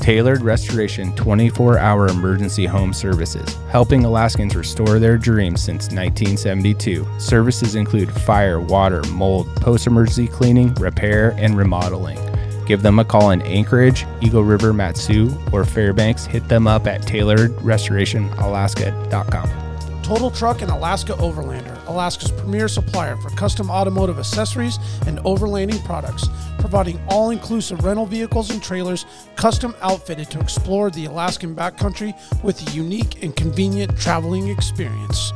Tailored Restoration 24 hour emergency home services, helping Alaskans restore their dreams since 1972. Services include fire, water, mold, post emergency cleaning, repair, and remodeling. Give them a call in Anchorage, Eagle River, Matsu, or Fairbanks. Hit them up at tailoredrestorationalaska.com. Total Truck and Alaska Overlander, Alaska's premier supplier for custom automotive accessories and overlanding products, providing all inclusive rental vehicles and trailers custom outfitted to explore the Alaskan backcountry with a unique and convenient traveling experience.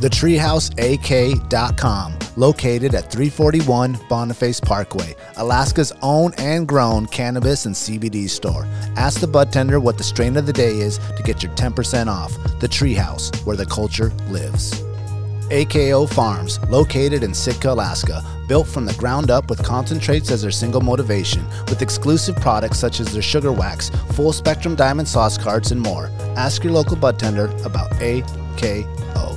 thetreehouseak.com, located at 341 Boniface Parkway, Alaska's own and grown cannabis and CBD store. Ask the bud tender what the strain of the day is to get your 10% off. The Treehouse, where the culture lives. AKO Farms, located in Sitka, Alaska, built from the ground up with concentrates as their single motivation, with exclusive products such as their sugar wax, full spectrum diamond sauce carts, and more. Ask your local bud tender about AKO.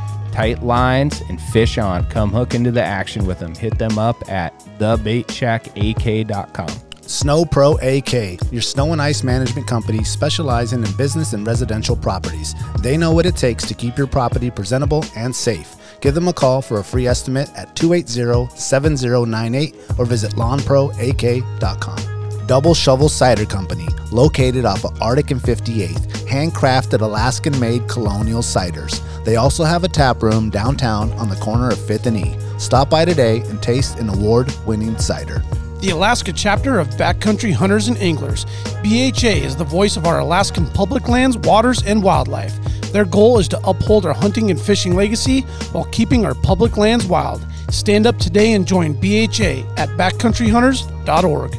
Tight lines and fish on. Come hook into the action with them. Hit them up at thebaitshackak.com. Snow Pro AK, your snow and ice management company specializing in business and residential properties. They know what it takes to keep your property presentable and safe. Give them a call for a free estimate at 280-7098 or visit lawnproak.com. Double Shovel Cider Company, located off of Arctic and 58th, handcrafted Alaskan-made colonial ciders. They also have a tap room downtown on the corner of 5th and E. Stop by today and taste an award-winning cider. the Alaska chapter of Backcountry Hunters and Anglers. BHA is the voice of our Alaskan public lands, waters, and wildlife. Their goal is to uphold our hunting and fishing legacy while keeping our public lands wild. Stand up today and join BHA at backcountryhunters.org.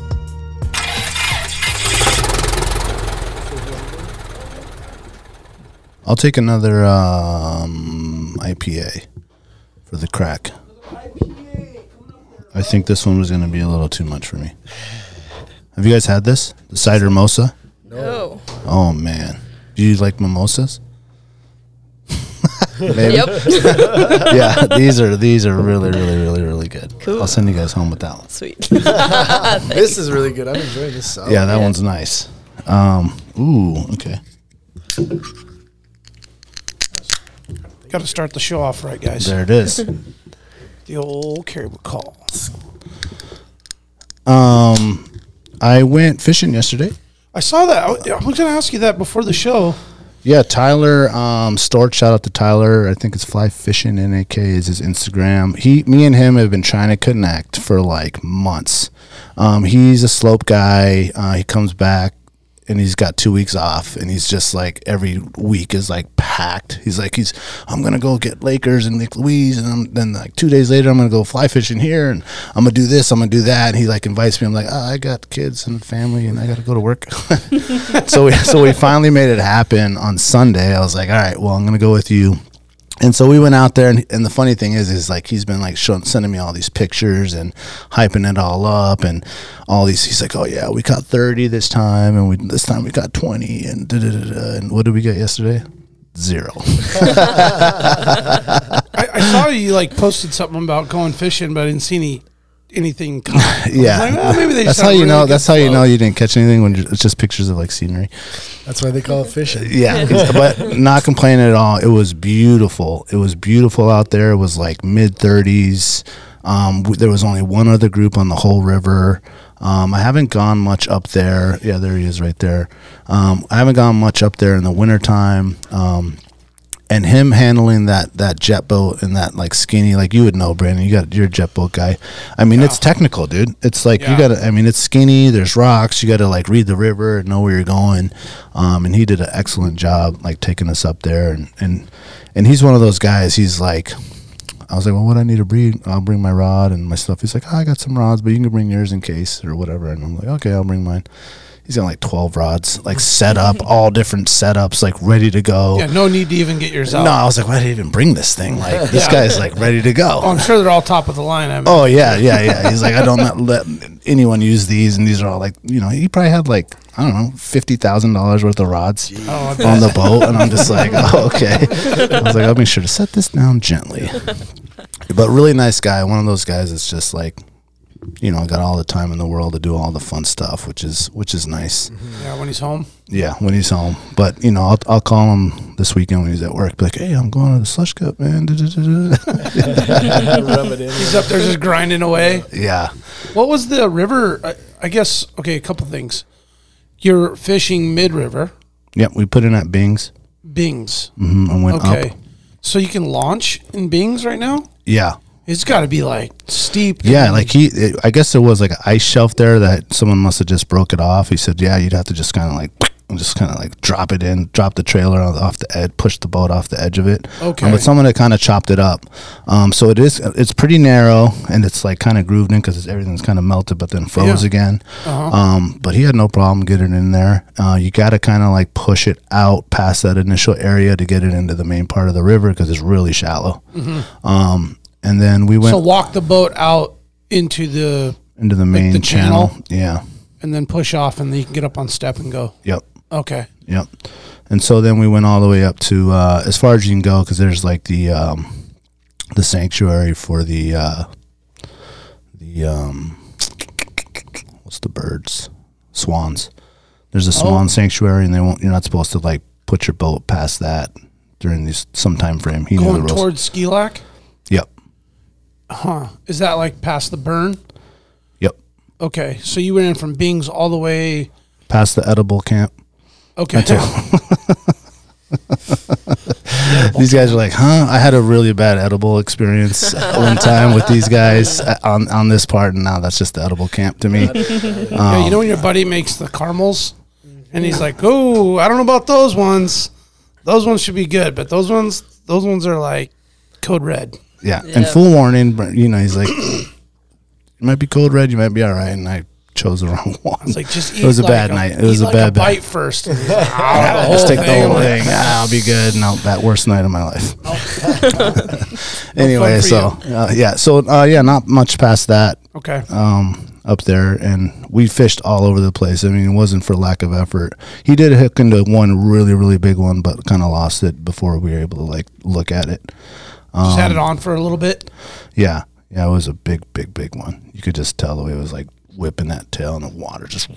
I'll take another um, IPA for the crack. I think this one was going to be a little too much for me. Have you guys had this? The cider mosa? No. Oh, man. Do you like mimosas? Maybe. Yep. Yeah, these are these are really, really, really, really good. Cool. I'll send you guys home with that one. Sweet. This is really good. I'm enjoying this. Sour. Yeah, that one's nice. Um, ooh, okay. Got to start the show off right, guys. There it is. The old caribou call. I went fishing yesterday. I saw that. I was going to ask you that before the show. Yeah, Tyler um, Storch. Shout out to Tyler. I think it's Fly Fishing NAK is his Instagram. He, me, and him have been trying to connect for like months. Um, he's a slope guy. Uh, he comes back and he's got two weeks off, and he's just like every week is like packed. He's like he's I'm gonna go get Lakers and Lake Louise, and I'm, then like two days later I'm gonna go fly fishing here, and I'm gonna do this, I'm gonna do that. And he like invites me. I'm like, oh, I got kids and family, and I gotta go to work. so we so we finally made it happen on Sunday. I was like, all right, well, I'm gonna go with you. And so we went out there, and, and the funny thing is, is like he's been like show, sending me all these pictures and hyping it all up, and all these. He's like, "Oh yeah, we caught thirty this time, and we this time we caught twenty, and da da da da." And what did we get yesterday? Zero. I, I saw you like posted something about going fishing, but I didn't see any anything. Common. Yeah. Like, well, maybe they that's just how have you really know. good That's how you flow. know you didn't catch anything when you- it's just pictures of like scenery. That's why they call it fishing. Yeah, 'cause- but not complaining at all. It was beautiful. It was beautiful out there. It was like mid thirties. Um, w- there was only one other group on the whole river. Um, I haven't gone much up there. Yeah, there he is right there. Um, I haven't gone much up there in the wintertime. Um, and him handling that that jet boat and that like skinny like you would know brandon you got you're a jet boat guy i mean it's technical dude it's like you Yeah. gotta i mean it's skinny there's rocks you gotta like read the river and know where you're going um, and he did an excellent job like taking us up there and and and he's one of those guys he's like I was like, well, what do I need to bring? I'll bring my rod and my stuff. He's like, oh, I got some rods, but you can bring yours in case or whatever. And I'm like, okay, I'll bring mine. He's got like 12 rods, like set up, all different setups, like ready to go. Yeah, no need to even get yours out. No, I was like, why did I even bring this thing? Like, this guy's like ready to Oh, go. I'm sure they're all top of the line. I mean, Oh yeah, yeah, yeah. He's like, I don't not let anyone use these, and these are all like, you know, he probably had like I don't know fifty thousand dollars worth of rods I on the boat, and I'm just like, oh okay. I was like, I'll make sure to set this down gently. But really nice guy, one of those guys that's just like, you know, got all the time in the world to do all the fun stuff, which is which is nice. yeah, when he's home. Yeah, when he's home. But you know, I'll, I'll call him this weekend when he's at work. Be like, hey, I'm going to the slush cup, man. Rub it in. He's up there just grinding away. yeah, What was the river? I, I guess, okay, a couple things. You're fishing mid river, yep. We put in at Bing's Bings. mhm, and went Okay. up. So you can launch in Bings right now? Yeah, It's got to be like steep. yeah. Like he, it, I guess there was like an ice shelf there that someone must have just broke it off. He said, yeah, you'd have to just kind of like. and Just kind of like drop it in, drop the trailer on- off the edge, push the boat off the edge of it. Um, Okay. but someone had kind of chopped it up, um, so it is it's pretty narrow and it's like kind of grooved in because everything's kind of melted, but then froze Yeah. again. Uh-huh. Um, but he had no problem getting in there. Uh, you got to kind of like push it out past that initial area to get it into the main part of the river because it's really shallow. Um, and then we went Mm-hmm. so walk the boat out into the into the main the channel. channel? Yeah. and then push off, and then you can get up on step and go. Yep. Okay. Yep. And so then we went all the way up to uh, as far as you can go because there's like the um, the sanctuary for the uh, the um, what's the birds swans. There's Oh. a swan sanctuary, and they won't. You're not supposed to like put your boat past that during these some time frame. He knew the Going rules. towards Skilak? yep. Huh. Is that like past the burn? Yep. Okay. So you went in from Bings all the way. Past the edible camp. Okay. These guys are like, huh? I had a really bad edible experience one time with these guys uh, on on this part, and now that's just the edible camp to me. yeah, you Um, know when your buddy makes the caramels and he's like, oh, I don't know about those ones. Those ones should be good, but those ones, those ones are like code red. Yeah. And full warning, but you know, he's like, you might be cold red, you might be all right, and I chose the wrong one. It's like just eat it was a like bad night. It was eat a like bad bite. bite first. And he's like, "Ow, the Just whole take the thing." whole thing. Ah, I'll be good. No, that worst night of my life. anyway, for so uh, yeah, so uh, yeah, not much past that. Okay. um, up there, and we fished all over the place. I mean, it wasn't for lack of effort. He did hook into one really, really big one, but kind of lost it before we were able to like look at it. Just had it Um, on for a little bit. Yeah, yeah, it was a big, big, big one. You could just tell the way it was like whipping that tail in the water. Just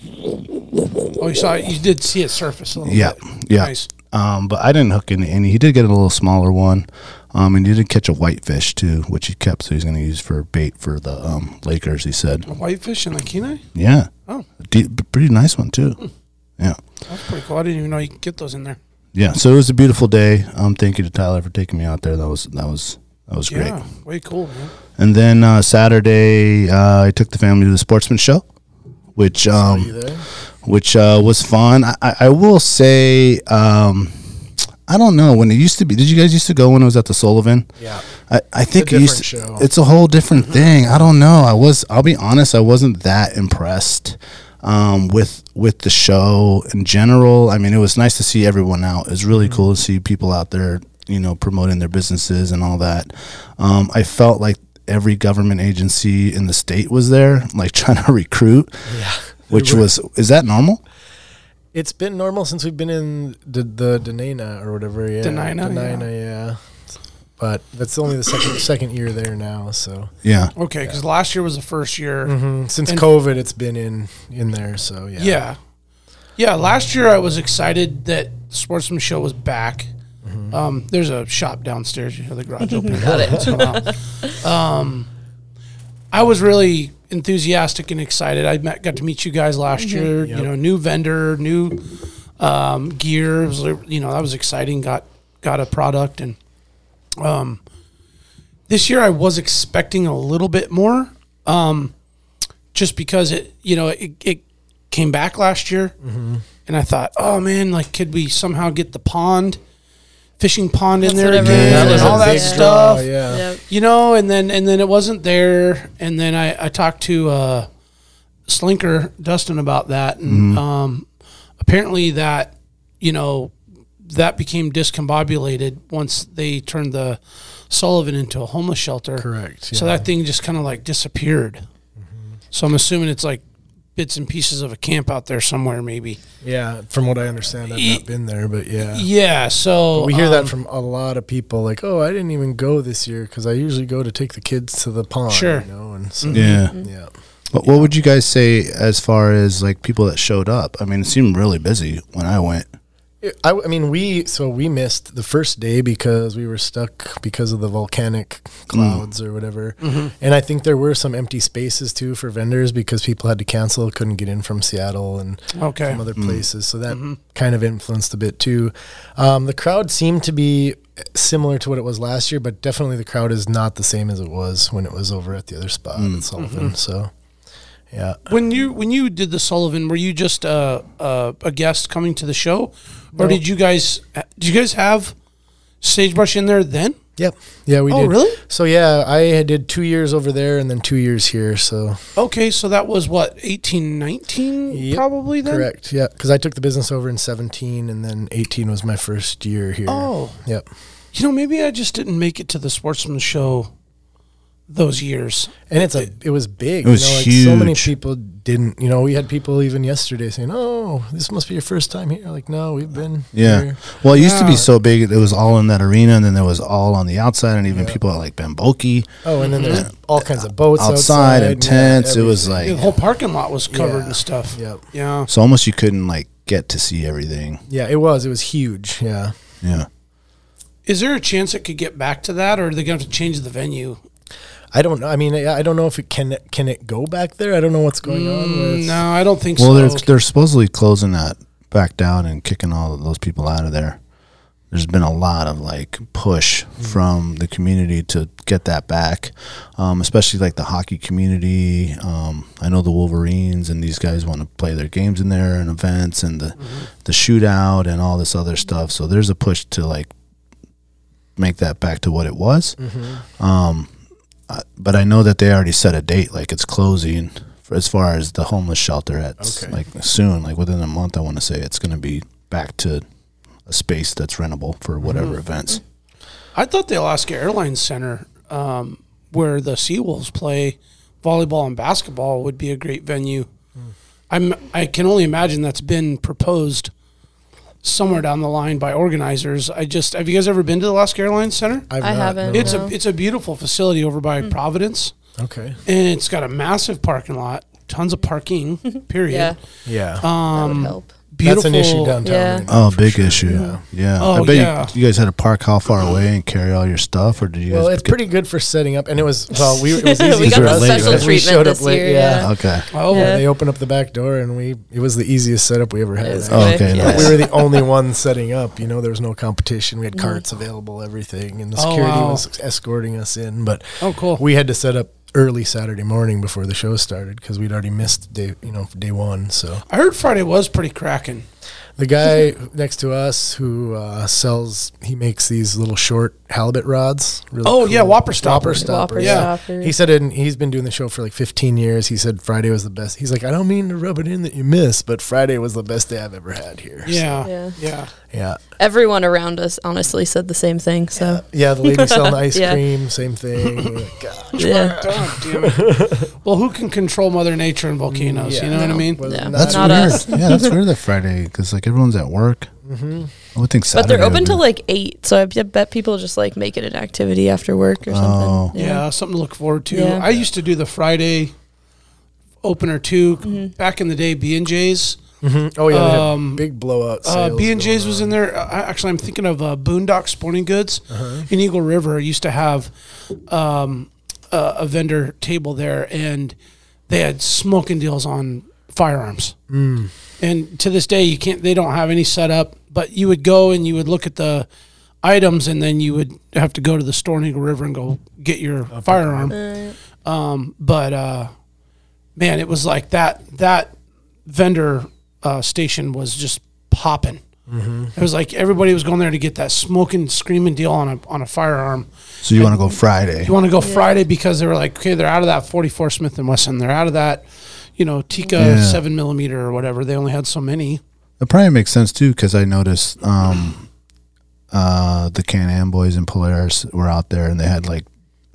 Oh, you saw it. You did see it surface a little yeah, bit. yeah. Nice. Um, but I didn't hook into any. He did get a little smaller one, um, and he did catch a whitefish too, which he kept. So he's going to use for bait for the um, Lakers. He said, Whitefish and the kenai? "Yeah, Oh, Hmm. deep, pretty nice one too." Yeah. that's pretty cool. I didn't even know you could get those in there. yeah so it was a beautiful day um thank you to tyler for taking me out there that was that was that was great Yeah, way cool, man. and then uh saturday uh i took the family to the sportsman show which um Either. which uh was fun i i, I will say um I don't know when it used to be. Did you guys used to go when it was at the Sullivan? Yeah. I, I think it different used. To, show. Mm-hmm. It's a whole different thing. I don't know. I was. I'll be honest. I wasn't that impressed um, with with the show in general. I mean, it was nice to see everyone out. It's really Mm-hmm. cool to see people out there, you know, promoting their businesses and all that. Um, I felt like every government agency in the state was there, like trying to recruit. Yeah. Which was is that normal? It's been normal since we've been in the, the Denana or whatever. Yeah. Denana, Denana, yeah. but that's only the second second year there now. So Yeah. Okay, because last year was the first year. since And- COVID, it's been in in there. So yeah, Yeah. Yeah, last year I was excited that Sportsman Show was back. Um, there's a shop downstairs, you know, the garage open. Got it. um, I was really enthusiastic and excited. I met, got to meet you guys last year. You know, new vendor, new um, gear. It was, you know, that was exciting. Got got a product, and um, this year I was expecting a little bit more um, just because it you know it, it came back last year and i thought oh man like could we somehow get the pond fishing pond in That's there what again everyone and wanted. all That that was a big stuff Oh, yeah. Yep. you know and then and then it wasn't there and then i i talked to uh slinker dustin about that and Mm-hmm. um apparently that you know that became discombobulated once they turned the sullivan into a homeless shelter correct. Mm-hmm. so that thing just kind of like disappeared. So I'm assuming it's like bits and pieces of a camp out there somewhere, maybe. yeah, from what I understand, I've not been there, but yeah. Yeah. So We hear that um, from a lot of people, like, "Oh, I didn't even go this year because I usually go to take the kids to the pond." Sure. you know, and so, Yeah. yeah, What, what would you guys say as far as like people that showed up? I mean, it seemed really busy when I went. It- I, I mean, we so we missed the first day because we were stuck because of the volcanic clouds or whatever. And I think there were some empty spaces too for vendors because people had to cancel, couldn't get in from Seattle and um, Oh, Okay. from other places. So that kind of influenced a bit too. Um, the crowd seemed to be similar to what it was last year, but definitely the crowd is not the same as it was when it was over at the other spot at Sullivan. So, yeah. when you when you did the Sullivan, were you just uh, uh, a guest coming to the show, or did you guys did you guys have sagebrush in there then? Yep. Yeah, we Oh, did. really? So yeah, I did two years over there and then two years here. So Okay, so that was what eighteen nineteen Yep, probably then. correct. Yeah, because I took the business over in 17 and then 18 was my first year here. Oh, Yep. you know maybe I just didn't make it to the Sportsman Show those years. And it's a it was big. It was you know, like so many huge. people didn't you know, we had people even yesterday saying, Oh, this must be your first time here. Like, no, we've been Yeah. here." Well, it used to be so big. It was all in that arena, and then there was all on the outside, and even people at like Bamboki Oh, and then there's all kinds of boats outside, and yeah, tents. it was everything. like The whole parking lot was covered Yeah. and stuff. Yep. Yeah. so almost you couldn't like get to see everything. Yeah, it was. It was huge. Yeah. Yeah. Is there a chance it could get back to that, or are they going to have to change the venue? I don't know. I mean, I I don't know if it can can it go back there. I don't know what's going on with Mm, No, I don't think Well, so. they're they're supposedly closing that back down and kicking all of those people out of there. There's been a lot of like push Hmm. from the community to get that back, um, especially like the hockey community. Um, I know the Wolverines and these guys want to play their games in there and events and the Mm-hmm. the shootout and all this other stuff. So there's a push to like make that back to what it Mm-hmm. was. Um, I- but I know that they already set a date, like it's closing for as far as the homeless shelter at s- Okay. like soon, like within a month. I want to say it's going to be back to a space that's rentable for Mm-hmm. whatever events. I thought the Alaska Airlines Center, um, where the Seawolves play volleyball and basketball, would be a great venue. I'm I can only imagine that's been proposed somewhere down the line by organizers. I just have you guys ever been to the Alaska Airlines Center? I've I Hmm. not, haven't. no. It's a it's a beautiful facility over by Providence, Okay. and it's got a massive parking lot, tons of parking. Period. Yeah, Yeah. that Um, would help. Beautiful. That's an issue downtown. Yeah. right now, Oh, for big sure. issue. Yeah. Yeah. I Oh, bet yeah. You, you guys had to park how far away and carry all your stuff, or did you guys? Well, it's get- pretty good for setting up, and it was well. We it was We easy got for the us special because we treatment showed up this late. year, yeah. okay. Oh, Yeah. They opened up the back door, and we it was the easiest setup we ever had. It was Oh, actually. quick, okay, yeah. nice. We were the only ones setting up. You know, there was no competition. We had carts available, everything, and the Oh, security wow. was escorting us in. But Oh, cool. we had to set up early Saturday morning before the show started because we'd already missed day, you know, day one. So I heard Friday was pretty cracking. the guy next to us who uh, sells, he makes these little short halibut rods. Really Oh, yeah, Whopper Stopper. Whopper Whopper stopper. Yeah. stopper. He said, and he's been doing the show for like 15 years. He said Friday was the best. He's like, I don't mean to rub it in that you miss, but Friday was the best day I've ever had here. Yeah. Yeah. Yeah. So, yeah. Everyone around us honestly said the same thing. So Yeah. The lady selling the ice Yeah. cream, same thing. We're like, God. yeah, God damn it. well, who can control Mother Nature and volcanoes? You know what I mean? yeah. Wasn't Not That's us. weird. yeah, that's weird that Friday because like everyone's at work. Mm-hmm. I would think But Saturday. they're open would be- till like eight, so I bet bet people just like make it an activity after work or Oh. something. Yeah, something to look forward to. Yeah. I used to do the Friday opener too Mm-hmm. back in the day. B and J's. Oh yeah, they Um, had big blowout Uh, sales. B and J's going was on. in there. Uh, I- actually, I'm thinking of uh, Boondock Sporting Goods Uh-huh. in Eagle River. Used to have um, uh, a vendor table there, and they had smoking deals on firearms. Mm. And to this day, you can't. They don't have any setup, but you would go and you would look at the items, and then you would have to go to the store in Eagle River and go get your firearm. Um, but uh, man, it was like that. That vendor uh, station was just popping. Mm-hmm. It was like everybody was going there to get that smoking, screaming deal on a on a firearm. So you want to go Friday? You want to go Friday because they were like, okay, they're out of that 44 Smith and Wesson, they're out of that, you know, Tika Yeah. seven millimeter or whatever. They only had so many. That probably makes sense too, because I noticed um, uh, the Can Am boys and Polaris were out there, and they had like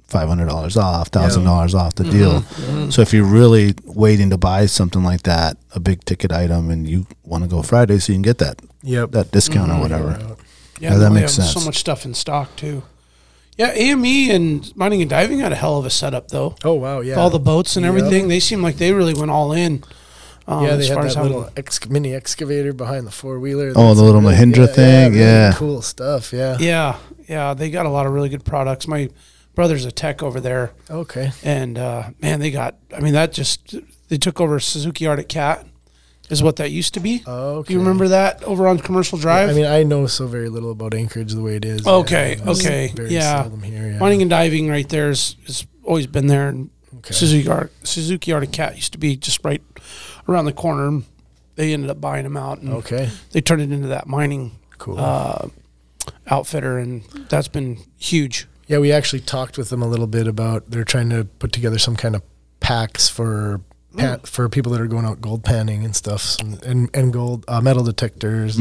five hundred dollars off, thousand dollars off the Mm-hmm. deal. So if you're really waiting to buy something like that, a big ticket item, and you want to go Friday, so you can get that Yep. that discount Mm-hmm. or whatever. Yeah, Yeah, they that only makes have So sense. much stuff in stock too. Yeah, AME and mining and diving had a hell of a setup though. oh wow, yeah. With all the boats and Yep. everything, they seem like they really went all in. Um, yeah, they as had far as that how little ex- mini excavator behind the four wheeler. Oh, the little Mahindra thing, yeah. cool stuff. Yeah. Yeah, yeah, they got a lot of really good products. My brother's a tech over there, Okay. and uh, man, they got. I mean, that just they took over Suzuki Arctic Cat, is what that used to be. Okay. Do you remember that over on Commercial Drive? I mean, I know so very little about Anchorage the way it is. Okay, Yeah, it's okay, Very yeah. seldom here. Yeah. mining and diving right there is has always been there, and Okay. Suzuki Ar- Suzuki Arctic Cat used to be just right around the corner. and They ended up buying them out, and Okay. they turned it into that mining Cool. uh, outfitter, and that's been huge. yeah, we actually talked with them a little bit about they're trying to put together some kind of packs for Mm. pan, for people that are going out gold panning and stuff some, and and gold uh, metal detectors.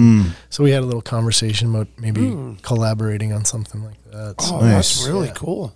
So we had a little conversation about maybe collaborating on something like that. So Mm. Oh, that's Nice. really cool.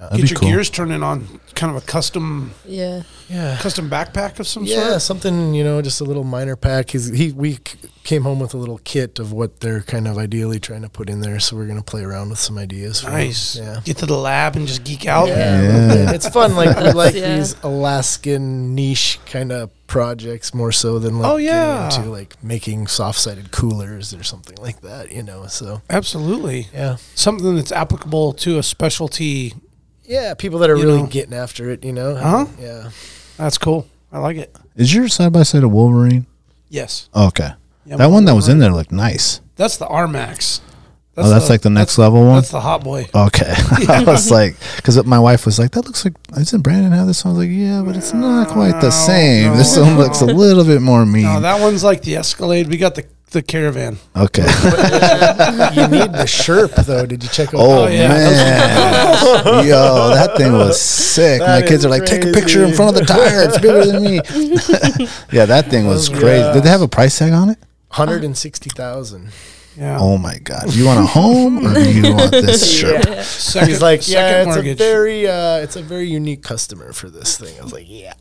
That'd Get be your cool. gears turning on kind of a custom Yeah. yeah. custom backpack of some Yeah, sort. something you know, just a little minor pack. He's, he we c- came home with a little kit of what they're kind of ideally trying to put in there, so we're gonna play around with some ideas. For Nice. yeah. Get to the lab and just geek out. Yeah, a Yeah. little bit. it's fun. Like we like Yeah. these Alaskan niche kind of projects more so than like Oh, getting yeah. into like making soft sided coolers or something like that. You know, so Absolutely. yeah, Something that's applicable to a specialty. yeah, people that are You really know. Uh-huh. getting after it. You know, Huh? Yeah, That's cool. I like it. Is your side by side a Wolverine? Oh, Yes. Okay, Yeah, that my one that was in there looked nice. That's the R Max. oh, that's like the next level one. That's the hot boy. Okay, I was like, because my wife was like, "That looks like isn't Brandon have this one?" I was like, "Yeah, but it's not quite the same. this no, one looks a little bit more mean." No, that one's like the Escalade. We got the the Caravan. okay. you need the Sherp though. Did you check out? Oh, yeah. man, yo, that thing was sick. That my kids is are like, "Take a picture in crazy." front of the tire. It's bigger than me." yeah, that thing was Oh, crazy. Did they gosh. have a price tag on it? hundred and sixty thousand. Yeah. Oh my god, do you want a home or do you want this shirt? Second, He's like, second yeah, it's mortgage. a very, uh, it's a very unique customer for this thing. I was like, yeah,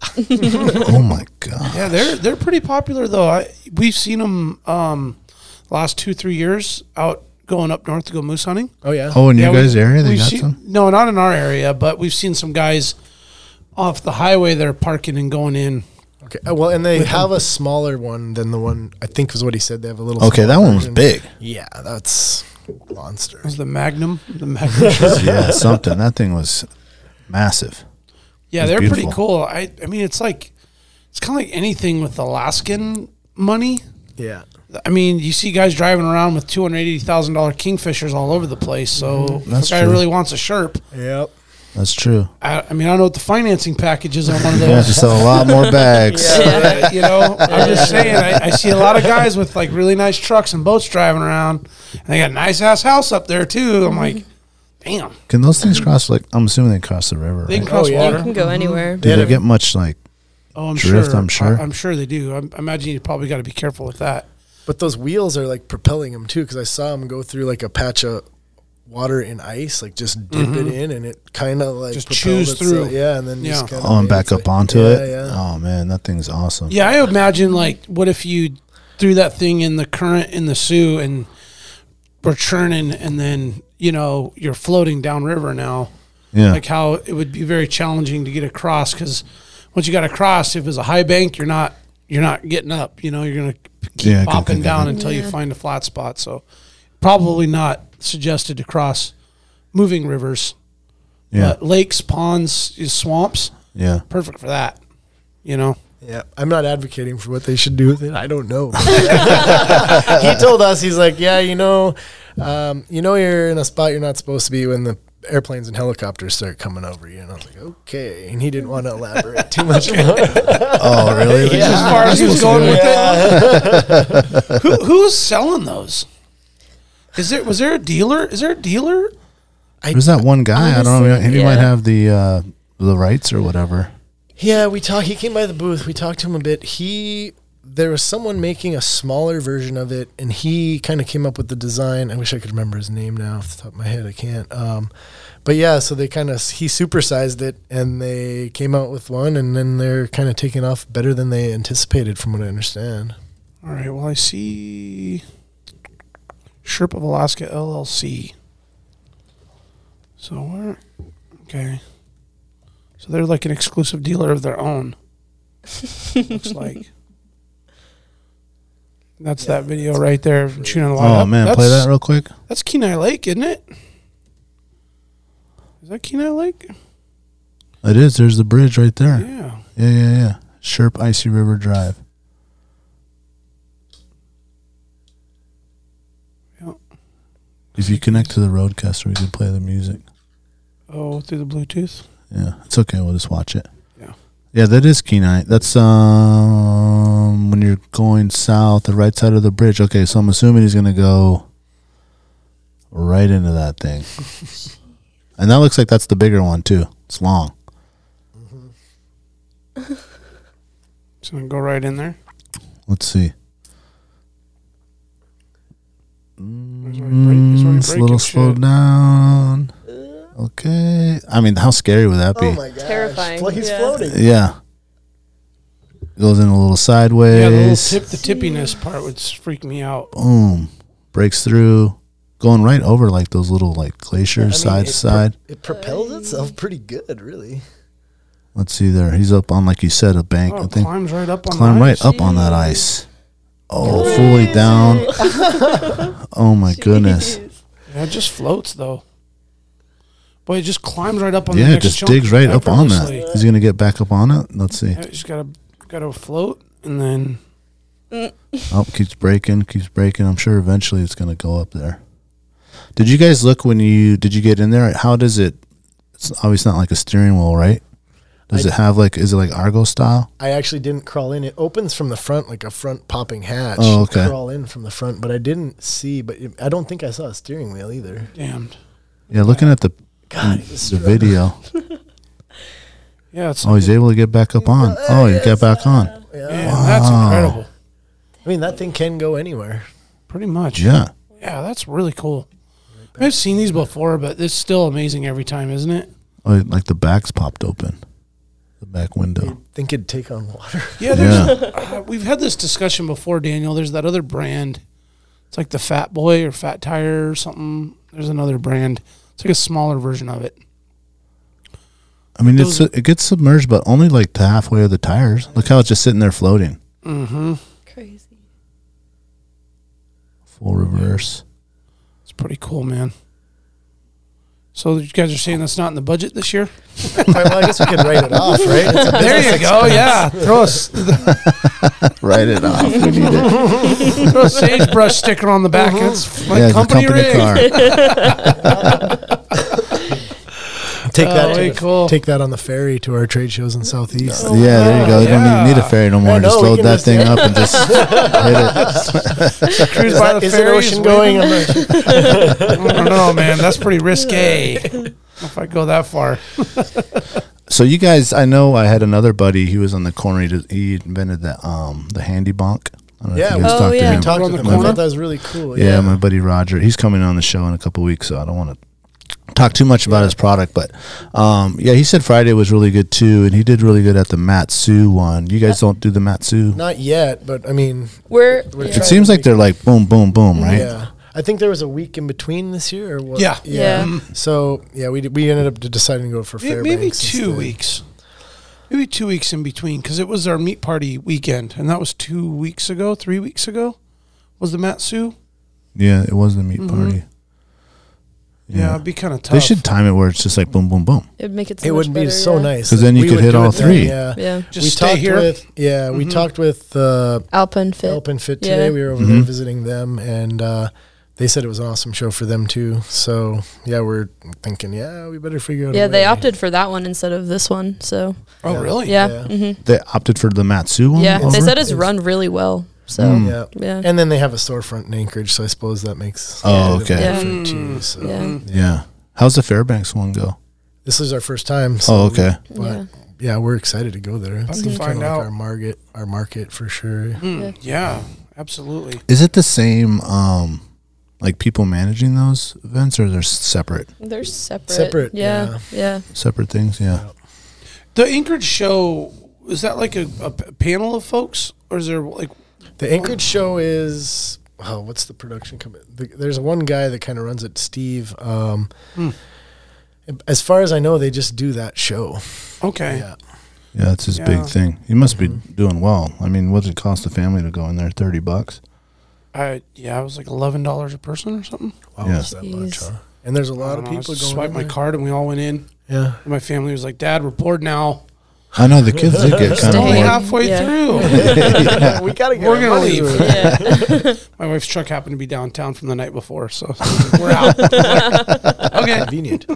Oh my god, Yeah, they're they're pretty popular though. I, we've seen them um, last two three years out going up north to go moose hunting. oh yeah, Oh, in Yeah, your we- guys' area, they we've got seen- some. No, not in our area, but we've seen some guys off the highway that are parking and going in. okay. Uh, well, and they have a smaller one than the one I think was what he said. They have a little. Okay, that smaller one was version. big. Yeah, that's monster. Is the Magnum? The Magnum. yeah, something. That thing was massive. yeah, It's they're pretty beautiful. cool. I I mean, it's like it's kind of like anything with Alaskan money. Yeah, I mean, you see guys driving around with two hundred eighty thousand dollar Kingfishers all over the place. So Mm-hmm. That's if a guy true. really wants a Sherp, yep. That's true. I, I mean, I don't know what the financing package is on one of You have those. to sell a lot more bags. Uh, you know, I'm just saying. I, I see a lot of guys with like really nice trucks and boats driving around, and they got a nice ass house up there too. I'm like, damn, Can those things cross? Like, I'm assuming they cross the river. they can right? cross yeah. You water. can go anywhere. Do they get much like? Oh, I'm Drift, sure. I'm sure. I, am sure they do. I'm, I imagine you probably got to be careful with that. But those wheels are like propelling him too, because I saw him go through like a patch of water and ice, like just dip it in, and it kind of Mm-hmm. like Just propelled chews itself. through. Yeah, and then just Yeah. kinda Oh, and made back its up way- onto yeah, it. Yeah, Oh man, that thing's awesome. Yeah, I imagine like, what if you threw that thing in the current in the Sioux and were churning, and then you know you're floating downriver now. Yeah. Like how it would be very challenging to get across because once you got across, if it's a high bank, you're not you're not getting up. You know, you're gonna keep Yeah, I can think bopping of down it. until you find a flat spot. So probably not suggested to cross moving rivers. Yeah. But lakes, ponds, swamps, yeah. perfect for that. You know. Yeah, I'm not advocating for what they should do with it. I don't know. he told us he's like, yeah, you know, um, you know, you're in a spot you're not supposed to be when the airplanes and helicopters start coming over you. And I was like, okay. And he didn't want to elaborate too much. about it. Oh, really? as far as who's going with it. Who, who's selling those? Is there was there a dealer? Is there a dealer? There's that one guy. I don't know. Honestly, He might yeah. have the uh, the rights or whatever. yeah, we talked. He came by the booth. We talked to him a bit. He there was someone making a smaller version of it, and he kind of came up with the design. I wish I could remember his name now off the top of my head. I can't. Um, but yeah, so they kind of he supersized it, and they came out with one, and then they're kind of taking off better than they anticipated, from what I understand. All right. Well, I see. Sherp of Alaska LLC. So where? Okay. So they're like an exclusive dealer of their own. Looks like. That's that video right there from Chino Oh man, play that real quick. That's Kenai Lake, isn't it? Is that Kenai Lake? It is. There's the bridge right there. Yeah. Yeah, yeah, yeah. Sherp Icy River Drive. Yep. If you connect to the roadcaster, we can play the music. Oh, through the Bluetooth. Yeah, it's okay. We'll just watch it. Yeah. Yeah, that is Kenai. That's um when you're going south, the right side of the bridge. Okay, so I'm assuming he's gonna go right into that thing, and that looks like that's the bigger one too. It's long. So I go right in there. Let's see. There's already break- there's already Mm, It's a little breaking slowed shit. Uh. down. Okay. I mean, how scary would that be? Oh gosh! Terrifying, he's yeah. floating. yeah. Goes in a little sideways. Yeah, the little tip, the tippiness part would s- freak me out. boom, breaks through, going right over like those little like glaciers I side mean, to it side. It propelled itself pretty good, really. Let's see there. He's up on like you said a bank. Oh, I it think climbs right up on climb the right ice. up on that ice. Oh, fully down. oh my goodness. Yeah, it just floats though. Boy, it just climbs right up on. the Yeah, it next just chunk digs right up on that. effortlessly. Is he gonna get back up on it? Let's see. Yeah, just gotta gotta float and then Oh, keeps breaking, keeps breaking. I'm sure eventually it's gonna go up there. Did you guys look when you did you get in there? How does it? It's obviously not like a steering wheel, right? Does I- it have like? Is it like Argo style? I actually didn't crawl in. It opens from the front like a front popping hatch. Oh, okay. Crawl in from the front, but I didn't see. But it, I don't think I saw a steering wheel either. damned. Yeah, looking at the God, the it's video. Yeah, it's Oh, he's able to get back up on. Oh, he got back on. man, that's incredible. I mean, that thing can go anywhere. Pretty much. Yeah, Yeah, that's really cool. I've seen these before, but it's still amazing every time, isn't it? oh, like the back's popped open, the back window. Think it'd take on water. Yeah, there's, Yeah, uh, we've had this discussion before, Daniel. There's that other brand. It's like the Fat Boy or Fat Tire or something. There's another brand. It's like a smaller version of it. I mean it's it gets submerged, but only like the halfway of the tires. Look how it's just sitting there floating. Crazy. Full reverse. It's pretty cool, man. So you guys are saying that's not in the budget this year? well, I guess we could write it off, right? It's a There you go. Yeah, throw a, s- Write it off. We need it. throw a sagebrush sticker on the back. Mm-hmm. and It's my company, rig. car. business. take way that. To the, Oh, cool. Take that on the ferry to our trade shows in Southeast. yeah, there you go. You don't even need a Yeah. ferry no more. know, just we load can that just- thing up and just hit it. Cruise Is, by that, the is it ferry. ocean going? I'm not sure. I don't know, man. That's pretty risque. if I go that far. So you guys, I know I had another buddy. He was on the corner. He, did, he invented that um the handy bonk. I don't know Yeah, if you guys Oh, talked yeah. to We him. talked Around with the them. I corner? thought that was really cool. yeah, my buddy Roger. He's coming on the show in a couple weeks, so I don't want to talk too much about his product, but um, yeah, he said Friday was really good too, and he did really good at the Matsu one. You guys don't do the Matsu. Not yet, but I mean, We're, We're yeah. It trying- seems like they're like boom, boom, boom, right? yeah. I think there was a week in between this year, or what? Yeah. Yeah. So yeah, we d- we ended up d- deciding to go for May- Fairbanks. maybe two instead. weeks. Maybe two weeks in between because it was our meat party weekend, and that was two weeks ago, three weeks ago. Was the Matsu? Yeah, it was the meat party. Yeah, it'd be kind of tough. They should time it where it's just like boom, boom, boom. it'd make it so It much would be better, so yeah. nice 'Cause then you We could would hit do all it then, three. yeah. Yeah. just we stay talked here. with yeah. We talked with uh, Alpen Mm-hmm. fit. Help and Fit Yeah. today. We were over Mm-hmm. there visiting them, and uh, they said it was an awesome show for them too. So yeah, we're thinking yeah, we better figure out. a Yeah, they way. opted for that one instead of this one. So oh, really? yeah, Yeah. hmm They opted for the Matsu one. yeah. Mm, over? They said it's It's- run really well. So Mm. Yeah. yeah, And then they have a storefront in Anchorage, so I suppose that makes Oh, a bit of okay. an Yeah. Mm. effort, too. So yeah, Yeah. How's the Fairbanks one go? this is our first time. So Oh, okay. But yeah. we're excited to go there. It About to seems kind find of like out. our market, our market for sure. Hmm, yeah, absolutely. Is it the same um like people managing those events or they're separate They're separate. Separate, Yeah, yeah. separate things? Yeah. The Anchorage show is that like a, a p- panel of folks, or is there like The Anchorage show is oh, what's the production company? The, there's one guy that kind of runs it, Steve. Um, Hmm. As far as I know, they just do that show. okay? Yeah. Yeah, that's his Yeah. big thing. He must be Mm-hmm. doing well. I mean, what's it cost a family to go in there? Thirty bucks. I yeah, I was like eleven dollars a person or something. Wow, Yeah. it's that much, Jeez. huh? And there's a I lot don't of know, I people just going. swiped in my there. card and we all went in. Yeah. And my family was like, "Dad, we're bored now. I know the kids did get kind It's of only bored. bored. halfway Yeah. through. we gotta get. We're gonna leave." yeah. My wife's truck happened to be downtown from the night before, so we're out. okay, Convenient.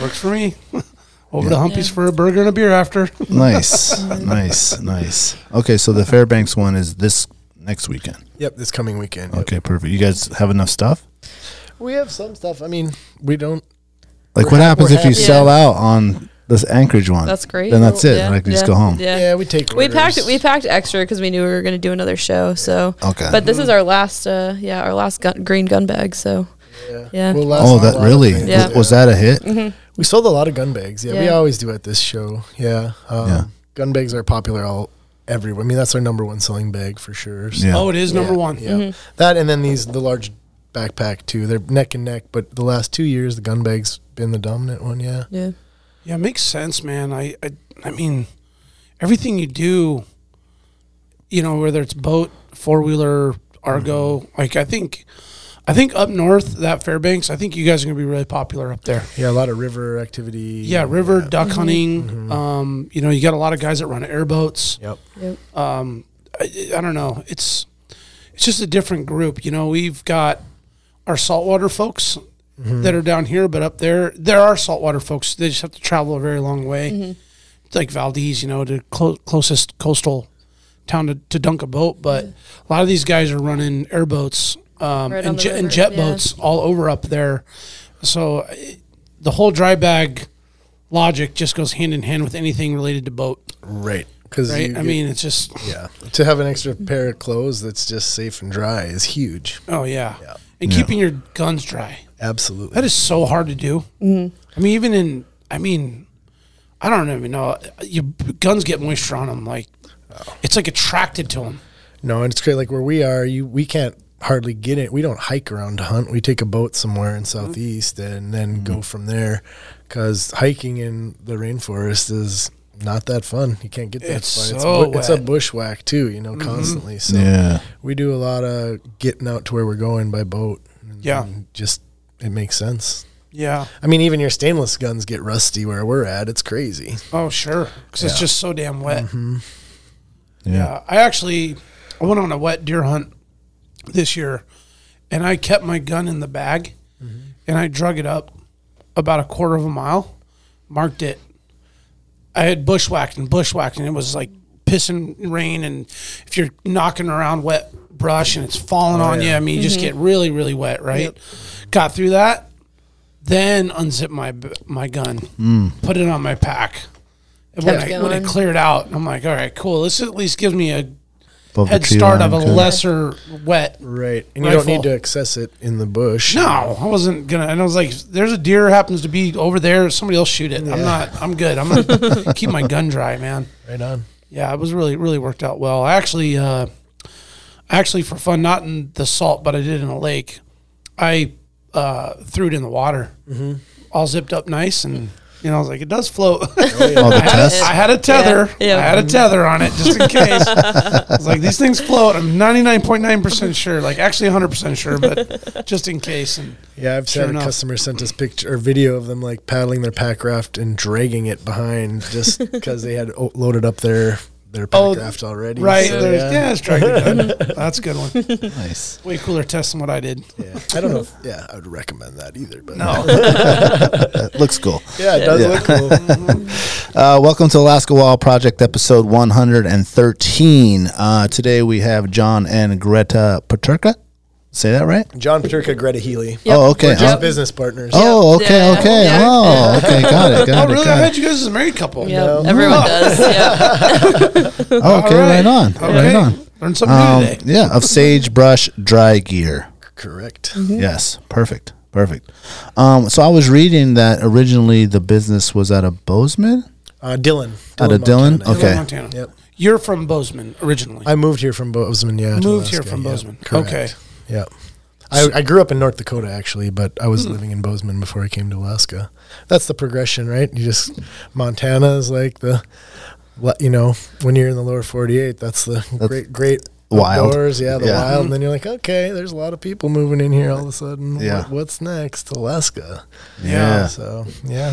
works for me. Over to Humpies for a burger and a beer after. Nice, nice, nice. Okay, so the Fairbanks one is this next weekend. yep, this coming weekend. yep. Okay, perfect. You guys have enough stuff. We have some stuff. I mean, we don't. Like, We're what ha- happens we're if you happy. sell out on this Anchorage one? That's great. Then that's it. Yeah, I can just yeah, go home. Yeah. Yeah, we take. We packed orders. we packed extra because we knew we were going to do another show. So, Okay. but this is our last, uh, yeah, our last gun, green gun bag. So, Yeah. yeah, We'll last oh, on a that lot of really things. Yeah. was that a hit? We sold a lot of gun bags. Yeah, we Yeah. always do at this show. Yeah. Um, Yeah. Gun bags are popular all everywhere. I mean, that's our number one selling bag for sure. So- Yeah. Oh, it is number Yeah, one. Mm-hmm. Yeah. That and then these the large backpack too. They're neck and neck, but the last 2 years the gun bag's been the dominant one, yeah. yeah, Yeah, it makes sense, man. I, I, I mean, everything you do, you know, whether it's boat, four wheeler, Argo, like I think, I think up north that Fairbanks, I think you guys are gonna be really popular up there. Yeah, a lot of river activity. Yeah, river duck hunting. Um, you know, you got a lot of guys that run airboats. Yep. Yep. Um, I, I don't know. It's it's just a different group. You know, we've got our saltwater folks that are down here, but up there there are saltwater folks. They just have to travel a very long way, Mm-hmm. It's like Valdez, you know, to clo- closest coastal town to, to dunk a boat. But a lot of these guys are running airboats um, Right on and, the jet, and river, jet yeah. boats all over up there. So I- the whole dry bag logic just goes hand in hand with anything related to boat, Right. Cuz right? I mean, it's just yeah. To have an extra pair of clothes that's just safe and dry is huge. oh yeah, and keeping your guns dry. Absolutely. That is so hard to do. I mean, even in I mean, I don't even know. Your guns get moisture on them, like it's like attracted to them. No, and it's great. Like where we are, you we can't hardly get it. We don't hike around to hunt. We take a boat somewhere in Mm-hmm. southeast and then go from there, because hiking in the rainforest is not that fun. You can't get that It's far. so bu- it's a wet. Mm-hmm. bushwhack too. You know, constantly. So Yeah. we do a lot of getting out to where we're going by boat. And Yeah. and just it makes sense. Yeah. I mean, even your stainless guns get rusty where we're at. It's crazy. Oh sure, because it's just so damn wet. Yeah. Mm-hmm. Yeah, I actually I went on a wet deer hunt this year, and I kept my gun in the bag, and I drug it up about a quarter of a mile, marked it. I had bushwhacked and bushwhacked, and it was like pissing rain, and if you're knocking around wet brush and it's falling on you, I mean, you just Mm-hmm. get really, really wet, right? Got through that, then unzip my b- my gun, put it on my pack. And when Kept I, when I going. cleared out, I'm like, all right, cool. This at least gives me a above head the tree start line of a could- lesser wet. Right. And you don't need Rifle. to access it in the bush. No, I wasn't gonna. And I was like, "There's a deer happens to be over there. Somebody else shoot it. I'm not. I'm good. I'm gonna keep my gun dry, man." Right on. Yeah, it was really really worked out well. I actually, uh, actually for fun, not in the salt, but I did in a lake. I uh, threw it in the water, Mm-hmm. all zipped up nice, and you know I was like, it does float. Oh, the I, had a, test. I had a tether. Yeah, yeah. I had a tether on it just in case. I was like, these things float. I'm 99.9% sure, like actually 100% sure, but just in case. And Yeah, I've Sure had a enough. customer sent us picture or video of them like paddling their pack raft and dragging it behind just because they had o- loaded up their their pack Oh, raft already. right, So, there's, yeah. yeah. it's dragging it down. That's a good one. Oh, Nice. Way cooler test than what I did. Yeah. I don't know. If, yeah, I would recommend that either. But No, That looks cool. yeah, it does look cool. Uh, welcome to Alaska Wall Project, episode 113. Uh, today we have John and Greta Paterka. Say that right? John Paterka, Greta Healy. Yep. Oh, okay. We're Just Yep. business partners. Oh, okay, Yeah. okay. Yeah. Oh, okay. Got it. oh Got it. really? I Got had it. you guys as a married couple. Yeah, everyone does. Yeah. Oh, okay. All Right on. Right Okay. on. Learned something new Um, today. yeah, of sagebrush dry gear. Correct. Mm-hmm. Yes, perfect, perfect. Um, so I was reading that originally the business was out of Bozeman, Uh, Dylan. out of Dillon. Montana. Okay, Montana. Yep. You're from Bozeman originally. I moved here from Bozeman. Yeah, to Moved here Alaska, from yeah, Bozeman. correct. Okay. Yeah. I, I grew up in North Dakota actually, but I was Hmm. living in Bozeman before I came to Alaska. That's the progression, right? You just Montana is like the what you know when you're in the lower 48. That's the great great Wild. outdoors, yeah, the Yeah. wild. And then you're like, okay, there's a lot of people moving in here all of a sudden. Yeah. What, what's next, Alaska? yeah, So yeah,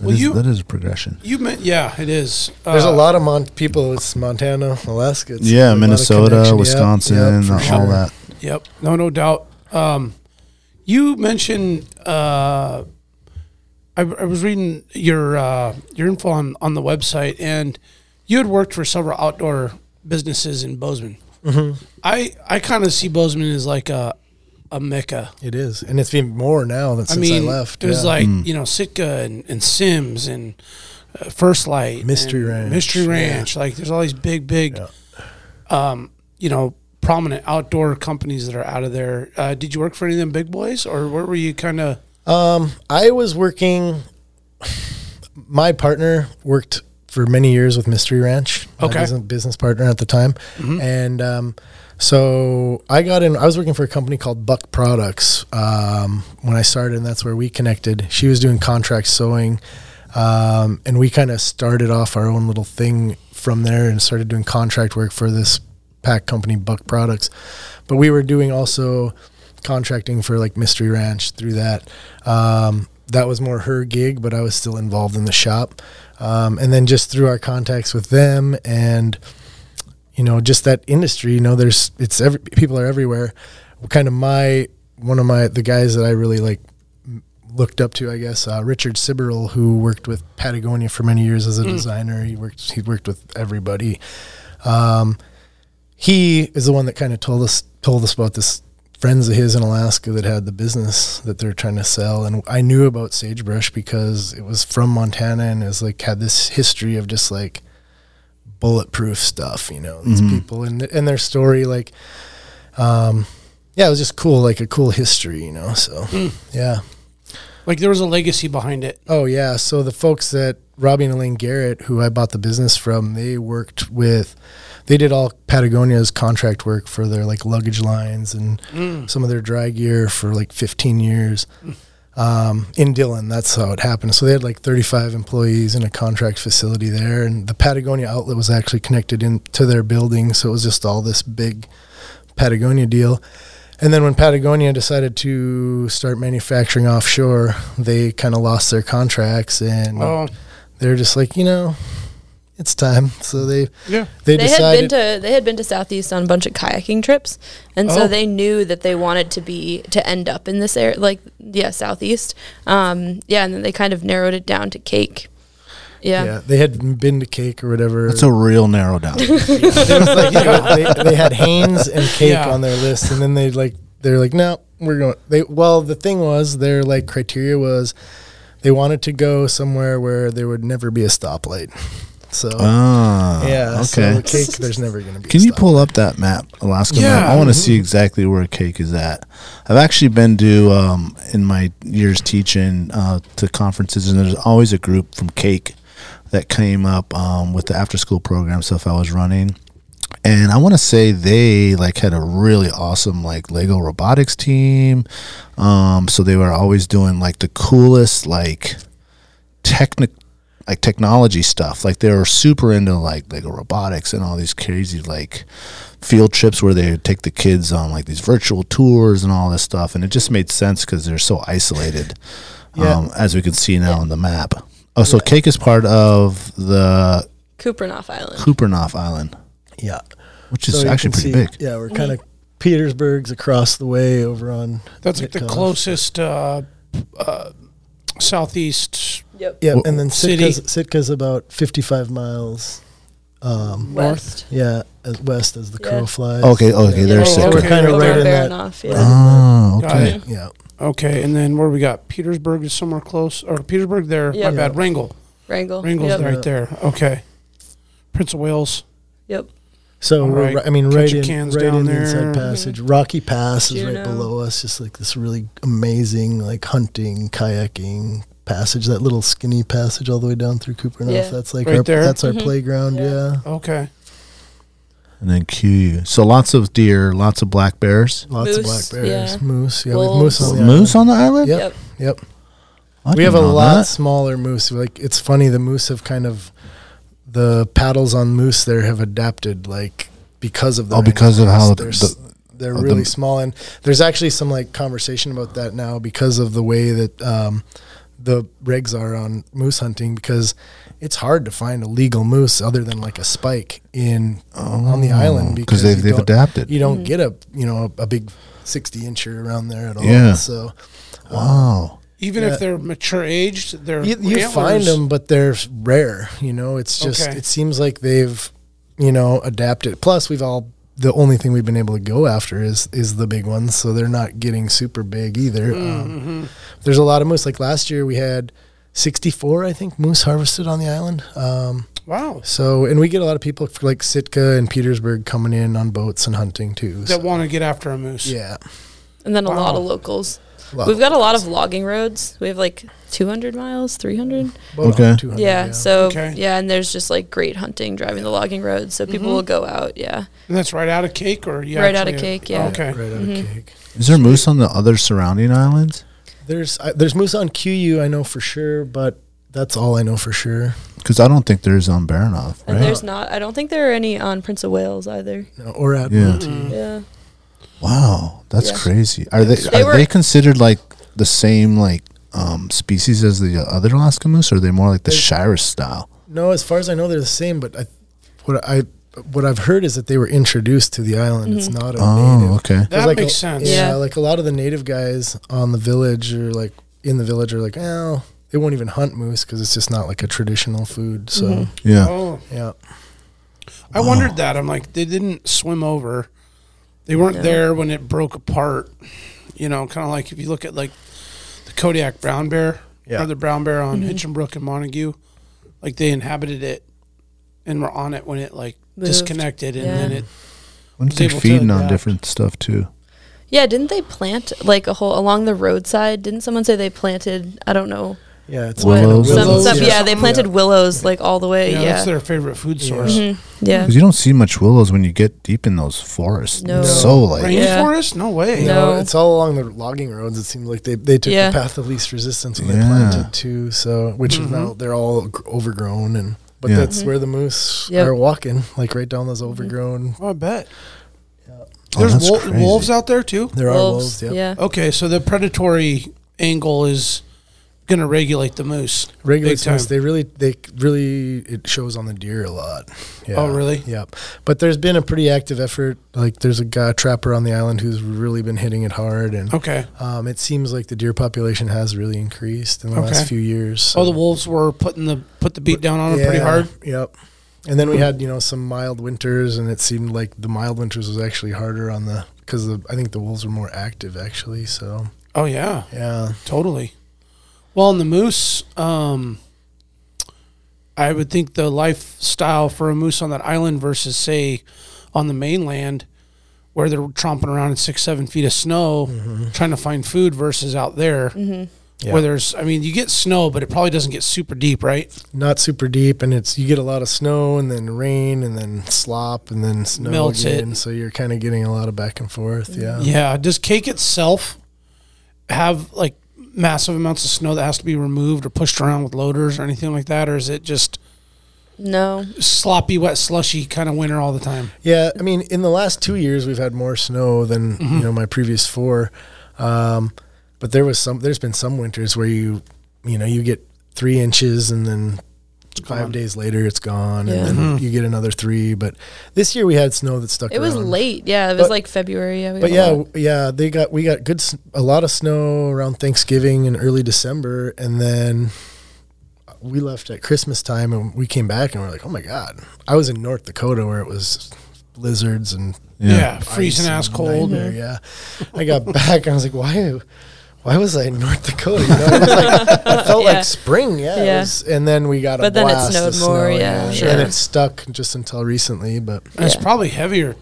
That Well, is- you- that is progression. You meant, yeah, it is. there's Uh, a lot of Mon- people. It's Montana, Alaska. It's a lot Yeah, of Minnesota, connection. Yep, Wisconsin, yep, for all sure. that. Yep. No, no doubt. Um, you mentioned uh, I, I was reading your uh, your info on, on the website, and you had worked for several outdoor businesses in Bozeman. I I kind of see Bozeman as like a a mecca. It is, and it's been more now than I since I, mean, left. it was yeah. like you know Sitka and, and Sims and uh, First Light, Mystery and Ranch, Mystery yeah. Ranch. Like there's all these big, big, um, you know, prominent outdoor companies that are out of there. Uh, did you work for any of them big boys, or where were you kind of? Um, I was working. My partner worked for many years with Mystery Ranch. Okay. I was a business partner at the time, and um, so I got in. I was working for a company called Buck Products um, when I started, and that's where we connected. She was doing contract sewing, um, and we kind of started off our own little thing from there, and started doing contract work for this pack company, Buck Products. But we were doing also contracting for like Mystery Ranch through that. Um, that was more her gig, but I was still involved in the shop. Um, and then just through our contacts with them and, you know, just that industry, you know, there's, it's every, people are everywhere. Kind of my, one of my, the guys that I really like m- looked up to, I guess, uh, Richard Sibberl, who worked with Patagonia for many years as a designer. He worked, he worked with everybody he is the one that kind of told us told us about this friends of his in Alaska that had the business that they're trying to sell and I knew about sagebrush because it was from Montana and is like had this history of just like bulletproof stuff you know these people and th- and their story like um yeah it was just cool like a cool history you know so yeah Like there was a legacy behind it. Oh yeah, so the folks that Robbie and Elaine Garrett, who I bought the business from, they worked with, they did all Patagonia's contract work for their like luggage lines and Mm. some of their dry gear for like 15 years um, in Dillon. That's how it happened. So they had like 35 employees in a contract facility there, and the Patagonia outlet was actually connected into their building, so it was just all this big Patagonia deal. And then when Patagonia decided to start manufacturing offshore, they kind of lost their contracts, and Oh, they're just like, you know, it's time. So they yeah. they, They had been decided. to they had been to Southeast on a bunch of kayaking trips, and so Oh. they knew that they wanted to be to end up in this area, like yeah, Southeast. Um, yeah, and then they kind of narrowed it down to Cake. Yeah, yeah, they had been to Cake or whatever. That's a real narrow down. It was like, you know, they, they had Haynes and Cake Yeah. on their list, and then they like they're like, no, we're going. They well, the thing was their like criteria was they wanted to go somewhere where there would never be a stoplight. So Ah, yeah, okay. okay. cake, there's never gonna be. a Can you stop. pull up that map, Alaska map? Yeah. I want to mm-hmm. see exactly where Cake is at. I've actually been to um, in my years teaching uh, to conferences, and there's always a group from Cake that came up um, with the after school program stuff I was running. And I want to say they like had a really awesome like Lego robotics team. Um, so they were always doing like the coolest like technic like technology stuff. Like they were super into like Lego robotics and all these crazy like field trips where they would take the kids on like these virtual tours and all this stuff. And it just made sense because they're so isolated, Yeah. um, as we can see now on the map. Oh, so Cake is part of the Kupranoff Island. Kupernoff Island, Yeah, which is So you actually can pretty see- big. Yeah, we're Mm-hmm. kind of Petersburg's across the way over on. That's like the Mitkoff. closest uh, uh, southeast Yep. Yeah, Wh- and then City. Sitka's, Sitka's about 55 miles. Um, West. yeah, as west as the crow Yeah. flies. Okay, okay, Yeah. there's Oh, Sitka. We're kind of Over right in that. Baranoff, right yeah. Oh, Got okay. it. Yeah, Okay, and then where we got Petersburg is somewhere close, or Petersburg there. Yeah. My bad, Wrangell. Wrangell. Wrangell's yep. right there. Okay, Prince of Wales. Yep. so All we're right. right, I mean, Catch right your in, cans right down in there. the inside passage. Rocky Pass is right Juneau. below us. Just like this really amazing, like hunting, kayaking passage. That little skinny passage all the way down through Coopernoff. Yeah. That's like Right our there. Mm-hmm. that's our Mhm. playground. Yeah. yeah, Okay, And then Q. So lots of deer, lots of black bears. lots Moose, of black bears, yeah. moose. Oh, Yeah, we have Wolves. moose on the Moose island. on the island? Yep. Yep. Yep. I we have a didn't know lot that. smaller moose. Like it's funny, the moose have kind of the paddles on moose there have adapted like because of the Oh, because of how rainforest. the- they're, s- they're the- really small, and there's actually some like conversation about that now because of the way that um, the regs are on moose hunting because it's hard to find a legal moose other than like a spike in on the island because because Oh, they've, you they've don't- adapted. You don't get a you know a, a big sixty incher around there at all. Yeah. So Wow. even Yeah. if they're mature aged, they're you, you antlers- find them but they're rare you know it's just Okay. it seems like they've you know adapted plus we've all the only thing we've been able to go after is is the big ones so they're not getting super big either Mm, mm-hmm. um, there's a lot of moose like last year we had 64 i think moose harvested on the island um, Wow, so and we get a lot of people f- like sitka and petersburg coming in on boats and hunting too so, that want to get after a moose. yeah And then a lot Wow. of locals. lot We've of got a lot of logging roads. We have like 200 miles, 300. boat Okay. on 200, Yeah. So, Okay. yeah. And there's just like great hunting driving the logging roads. So Mm-hmm. people will go out. Yeah. and that's right out of cake, or you Right out of actually- uh, Cake, yeah. Okay, right out of cake Is there moose on the other surrounding islands? There's I there's moose on QU, I know for sure, but that's all I know for sure. Because I don't think there's on Baranoff, And right? there's not, I don't think there are any on Prince of Wales either. No, or at Yeah. Monte. Yeah. Wow, that's Yeah. crazy. Are they, They are were- they considered like the same like um, species as the other Alaska moose, or are they more like the Shiras style? No, as far as I know, they're the same. But I, what I what I've heard is that they were introduced to the island. It's not a native. Oh, okay. that 'Cause like makes a- sense. Yeah, Yeah. like a lot of the native guys on the village or like in the village are like, oh, they won't even hunt moose because it's just not like a traditional food. So Yeah. Oh, yeah, I wondered that. I'm like, they didn't swim over. They weren't there when it broke apart. You know, kind of like if you look at like the Kodiak brown bear Yeah. or the brown bear on Mm-hmm. Hitchinbrook and Montague, like they inhabited it and were on it when it like Moved. disconnected and Yeah. then it. Wouldn't they able to feeding on adapt. different stuff too? Yeah. Didn't they plant like a whole along the roadside? Didn't someone say they planted, I don't know. yeah, it's what- Willows. some Willows stuff- or yeah. They something. planted Yeah. willows like all the Yeah, way. Yeah. Mm-hmm. that's their favorite food source. Yeah. Yeah. Because you don't see much willows when you get deep in those forests. No. It's so like Yeah. Rainforest? No way. No. No, it's all along the logging roads. It seems like they, they took Yeah. the path of least resistance when Yeah. they planted too. So which Mhm. Mm-hmm. is now they're all gr- overgrown and but Yeah. that's where the moose Yep. Mm-hmm. are walking, like right down those overgrown. Oh, I bet. Oh, There's that's wol- crazy. wolves out there too. There are wolves. Yep. Oh. Yeah. Okay, so the predatory angle is going to regulate the moose. Regular Big time. moose. They really they really it shows on the deer a lot. Yeah. Oh, really? Yep. But there's been a pretty active effort. Like there's a guy trapper on the island who's really been hitting it hard, and Okay. um, it seems like the deer population has really increased in the Okay. last few years. Oh, so- the wolves were putting the put the beat down on them pretty Yeah, hard. Yep. And then we had you know some mild winters, and it seemed like the mild winters was actually harder on the because I think the wolves were more active actually. So Oh yeah, yeah, totally. Well, and the moose, um, I would think the lifestyle for a moose on that island versus say on the mainland where they're tromping around in six, seven feet of snow trying to find food versus out there where there's I mean, you get snow, but it probably doesn't get super deep, right? Not super deep, and it's you get a lot of snow and then rain and then slop and then snow Melts it. again. So you're kind of getting a lot of back and forth. Yeah. Yeah. Does cake itself have like massive amounts of snow that has to be removed or pushed around with loaders or anything like that? Or is it just No. sloppy, wet, slushy kind of winter all the time? Yeah, I mean, in the last two years, we've had more snow than you know my previous four. Um, but there was some. There's been some winters where you, you know, you get three inches and then five days later it's gone, Yeah. and then you get another three. But this year we had snow that stuck. It was around. late. Yeah, it was But- like February. Yeah, we But got a yeah, lot. w- yeah, they got we got good s- a lot of snow around Thanksgiving and early December, and then we left at Christmas time, and we came back and we're like, oh my god, I was in North Dakota where it was blizzards and Yeah. freezing ice ass and cold. nightmare, Yeah, I got back and I was like, why? Why was I in North Dakota? You know, it, was like, it felt Yeah. like spring. Yeah, it Yeah. was- and then we got a But then it blast of snowed snow, more, yeah, and sure. then it stuck just until recently. But And It's Yeah. probably heavier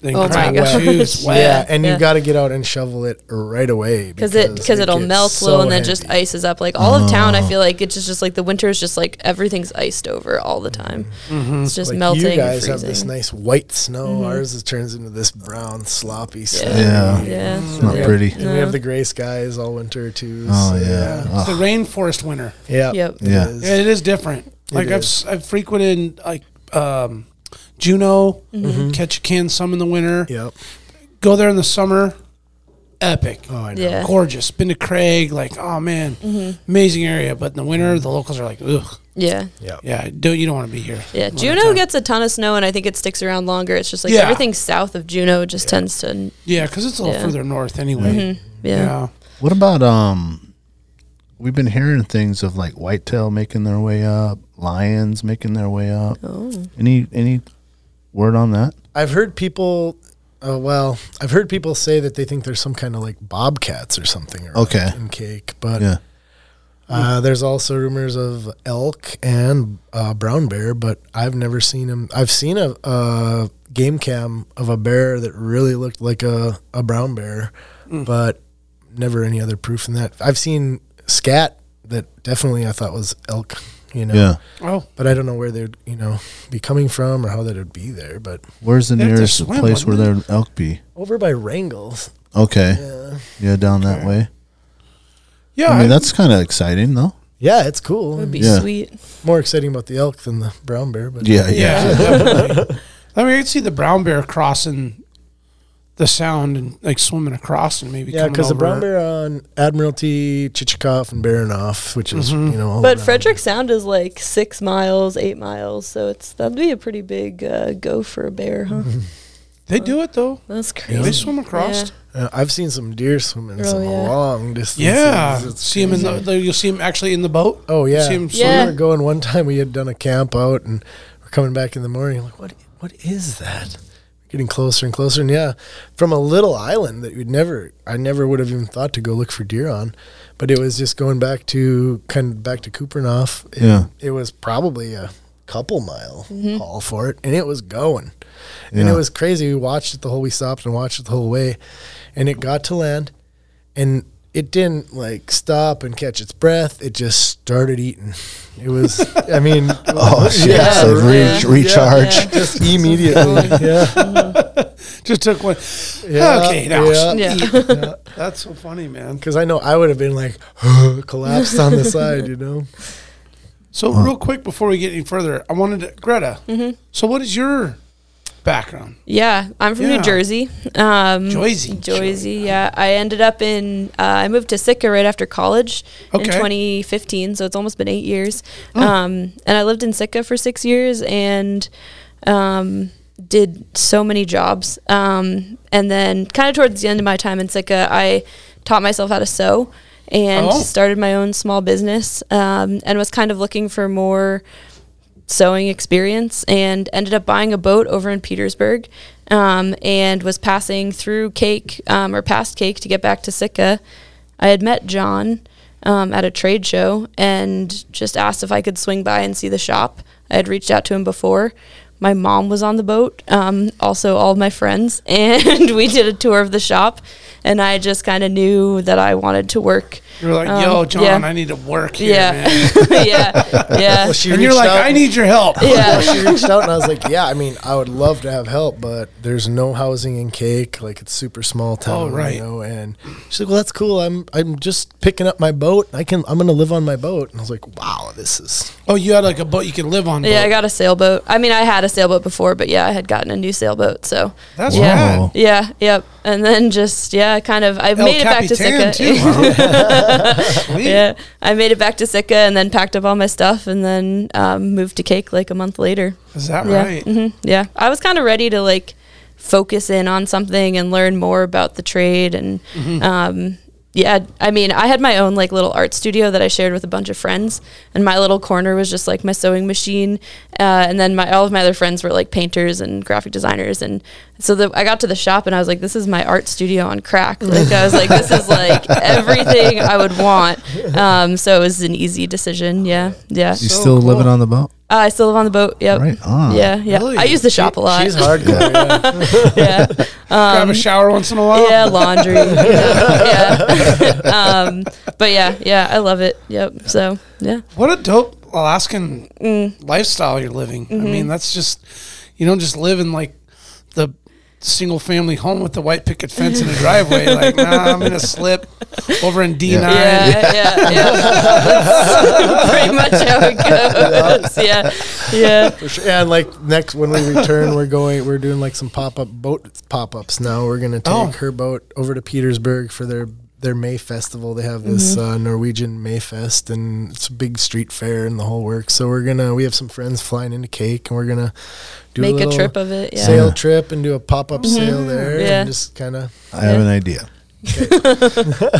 than Oh my crap gosh. too. It's wet. yeah, and yeah. you got to get out and shovel it right away because it because it'll gets melt a little so and then just heavy. Oh. ices up. Like all of town, I feel like it's just, just like the winter is just like everything's iced over all the time. It's just Mm-hmm. Like, melting. You and guys have this freezing. Mm-hmm. nice white snow. Ours is, turns into this brown sloppy snow. Yeah. Yeah. It's not Yeah. pretty. And we have the gray skies all winter too. Oh, so yeah. It's the rainforest winter. yeah, Yep. it Yeah. is. Yeah, it is different. Like I've s- I've frequented like um, Juneau, Mm-hmm. Ketchikan some in the winter. Yep. Go there in the summer, epic. Oh, I know. Mm-hmm. Yeah. Gorgeous. Been to Craig, like, oh man, amazing area. But in the winter, the locals are like, ugh, Yeah. Yep. yeah, don't you don't want to be here. Yeah. Winter Juneau time. gets a ton of snow, and I think it sticks around longer. It's just like Yeah. everything south of Juneau just tends to. yeah, because it's a little Yeah. further north anyway. Mm-hmm. Yeah. Yeah, What about um? We've been hearing things of like whitetail making their way up, lions making their way up. Any any word on that? I've heard people. Uh, well, I've heard people say that they think there's some kind of like bobcats or something. around Okay. In cake, but Yeah. Uh, there's also rumors of elk and uh, brown bear, but I've never seen them. I've seen a, a game cam of a bear that really looked like a, a brown bear, but never any other proof than that. I've seen scat that definitely I thought was elk, you know. Yeah. Oh, But I don't know where they'd you know be coming from or how that would be there. But Where's the They have to nearest swim, place where wouldn't there'd elk be? over by Wrangles, Okay. yeah, Yeah, down that way. yeah. I I mean, that's kind of exciting, though. yeah, it's cool. It would be Yeah. sweet. More exciting about the elk than the brown bear, but yeah, definitely. I mean, I could see the brown bear crossing the sound and like swimming across and maybe Yeah, coming because the over. brown bear on Admiralty, Chichikov, and Baranoff, which is Mm-hmm. you know, all But around. Frederick Sound is like six miles, eight miles, so it's that'd be a pretty big uh, go for a bear, huh? Mm-hmm. They do it though. That's crazy. They swim across. Uh, I've seen some deer swimming Oh, some yeah. long distances. Yeah, It's see him in the, the. You'll see him actually in the boat. Oh yeah, see him So Yeah. we were going one time. We had done a camp out, and we're coming back in the morning. Like, what? What is that? Getting closer and closer, and yeah, from a little island that you'd never, I never would have even thought to go look for deer on, but it was just going back to kind of back to Kupernoff. It, Yeah. it was probably a couple mile Mm-hmm. haul for it, and it was going, and Yeah. it was crazy. We watched it the whole. We stopped and watched it the whole way, and it got to land, and it didn't like stop and catch its breath. It just started eating. It was, I mean, Oh, shit. yeah, so re- Yeah. recharge. Yeah. just immediately. yeah, Just took one. yeah, okay, now yeah. Yeah. that's so funny, man. Because I know I would have been like collapsed on the side, you know. So real quick before we get any further, I wanted to, Greta. Mm-hmm. So what is your background? Yeah, I'm from Yeah. New Jersey. Um, Joyzy. Jersey, yeah. I ended up in, uh, I moved to Sitka right after college in Okay. Oh. 2015, so it's almost been eight years. Um, and I lived in Sitka for six years and um, did so many jobs. Um, and then, kind of towards the end of my time in Sitka, I taught myself how to sew and Oh. started my own small business um, and was kind of looking for more sewing experience and ended up buying a boat over in Petersburg um, and was passing through Cake um, or past Cake to get back to Sitka. I had met John um, at a trade show and just asked if I could swing by and see the shop. I had reached out to him before. My mom was on the boat, um, also all of my friends, and we did a tour of the shop. And I just kind of knew that I wanted to work. You were like, Um, yo, John, yeah. I need to work here, Yeah, man. yeah, yeah, she And you're reached like, out I and- need your help. yeah. she reached out and I was like, "Yeah, I mean, I would love to have help, but there's no housing in Cake. Like it's super small town, Oh, right. You know? And she's like, "Well, that's cool. I'm I'm just picking up my boat. I can I'm gonna live on my boat." And I was like, "Wow, this is Oh, you had like a boat you could live on. Yeah, boat. I got a sailboat. I mean, I had a sailboat before, but yeah, I had gotten a new sailboat. So That's Wow. rad. yeah, yep. And then just yeah, kind of I have El made it back to Capitan, Sitka. too. Sweet. yeah, I made it back to Sitka and then packed up all my stuff and then um, moved to Cake like a month later. Is that Yeah, right? mhm, yeah. I was kind of ready to like focus in on something and learn more about the trade and Mm-hmm. um, yeah. I mean, I had my own like little art studio that I shared with a bunch of friends, and my little corner was just like my sewing machine, uh, and then my all of my other friends were like painters and graphic designers, and so the, I got to the shop and I was like, this is my art studio on crack. Like I was like, this is like everything I would want. Um, so it was an easy decision. Yeah, yeah. You So still living cool. on the boat? Uh, I still live on the boat. Yep. Right on. Yeah, yeah. Really? I use the shop a lot. she's hardcore." yeah. yeah, Grab a shower once in a while. yeah, laundry. you know, yeah. um, but yeah, yeah, I love it. Yep. So yeah, What a dope Alaskan Mm. lifestyle you're living. I Mm-hmm. mean, that's just you don't just live in like the single family home with the white picket fence and a driveway. like, nah, I'm gonna slip over in D nine. yeah, yeah, yeah. That's pretty much how it goes. Yeah, yeah. For sure. And like next when we return, we're going we're doing like some pop up boat pop ups now. We're gonna take Oh. her boat over to Petersburg for their their May festival. They have this uh, Norwegian May Fest, and it's a big street fair and the whole works. So we're gonna we have some friends flying into Cake, and we're gonna do Make a little trip of it. Yeah. sail trip and do a pop up sail there, Yeah. and just kind of I have an idea.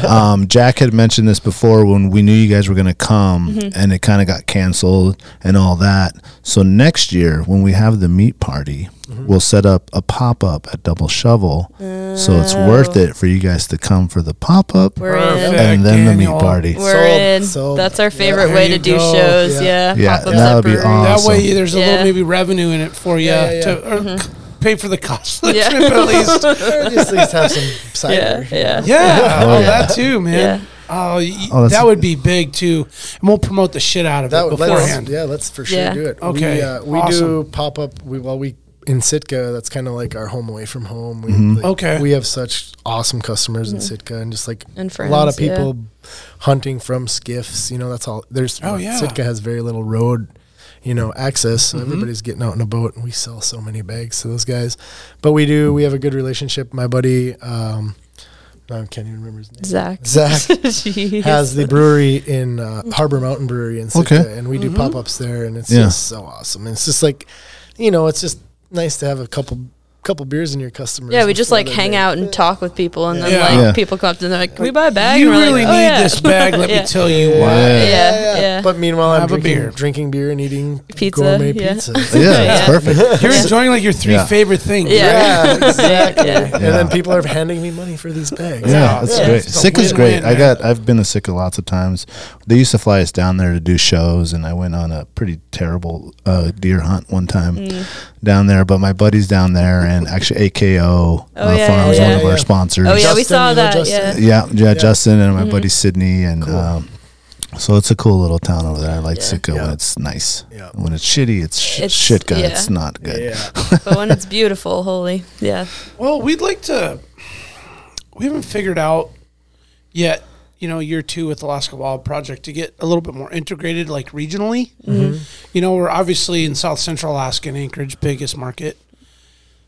um, Jack had mentioned this before when we knew you guys were going to come, and it kind of got canceled and all that. So next year, when we have the meat party, we'll set up a pop up at Double Shovel, so it's worth it for you guys to come for the pop up We're in. Perfect. and then the Daniel. meat party. We're Sold, in. sold. That's our favorite There way you to do go. shows. Yeah. Yeah. Yeah, Pop-ups that at would be breweries. awesome. That way, there's a Yeah. little maybe revenue in it for you Yeah, yeah, to or c- pay for the cost of the Mm-hmm. Yeah. trip at least. or just at least have some cider. Yeah, yeah. Yeah, oh, yeah. that too, man. Oh, y- Oh, that's- that would be big too, and we'll promote the shit out of That it would beforehand. Let's, yeah, let's for sure Yeah. do it. Okay, we, uh, we do awesome. pop up. We well we in Sitka. That's kind of like our home away from home. We, like, Okay. we have such awesome customers in Sitka, and just like And a lot of friends, yeah. people hunting from skiffs. You know, that's all. There's Oh, yeah. Mm-hmm. Sitka has very little road. You know, access. So Everybody's getting out in a boat, and we sell so many bags to those guys. But we do. We have a good relationship. My buddy, um, I can't even remember his name. Zach. Zach Jeez. has the brewery in uh, Harbor Mountain Brewery in Sitka, Okay. and we Mm-hmm. do pop ups there, and it's Yeah. just so awesome. And it's just like, you know, it's just nice to have a couple couple beers in your customers. Yeah, we just before like they hang make- out and talk with people, and then Yeah. like Yeah. people come up to them like, "Can we buy a bag?" You and we're really like, "Oh, need yeah." this bag. Let Yeah. me tell you why. Yeah. Yeah, yeah. But meanwhile, I'm Have a drinking beer. beer. drinking beer and eating Pizza, gourmet yeah. pizza. Yeah, it's Yeah. perfect. You're enjoying like your three Yeah. favorite things. Yeah. yeah, exactly. Yeah. And then people are handing me money for these bags. Yeah, Yeah, that's it's great. a Sitka's win-win, great. I man. got. I've been to Sitka lots of times. They used to fly us down there to do shows, and I went on a pretty terrible uh, deer hunt one time Mm. down there. But my buddy's down there, and actually AKO Oh, uh, yeah, Farms, yeah, one yeah. of Yeah. our sponsors. Oh yeah, we Justin, saw you know that. Justin? Yeah. Mm-hmm. Yeah, yeah, Justin and my buddy Sydney, and um, so it's a cool little town over there. I like Yeah. Sitka Yeah. when it's nice. Yeah. When it's shitty, it's, sh- It's- shit good. yeah. It's not good. but when it's beautiful, holy, yeah, Well, we'd like to. We haven't figured out yet. You know, year two with Alaska Wild Project to get a little bit more integrated, like regionally. You know, we're obviously in South Central Alaska and Anchorage, biggest market.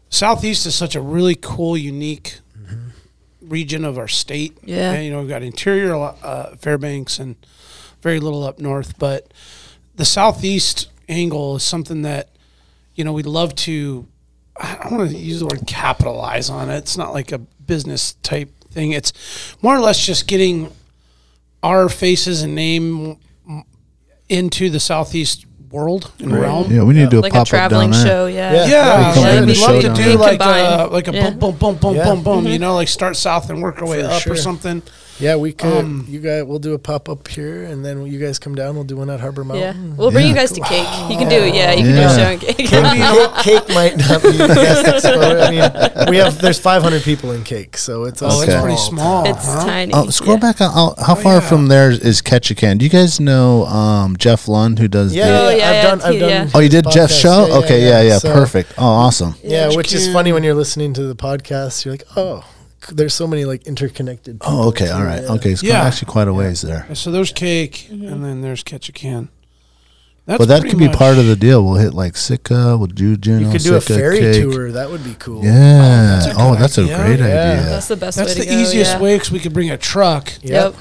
Southeast is such a really cool, unique region of our state. Yeah. And, you know, we've got interior uh, Fairbanks and very little up north, but the southeast angle is something that you know, we love to, I don't want to use the word capitalize on it. It's not like a business type thing. It's more or less just getting our faces and name into the Southeast world and realm. Yeah, we need to do a like a pop up down traveling there. show. Yeah, Yeah. Yeah, We like, combine the we'd love show to down. do like Combine. a, like a Yeah. Mm-hmm. boom, boom, boom, boom, Yeah. boom, boom. You know, like start south and work our way For up sure. or something. Yeah, we could. Um, you guys, we'll do a pop up here, and then you guys come down. We'll do one at Harbor Yeah, Oh, Mountain. we'll bring Yeah. you guys to cake. You can do it. Yeah, you can Yeah. do a show and cake. cake, cake might not be the best exposure. I mean, we have there's 500 people in cake, so it's all Oh, it's Okay. pretty small. it's huh? tiny. Oh, scroll Yeah. back. On, I'll- how far yeah. from there is Ketchikan? Do you guys know um, Jeff Lund who does? Yeah, The, Oh, yeah, yeah, I've yeah, done. it's I've huge, done yeah. oh, you did podcasts. Jeff's show. okay, yeah, yeah, so- perfect. Oh, awesome. Yeah, Yeah, which is Japan. funny when you're listening to the podcast. You're like, oh, c- there's so many like interconnected. Oh, people, okay, too, all right, yeah. okay. It's quite- Yeah. actually quite a ways there, So there's cake, Mm-hmm. and then there's Ketchikan. That's but that pretty could be much- part of the deal. We'll hit like Sitka. We'll do Juneau. You could do a Sitka, ferry Cake. tour. That would be cool. Yeah. a Oh, good that's a, idea. great Yeah. idea. That's the best That's way the to go. easiest yeah. way because we could bring a truck Yep.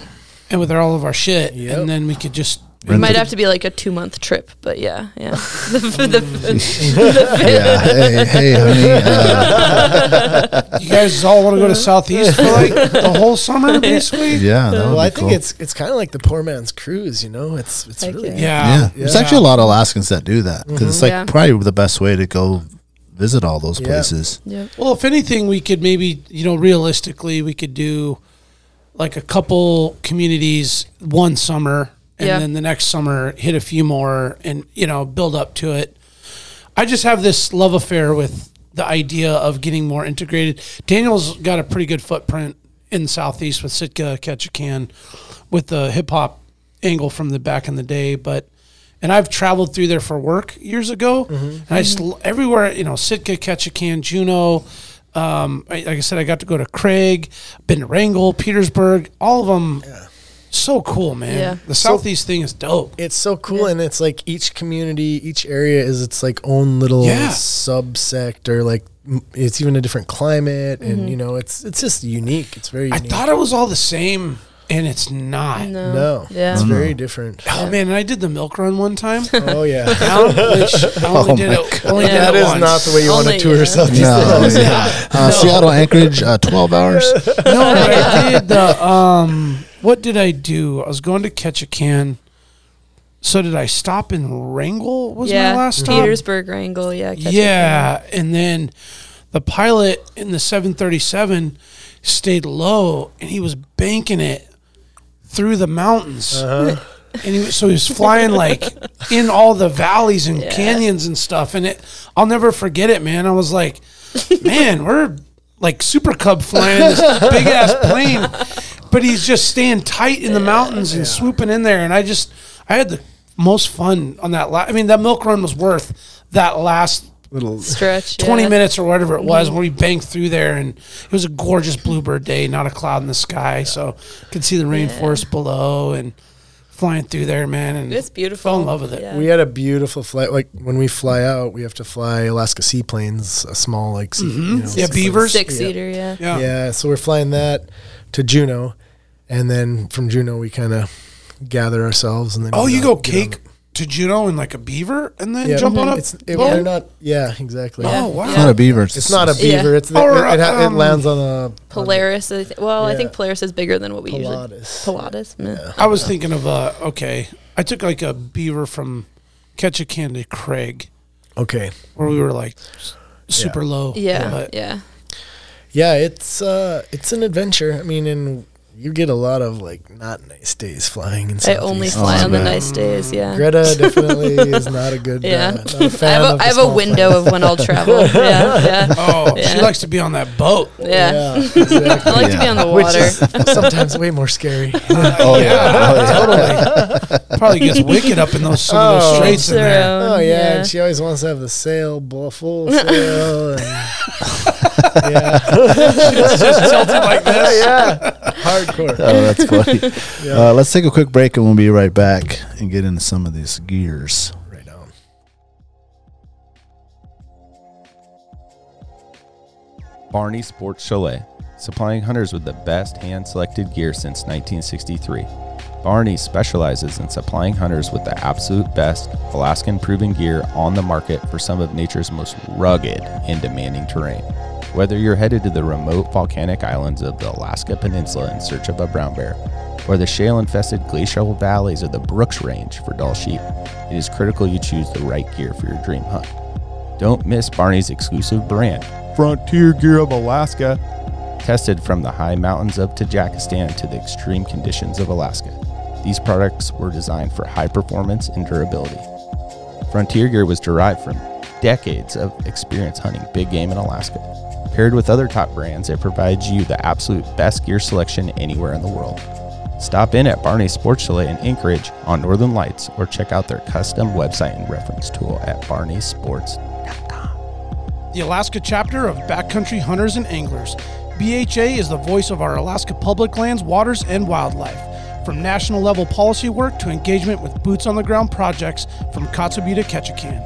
and with all of our shit, Yep. and then we could just. It might have to be like a two month trip, but yeah, yeah. the, the, yeah. Hey, hey, honey. Uh, You guys all want to go to Southeast for like the whole summer, basically. yeah, that would Well, be I think cool. it's it's kind of like the poor man's cruise. You know, it's it's Heck really yeah. Yeah. yeah. There's actually a lot of Alaskans that do that because it's like Yeah. probably the best way to go visit all those Yeah. places. yep. Well, if anything, we could maybe you know realistically we could do like a couple communities one summer, and Yeah. then the next summer hit a few more, and you know build up to it. I just have this love affair with the idea of getting more integrated. Daniel's got a pretty good footprint in Southeast with Sitka, Ketchikan, with the hip hop angle from the back in the day, but. And I've traveled through there for work years ago, and I just l- everywhere you know Sitka, Ketchikan, Juneau. Um, I, like I said, I got to go to Craig, been to Wrangell, Petersburg, all of them. So cool, man. Yeah. The Southeast thing is dope. it's so cool and it's like each community each area is its like own little Yeah. subsect or like m- it's even a different climate Mm-hmm. and you know it's it's just unique it's very I unique thought it was all the same, and it's not. No. no Yeah. it's very different Oh man, and I did the milk run one time. oh yeah Down, which I only Oh, did my it. Only Yeah. did that it is once. not the way you want to Only, tour yeah. southeast No, yeah. Uh, Seattle, Anchorage, uh, 12 hours. No, but I did the um. What did I do? I was going to catch a can. So did I stop in Wrangell? Was yeah. my last stop? Petersburg Wrangle. Yeah. Ketchikan. yeah, and then the pilot in the 737 stayed low, and he was banking it through the mountains. And he, was- so he was flying like in all the valleys and canyons and stuff. And it, I'll never forget it, man. I was like, man, we're like Super Cub flying this big ass plane, but he's just staying tight in the mountains and swooping in there. And I just, I had the most fun on that. La- I mean, that milk run was worth that last little Stretch. yeah. Mm-hmm. 20 minutes or whatever it was where we banked through there and it was a gorgeous bluebird day not a cloud in the sky so could see the rainforest below and flying through there man and It's beautiful. fell in love with it Yeah. we had a beautiful flight like when we fly out we have to fly alaska seaplanes a small like sea, you know, Mm-hmm. yeah seaplane. beavers Six seater. Yeah. yeah. Yeah, so we're flying that to Juneau, and then from Juneau we kind of gather ourselves, and then oh get you on- go get on cake to Juneau in like a beaver and then the- Yeah, Mm-hmm. jump on up It's, it, boat? they're not. Yeah, exactly. oh wow It's not a beaver. It's, It's not a Yeah. beaver. It's Or, it, it, ha- it um, lands on a Polaris. I th- well, I Yeah. think Polaris is bigger than what we Pilatus. usually. Pilatus. meh. I was thinking of uh okay I took like a beaver from Ketchikan to Craig Okay. where we were like s- super low Yeah. but Yeah. Yeah, it's uh, it's an adventure. I mean, and you get a lot of like not nice days flying and I only fly on the nice days. Yeah. Greta definitely is not a good. Yeah. Yeah. Uh, not a I fan have of a, the I have a small plane. window of when I'll travel. yeah. Yeah. oh she Yeah. likes to be on that boat Yeah. Yeah, exactly. I like to Yeah. be on the Which water. is sometimes way more scary. Oh, yeah. totally. Probably gets wicked up in those some of Oh. those straits in Their there. own, Oh yeah, and she always wants to have the sail bl- full sail. And yeah, Tilted like this. yeah, Oh, hardcore. that's funny. uh, let's take a quick break and we'll be right back and get into some of these gears. Right on. Barney Sports Chalet, supplying hunters with the best hand selected gear since 1963. Barney specializes in supplying hunters with the absolute best Alaskan proven gear on the market for some of nature's most rugged and demanding terrain. Whether you're headed to the remote volcanic islands of the Alaska Peninsula in search of a brown bear, or the shale infested glacial valleys of the Brooks Range for dull sheep, it is critical you choose the right gear for your dream hunt. Don't miss Barney's exclusive brand, Frontier Gear of Alaska, tested from the high mountains of Tajikistan to the extreme conditions of Alaska. These products were designed for high performance and durability. Frontier gear was derived from decades of experience hunting big game in Alaska. Paired with other top brands, it provides you the absolute best gear selection anywhere in the world. Stop in at Barney's Sports Chalet in Anchorage on Northern Lights or check out their custom website and reference tool at barneysports.com. the Alaska chapter of Backcountry Hunters and Anglers. BHA is the voice of our Alaska public lands, waters, and wildlife. From national level policy work to engagement with boots on the ground projects from Kotzebue to Ketchikan,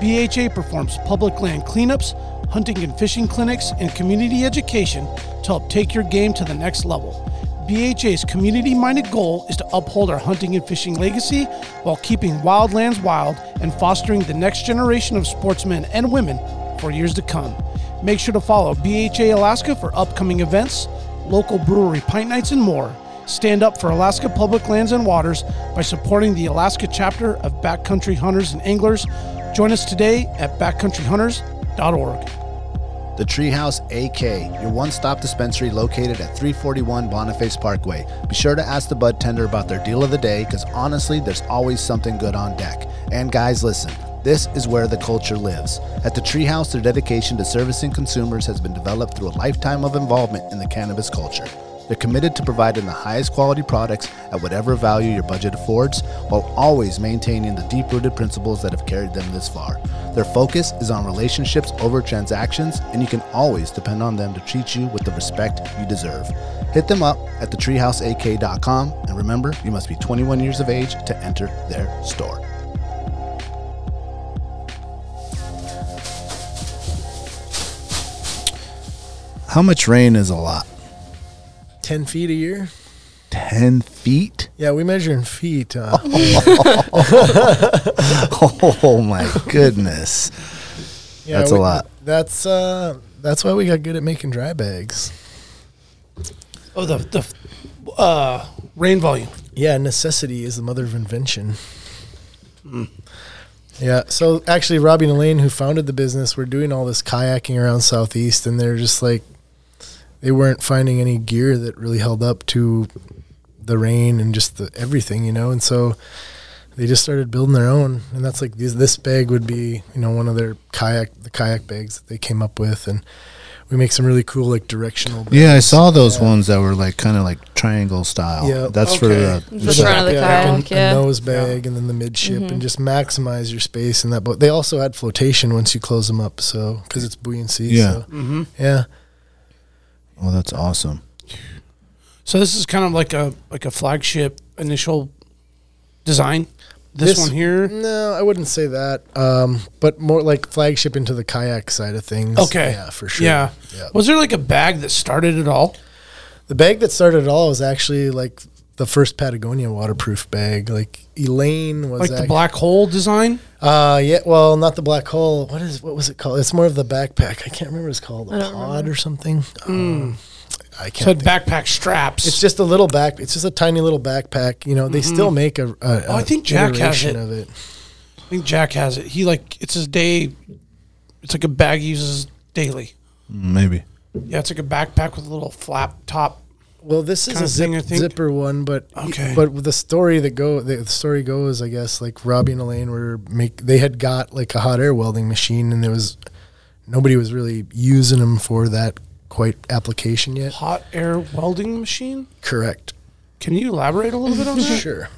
BHA performs public land cleanups, hunting and fishing clinics, and community education to help take your game to the next level. BHA's community minded goal is to uphold our hunting and fishing legacy while keeping wildlands wild and fostering the next generation of sportsmen and women for years to come. Make sure to follow BHA Alaska for upcoming events, local brewery pint nights, and more. Stand up for Alaska public lands and waters by supporting the Alaska chapter of Backcountry Hunters and Anglers. Join us today at backcountryhunters.org. The Treehouse AK, your one stop dispensary located at 341 Boniface Parkway. Be sure to ask the bud tender about their deal of the day because honestly, there's always something good on deck. And guys, listen. This is where the culture lives. At the Treehouse, their dedication to servicing consumers has been developed through a lifetime of involvement in the cannabis culture. They're committed to providing the highest quality products at whatever value your budget affords, while always maintaining the deep rooted principles that have carried them this far. Their focus is on relationships over transactions, and you can always depend on them to treat you with the respect you deserve. Hit them up at thetreehouseak.com, and remember, you must be 21 years of age to enter their store. How much rain is a lot? 10 feet a year? 10 feet? Yeah, we measure in feet. Uh, Oh my goodness. yeah, that's a we- lot. That's uh, that's why we got good at making dry bags. Oh, the, the uh, rain volume. Yeah, necessity is the mother of invention. Yeah, so actually, Robbie and Elaine, who founded the business, were doing all this kayaking around Southeast, and they're just like, they weren't finding any gear that really held up to the rain and just the everything, you know. And so they just started building their own, and that's like these, this bag would be, you know, one of their kayak the kayak bags that they came up with, and we make some really cool like directional. Bags. Yeah, I saw those ones that were like kind of like triangle style. Yeah. Oh, That's for Okay. the. The front of the kayak, and yeah. Mm-hmm. a nose bag, and then the midship, and just maximize your space in that boat. They also add flotation once you close them up, so because it's buoyancy. Yeah. so, Mm-hmm. yeah, Oh, that's awesome. So this is kind of like a like a flagship initial design. This, This- Mm. one here. No, I wouldn't say that, um, but more like flagship into the kayak side of things. Okay. yeah, for sure. Yeah. Yeah. Was there like a bag that started it all? The bag that started it all was actually like the first Patagonia waterproof bag. Like Elaine was Like the act- black hole design? Uh, yeah. Well, not the black hole. What is what was it called? It's more of the backpack. I can't remember. what It's called a pod or something. Um, I can't. So it think. had backpack straps. It's just a little back. It's just a tiny little backpack. You know, they still make a. a Mm-hmm. Oh, I a think Jack has iteration it. of it. I think Jack has it. He like it's his day. It's like a bag he uses daily. Maybe. Yeah, it's like a backpack with a little flap top. Well, this is Kinda a zip, thing, I think. zipper one, but Okay. But with the story that go the, the story goes, I guess, like Robbie and Elaine were make they had got like a hot air welding machine, and there was nobody was really using them for that quite application yet. Hot air welding machine. Correct. Can you elaborate a little bit on that? Sure.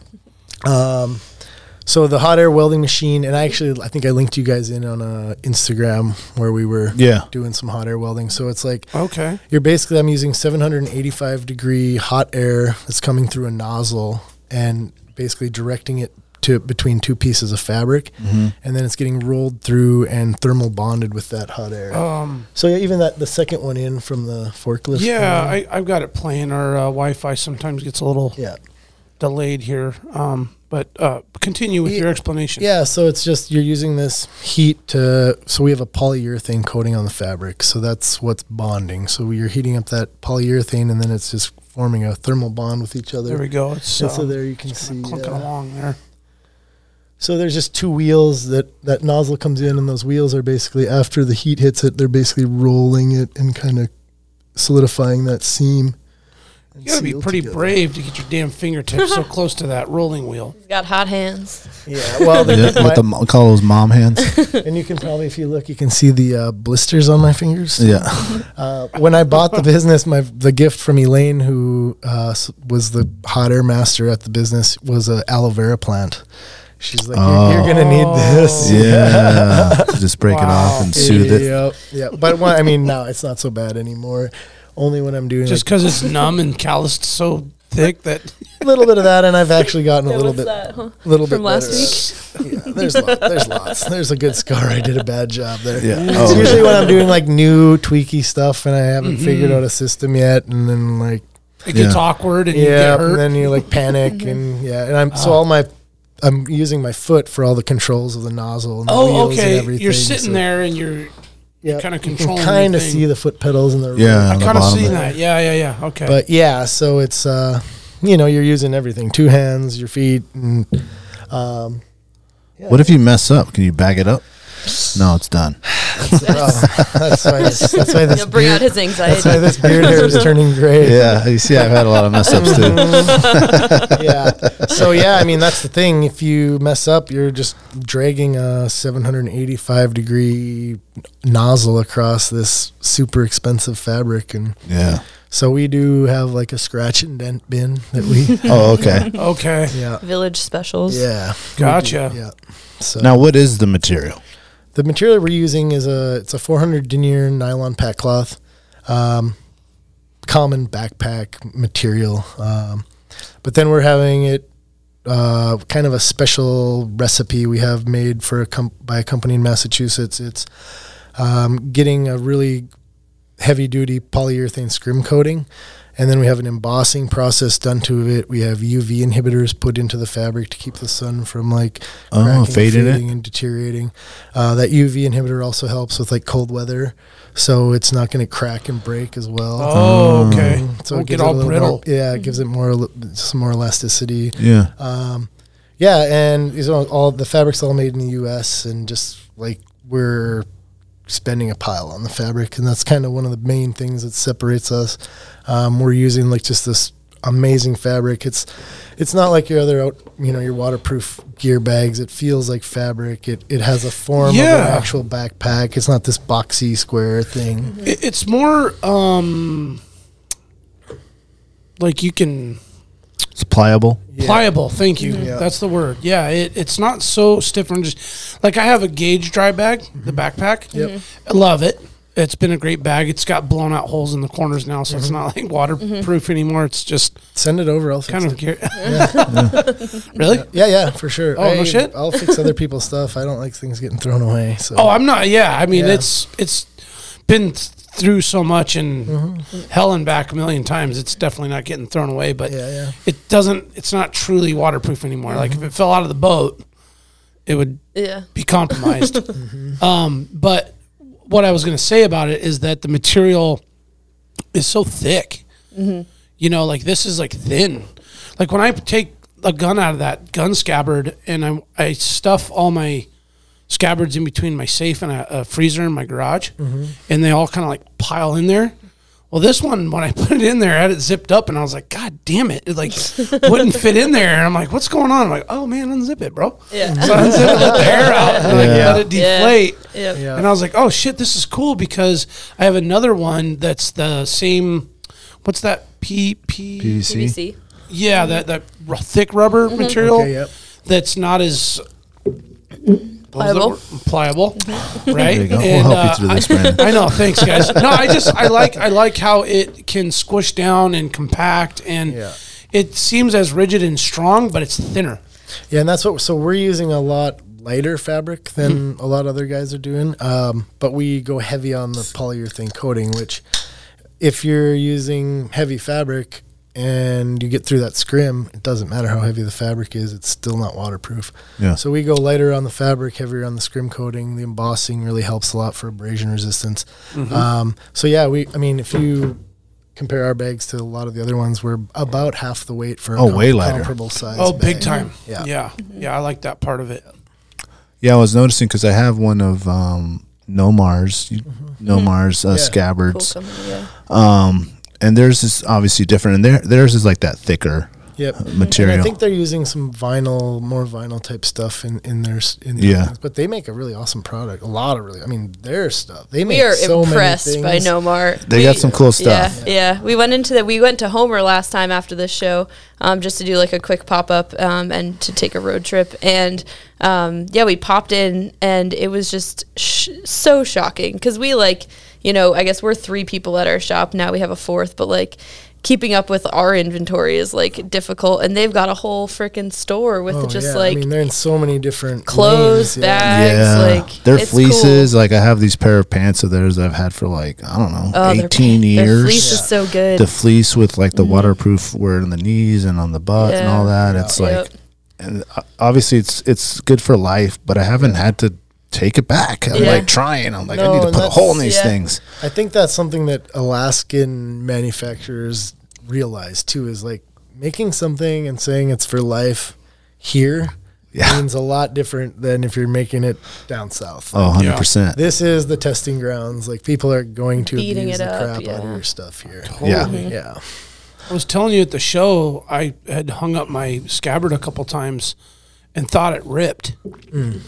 Um, so the hot air welding machine, and I actually I think I linked you guys in on uh, Instagram where we were Yeah. doing some hot air welding. So it's like Okay. you're basically I'm using 785 degree hot air that's coming through a nozzle and basically directing it to between two pieces of fabric, and then it's getting rolled through and thermal bonded with that hot air. Um. so yeah, even that the second one in from the forklift. Yeah, um, I, I've got it playing. Our uh, Wi-Fi sometimes gets a little yeah. delayed here. Um. But uh, continue with Ye- your explanation. Yeah, so it's just you're using this heat to. So we have a polyurethane coating on the fabric, so that's what's bonding. So you're heating up that polyurethane, and then it's just forming a thermal bond with each other. There we go. It's And uh, so there you can see. uh, kinda clunking yeah. along there. So there's just two wheels that that nozzle comes in, and those wheels are basically after the heat hits it, they're basically rolling it and kind of solidifying that seam. You gotta be pretty brave to get your damn fingertips so close to that rolling wheel. He's got hot hands. Yeah, well, Yeah, the, with the mo- call those mom hands. and you can probably, if you look, you can see the uh, blisters on my fingers. yeah, Uh, when I bought the business, my the gift from Elaine, who uh, s- was the hot air master at the business, was a aloe vera plant. She's like, you're, you're gonna need this. yeah. Just break it off and soothe it. Yep, yep. But when, I mean, now it's not so bad anymore. Only when I'm doing Just just because it's numb and calloused so thick that a little bit of that, and I've actually gotten a little what's bit, that, huh? little bit From last better. Yeah, there's lot, there's lots. There's a good scar. I did a bad job there. Yeah. It's Oh, usually yeah. when I'm doing like new tweaky stuff and I haven't Mm-hmm. figured out a system yet, and then like it gets Yeah. awkward and you yeah, get and hurt. Mm-hmm. then you like panic and yeah, and I'm so Oh. all my I'm using my foot for all the controls of the nozzle and the Oh, wheels and okay. everything. You're sitting so- there and you're yeah, kinda you can controlling kinda the thing. see the foot pedals and the Yeah, rubber. on the kind of bottom see there. that. Yeah, yeah, yeah. Okay. But yeah, so it's uh, you know, you're using everything: two hands, your feet, and um, What if you mess up? Can you bag it up? No, it's done. that's why this, that's why this He'll bring out beard, his that's why anxiety. this beard hair is turning gray. Yeah, you see, I've had a lot of mess ups too. yeah. So yeah, I mean that's the thing. If you mess up, you're just dragging a 785 degree nozzle across this super expensive fabric, and Yeah. so we do have like a scratch and dent bin that we. Oh, okay. okay. yeah. Village specials. Yeah. Gotcha. Yeah. So Now, what is the material? the material we're using is a it's a 400 denier nylon pack cloth, um, common backpack material. Um, but then we're having it uh, kind of a special recipe we have made for a com- by a company in Massachusetts. It's um, getting a really heavy duty polyurethane scrim coating. And then we have an embossing process done to it. We have UV inhibitors put into the fabric to keep the sun from like Oh, cracking, fading it? fading and deteriorating. Uh, that UV inhibitor also helps with like cold weather, so it's not going to crack and break as well. Oh, okay. Mm, so Don't it get gives it a all little brittle. More, yeah, it gives it more el- some more elasticity. Yeah. Um, yeah, and these are all the fabric's all made in the U.S. and just like we're spending a pile on the fabric, and that's kind of one of the main things that separates us. Um, we're using like just this amazing fabric. It's it's not like your other out, you know your waterproof gear bags. It feels like fabric. It it has a form of Yeah. an actual backpack. It's not this boxy square thing. It- It's more um like you can It's pliable. pliable. Thank you. That's the word. Yeah, it, it's not so stiff and just like I have a gauge dry bag, Mm-hmm. the backpack. Yep. I love it. It's been a great bag. It's got blown out holes in the corners now, so it's Mm-hmm. not like waterproof anymore. It's just Send it over. I'll fix kind it. of gar- really. Yeah, yeah, for sure. Oh, no I- shit? I'll fix other people's stuff. I don't like things getting thrown away. So Oh, I'm not. Yeah, I mean Yeah. it's it's been th- through so much and Mm-hmm. hell and back a million times. It's definitely not getting thrown away, but Yeah, yeah. Mm-hmm. it doesn't. It's not truly waterproof anymore. Like if it fell out of the boat, it would Yeah. be compromised. um, but what I was going to say about it is that the material is so thick. Mm-hmm. You know, like this is like thin. Like when I take a gun out of that gun scabbard and I, I stuff all my scabbards in between my safe and a, a freezer in my garage, Mm-hmm. and they all kind of like pile in there. Well, this one when I put it in there, I had it zipped up, and I was like, "God damn it!" It like wouldn't fit in there, and I'm like, "What's going on?" I'm like, "Oh man, unzip it, bro." Yeah. So I unzipped it, let the hair out, and like Yeah. let it deflate. Yep. Yeah. And I was like, "Oh shit, this is cool because I have another one that's the same. What's that? P P. PVC. Yeah, that that r- thick rubber material. Okay, yep. That's not as Pliable. pliable, right? There you go. And, We'll help uh, you through this, Brandon. I know. Thanks, guys. No, I just I like I like how it can squish down and compact, and Yeah. it seems as rigid and strong, but it's thinner. yeah, and that's what. So we're using a lot lighter fabric than a lot of other guys are doing, um, but we go heavy on the polyurethane coating. Which, if you're using heavy fabric and you get through that scrim, it doesn't matter how heavy the fabric is; it's still not waterproof. Yeah. So we go lighter on the fabric, heavier on the scrim coating. The embossing really helps a lot for abrasion resistance. Mm-hmm. Um, so yeah, we. I mean, if you compare our bags to a lot of the other ones, we're about half the weight for a Oh, way lighter. comparable size. oh, big bag. time. Yeah. yeah, yeah. I like that part of it. Yeah, I was noticing because I have one of um, No Mars, you Mm-hmm. No Mars uh, Cool scabbards. company, yeah. Um, and theirs is obviously different, and their theirs is like that thicker uh, Yep. material. And I think they're using some vinyl, more vinyl type stuff in in their s- in the Yeah. But they make a really awesome product. A lot of really, I mean, their stuff. They make We are so impressed many by things. Nomar. They We- got some cool stuff. Yeah, yeah. We went into the we went to Homer last time after this show, um, just to do like a quick pop up um, and to take a road trip. And um, yeah, we popped in, and it was just sh- so shocking because we like, you know, I guess we're three people at our shop now. We have a fourth, but like. Keeping up with our inventory is like difficult, and they've got a whole freaking store with Oh, just yeah. like I mean, they're in so many different clothes, lanes, yeah. bags, like their it's fleeces. Like I have these pair of pants of theirs I've had for like I don't know, Oh, their- eighteen years. Their fleece is so good. the fleece with like the waterproof wear in the knees and on the butt and all Yeah. that. It's Yep. like, and uh, obviously it's it's good for life, but I haven't had to take it back. I'm Yeah. like trying. I'm like No, I need to and put a that's- hole in these Yeah. things. I think that's something that Alaskan manufacturers realize too is like making something and saying it's for life here Yeah. means a lot different than if you're making it down south. Oh, 100 percent. This is the testing grounds. Like people are going to Beating abuse it the up, crap out yeah. of your stuff here. Yeah. Yeah. I was telling you at the show, I had hung up my scabbard a couple times and thought it ripped.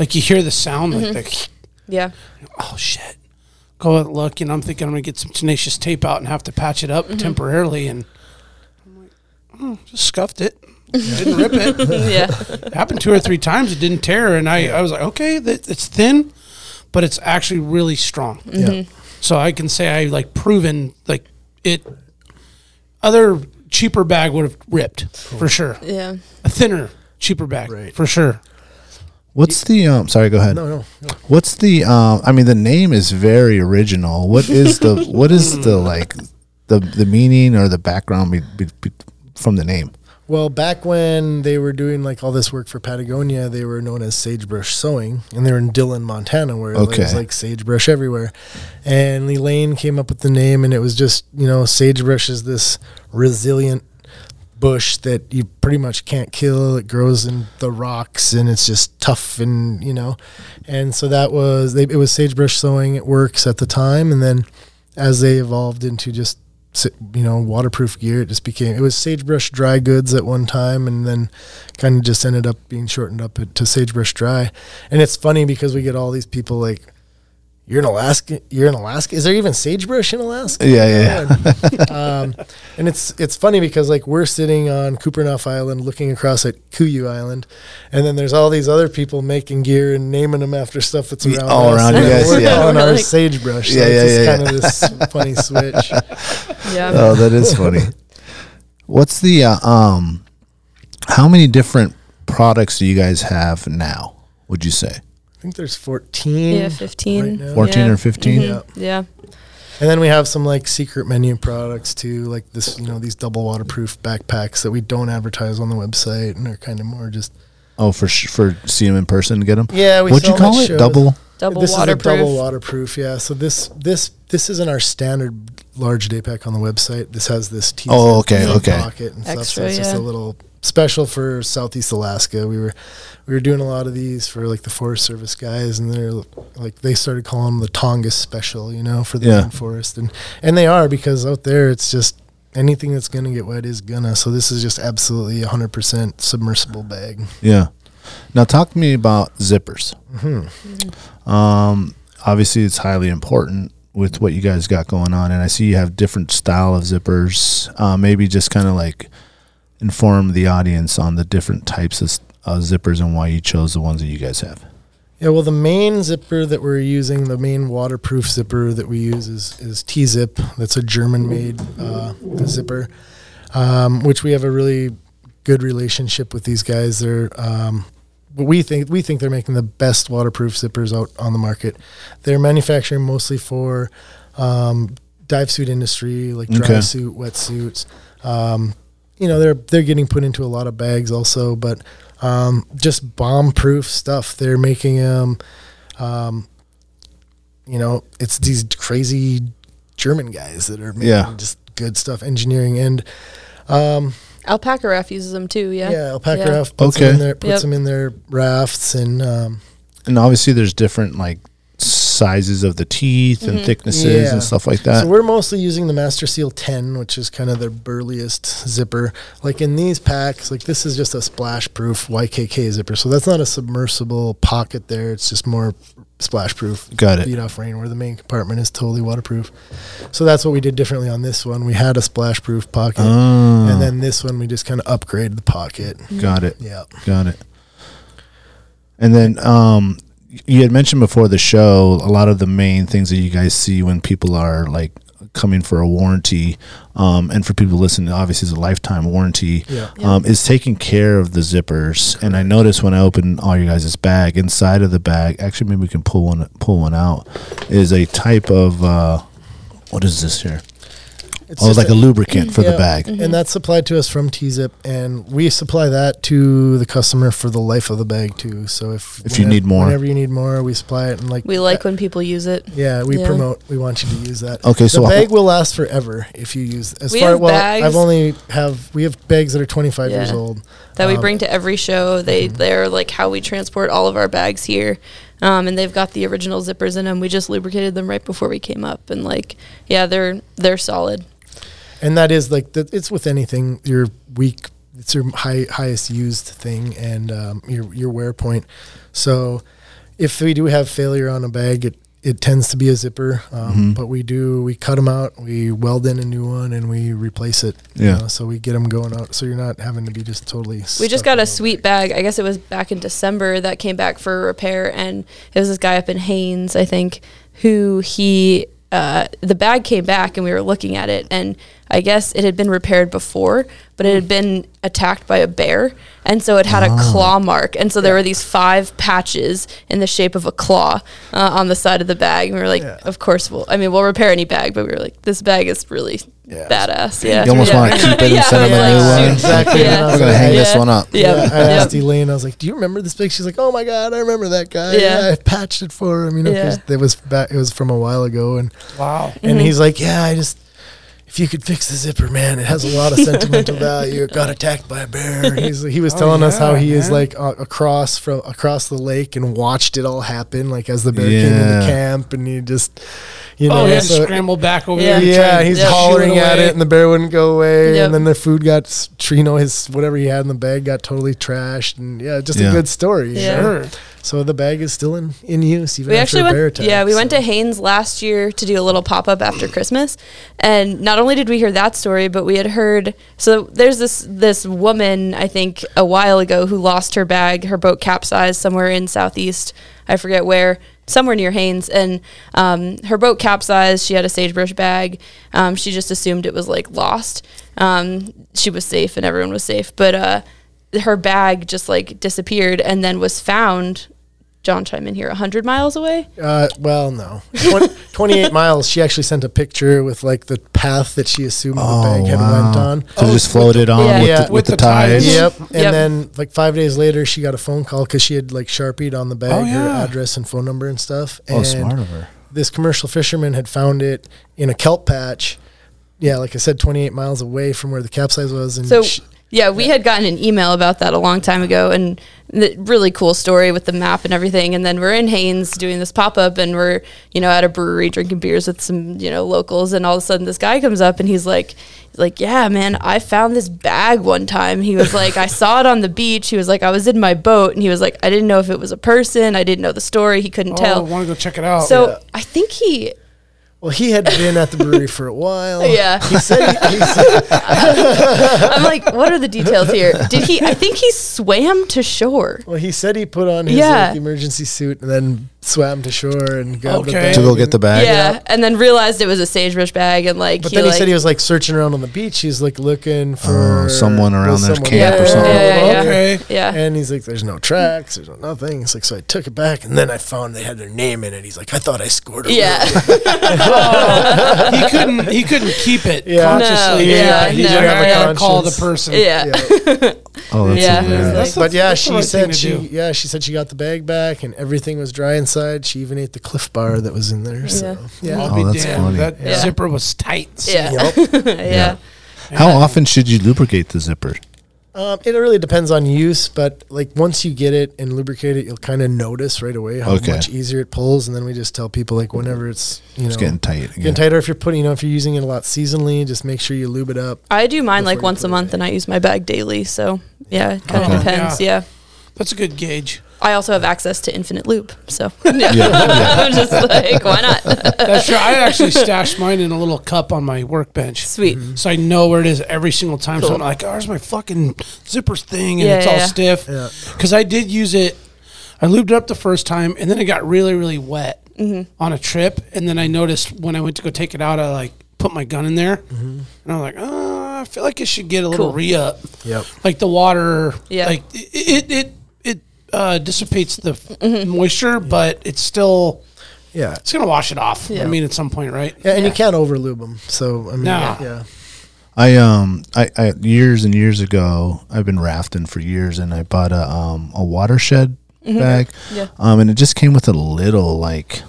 Like you hear the sound, like the, yeah. oh shit. Go out and look, and I'm thinking I'm gonna get some tenacious tape out and have to patch it up temporarily. And I'm like, oh, just scuffed it. Didn't rip it. yeah. It happened two or three times. It didn't tear, and I, I was like, okay, that, it's thin, but it's actually really strong. Mm-hmm. Yeah. So I can say I like proven like it. Other cheaper bag would have ripped for sure. Yeah. A thinner, cheaper bag Right. for sure. What's the um? Sorry, go ahead. No, no. What's the um? I mean, the name is very original. What is the what is the like the the meaning or the background be, be, be- from the name? Well, back when they were doing like all this work for Patagonia, they were known as Sagebrush Sewing, and they were in Dillon, Montana, where there Okay. was like sagebrush everywhere. And Elaine came up with the name, and it was just you know sagebrush is this resilient bush that you pretty much can't kill. It grows in the rocks, and it's just tough, and you know. And so that was they, it was sagebrush sewing. It works at the time, and then as they evolved into just si- you know waterproof gear it just became it was sagebrush dry goods at one time and then kind of just ended up being shortened up to sagebrush dry and it's funny because we get all these people like you're in alaska you're in alaska is there even sagebrush in alaska Yeah, yeah. um, and it's it's funny because like we're sitting on Kupernoff Island looking across at Kuyu Island, and then there's all these other people making gear and naming them after stuff that's Yeah, around. all us. around you And guys, We're yeah. calling We're ours like- sagebrush. So Yeah, it's yeah, yeah, just kind of this funny switch. Yeah. Oh, that is funny. What's the uh, um? How many different products do you guys have now? Would you say I think there's 14. Yeah, 15. right now. fourteen Yeah. or 15 Yeah. Yeah. And then we have some like secret menu products too, like this, you know, these double waterproof backpacks that we don't advertise on the website and are kind of more just. Oh, for sh- for see them in person and get them. Yeah, we What'd you sell them at call it? shows. Double. Double this waterproof. is a double waterproof, yeah. So this this this isn't our standard large day pack on the website. This has this teaser Oh, okay, and okay. pocket and stuff. Extra, so it's just yeah. a little special for Southeast Alaska. We were we were doing a lot of these for like the Forest Service guys, and they're like they started calling them the Tongass Special, you know, for the Yeah. rainforest, and and they are because out there it's just. Anything that's gonna get wet is gonna. So this is just absolutely 100% submersible bag. Yeah. Now talk to me about zippers. Mm-hmm. Um, obviously, it's highly important with what you guys got going on, and I see you have different style of zippers. Uh, maybe just kind of like inform the audience on the different types of s- uh, zippers and why you chose the ones that you guys have. Yeah, well, the main zipper that we're using, the main waterproof zipper that we use is is T-Zip. That's a German-made uh, zipper, um, which we have a really good relationship with these guys. They're um, but we think we think they're making the best waterproof zippers out on the market. They're manufacturing mostly for um, dive suit industry, like dry Okay. suit, wetsuits. Um, you know, they're they're getting put into a lot of bags also, but um, just bomb proof stuff. They're making um, um, you know, it's these crazy German guys that are making Yeah. just good stuff, engineering and um, Alpaca raft uses them too. Yeah. yeah, alpaca Yeah. raft puts Okay. them in their puts Yep. them in their rafts and um, And obviously, there's different like s- sizes of the teeth and thicknesses Yeah. and stuff like that. So we're mostly using the Master Seal 10, which is kind of their burliest zipper. Like in these packs, like this is just a splash proof YKK zipper. So that's not a submersible pocket there. It's just more splash proof. Got it. Beat off rain where the main compartment is totally waterproof. So that's what we did differently on this one. We had a splash proof pocket. Ah. And then this one, we just kind of upgraded the pocket. Got it. Yeah. Got it. And then um, you had mentioned before the show a lot of the main things that you guys see when people are like coming for a warranty, um, and for people listening, obviously it's a lifetime warranty. Yeah. Um, is taking care of the zippers. And I noticed when I opened all your guys' bag, inside of the bag, actually maybe we can pull one pull one out, is a type of uh, what is this here? It's Oh, just like a lubricant for the Yeah, bag. Mm-hmm. And that's supplied to us from T Zip, and we supply that to the customer for the life of the bag, too. So if, If you need more. whenever you need more, we supply it. And like, We like when people use it. yeah, we yeah. promote, we want you to use that. Okay, the so a bag will last forever if you use as We far have well, bags- I've only have we have bags that are 25 years Yeah. old. that we Um, mhm. bring to every show. They they're like how we transport all of our bags here, um, and they've got the original zippers in them. We just lubricated them right before we came up, and like yeah, they're they're solid. and that is like the, it's with anything your weak it's your high, highest used thing and um, your your wear point so if we do have failure on a bag it it tends to be a zipper um, but we do we cut them out we weld in a new one and we replace it you Yeah. know, so we get them going out so you're not having to be just totally We just got a sweet bag. I guess it was back in December that came back for repair, and it was this guy up in Haynes, I think, who he uh, the bag came back, and we were looking at it, and I guess it had been repaired before, but it had been attacked by a bear, and so it had a Ah. claw mark, and so there were these five patches in the shape of a claw uh, on the side of the bag, and we were like, of course we'll, I mean, we'll repair any bag, but we were like, this bag is really badass. Yeah, You almost Yeah. want to keep it and Yeah, send I them a was new like, one. shoot. exactly Yeah. And I We're was gonna like, hang this Yeah. one up. Yeah. Yeah, I Yep. asked Elaine. I was like, "Do you remember this big?" She's like, "Oh my god, I remember that guy. Yeah. Yeah, I patched it for him. You know, 'cause Yeah. it was back, it was from a while ago." And Wow. and Mm-hmm. he's like, "Yeah, I just if you could fix the zipper, man, it has a lot of sentimental value. It got attacked by a bear." And He's, he Oh, was telling us how yeah, he is man. like uh, across from across the lake and watched it all happen, like as the bear came into Yeah. camp, and he just you know Oh, he had so- to scramble back over there. Yeah. and try yeah, and he's shoot hollering at away. it, and the bear wouldn't go away. Yep. And then the food got, s- tr- you know, his whatever he had in the bag got totally trashed. And yeah, just Yeah. a good story. you Yeah. know? Sure. So the bag is still in, in use even we after actually a went. bear attack. yeah, we went so. to Haynes last year to do a little pop up after Christmas, and not only did we hear that story, but we had heard. So there's this this woman I think a while ago who lost her bag, her boat capsized somewhere in southeast. I forget where, somewhere near Haynes, and um, her boat capsized. She had a sagebrush bag. Um, she just assumed it was like lost. Um, she was safe, and everyone was safe, but. Uh, her bag just like disappeared and then was found John chime in here, 100 miles away. Uh, well, no. Twen- 28 miles. She actually sent a picture with like the path that she assumed Oh, the bag had went on. Oh, So just floated on Yeah. with, Yeah. the, with, With the, the tides. tides. Yep. And Yep. then like five days later, she got a phone call because she had like sharpied on the bag Oh, yeah. her address and phone number and stuff. Oh, and smart of her. This commercial fisherman had found it in a kelp patch. Yeah, like I said, 28 miles away from where the capsize was. And So, she- yeah, we had gotten an email about that a long time ago and the really cool story with the map and everything. And then we're in Haynes doing this pop up and we're, you know, at a brewery drinking beers with some, you know, locals. And all of a sudden this guy comes up and he's like, he's like, yeah, man, I found this bag one time. He was like, I saw it on the beach. He was like, I was in my boat. And he was like, I didn't know if it was a person. I didn't know the story. He couldn't Oh, I tell. want to go check it out. So I think he, well, he had been at the brewery for a while. Yeah. He said, he, he said I'm like, what are the details here? Did he, I think he swam to shore. well, he said he put on his Yeah. like, emergency suit and then swam to shore and grabbed the Okay. bag. To go and- get the bag. yeah, and then realized it was a sagebrush bag, and like But then he like- said he was like searching around on the beach. He's like looking for Oh, someone around their their camp or something. Yeah, yeah, yeah. Okay. yeah, And he's like, "There's no tracks. There's no nothing." It's like, so I took it back, and then I found they had their name in it. He's like, "I thought I scored." A yeah, Oh. he couldn't. He couldn't keep it Yeah. No, consciously. yeah, he no. just Yeah. gotta call the Conscience. person. yeah, Yeah. Oh, that's Yeah. hilarious. That's- but yeah, that's the she right thing said to do. she yeah she said she got the bag back, and everything was dry inside. She even ate the Cliff Bar that was in there. So yeah. I'll Oh, be that's damned. funny. That Yeah. zipper was tight. yeah, Yup. yeah. How often should you lubricate the zipper? Um, it really depends on use, but like once you get it and lubricate it, you'll kind of notice right away how Okay. much easier it pulls. And then we just tell people like whenever it's you know It's getting tight getting again. tighter. If you're putting, you know, if you're using it a lot seasonally, just make sure you lube it up. I do mine Before like you once put a it month, and I use my bag daily. So yeah, it kind of Okay. depends. Yeah. Yeah. That's a good gauge. I also have access to infinite loop, so I'm just like, why not? That's true. I actually stashed mine in a little cup on my workbench. Sweet. Mm-hmm. So I know where it is every single time. So I'm Cool. like, oh, there's my fucking zipper thing, and Yeah, it's yeah, all yeah. stiff. Yeah. Because I did use it. I lubed it up the first time, and then it got really, really wet Mm-hmm. on a trip. And then I noticed when I went to go take it out, I like put my gun in there, Mm-hmm. and I'm like, oh, I feel like it should get a little Cool. re-up. Yep. Like the water, Yeah. like it, it, it, it uh, dissipates the Mm-hmm. moisture, but it's still. Yeah. It's gonna wash it off. I Yeah. mean, at some point, right? Yeah, and you can't over lube them. So I mean, No. yeah, I um I, I years and years ago I've been rafting for years and I bought a um a watershed bag. Yeah. Um and it just came with a little like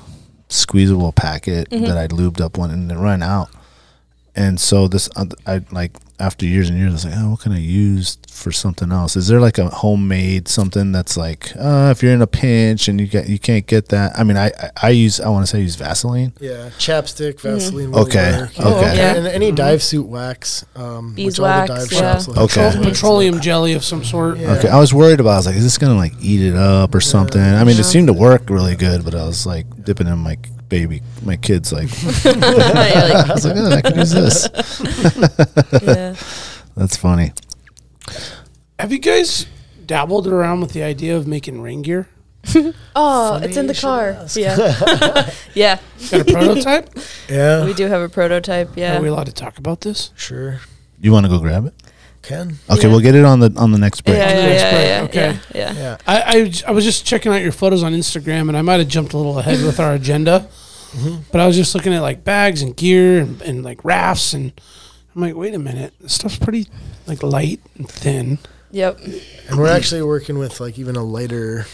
squeezable packet that I lubed up one and it ran out. And so this uh, I like after years and years I was like, "Oh, what can I use for something else? Is there like a homemade something that's like uh if you're in a pinch and you get you can't get that. I mean, I I, I use I want to say I use Vaseline. yeah. Chapstick, Vaseline. will Okay, work. Oh, okay. okay. And any dive suit wax, um, which all the Beeswax, dive yeah. shops will have Okay. chapstick. Petroleum jelly of some sort. Yeah. Okay, I was worried about. it. I was like, "Is this gonna like eat it up or something?" I mean, it seemed to work really good, but I was like dipping in my baby, my kids. Like, You're I like, was like, oh, "I can use this." yeah. That's funny. Have you guys dabbled around with the idea of making rain gear? Oh, it's in the car. Yeah, yeah. Got a prototype? Yeah, We do have a prototype. Oh, Are we Yeah, allowed to talk about this? sure You want to go grab it? can. Okay, Yeah. we'll get it on the on the next yeah, break. yeah, yeah, Next break, yeah, okay. yeah, yeah. Yeah, I, I I was just checking out your photos on Instagram, and I might have jumped a little ahead with our agenda, but I was just looking at like bags and gear and, and like rafts, and I'm like, wait a minute, this stuff's pretty like light and thin. Yep. and we're actually working with like even a lighter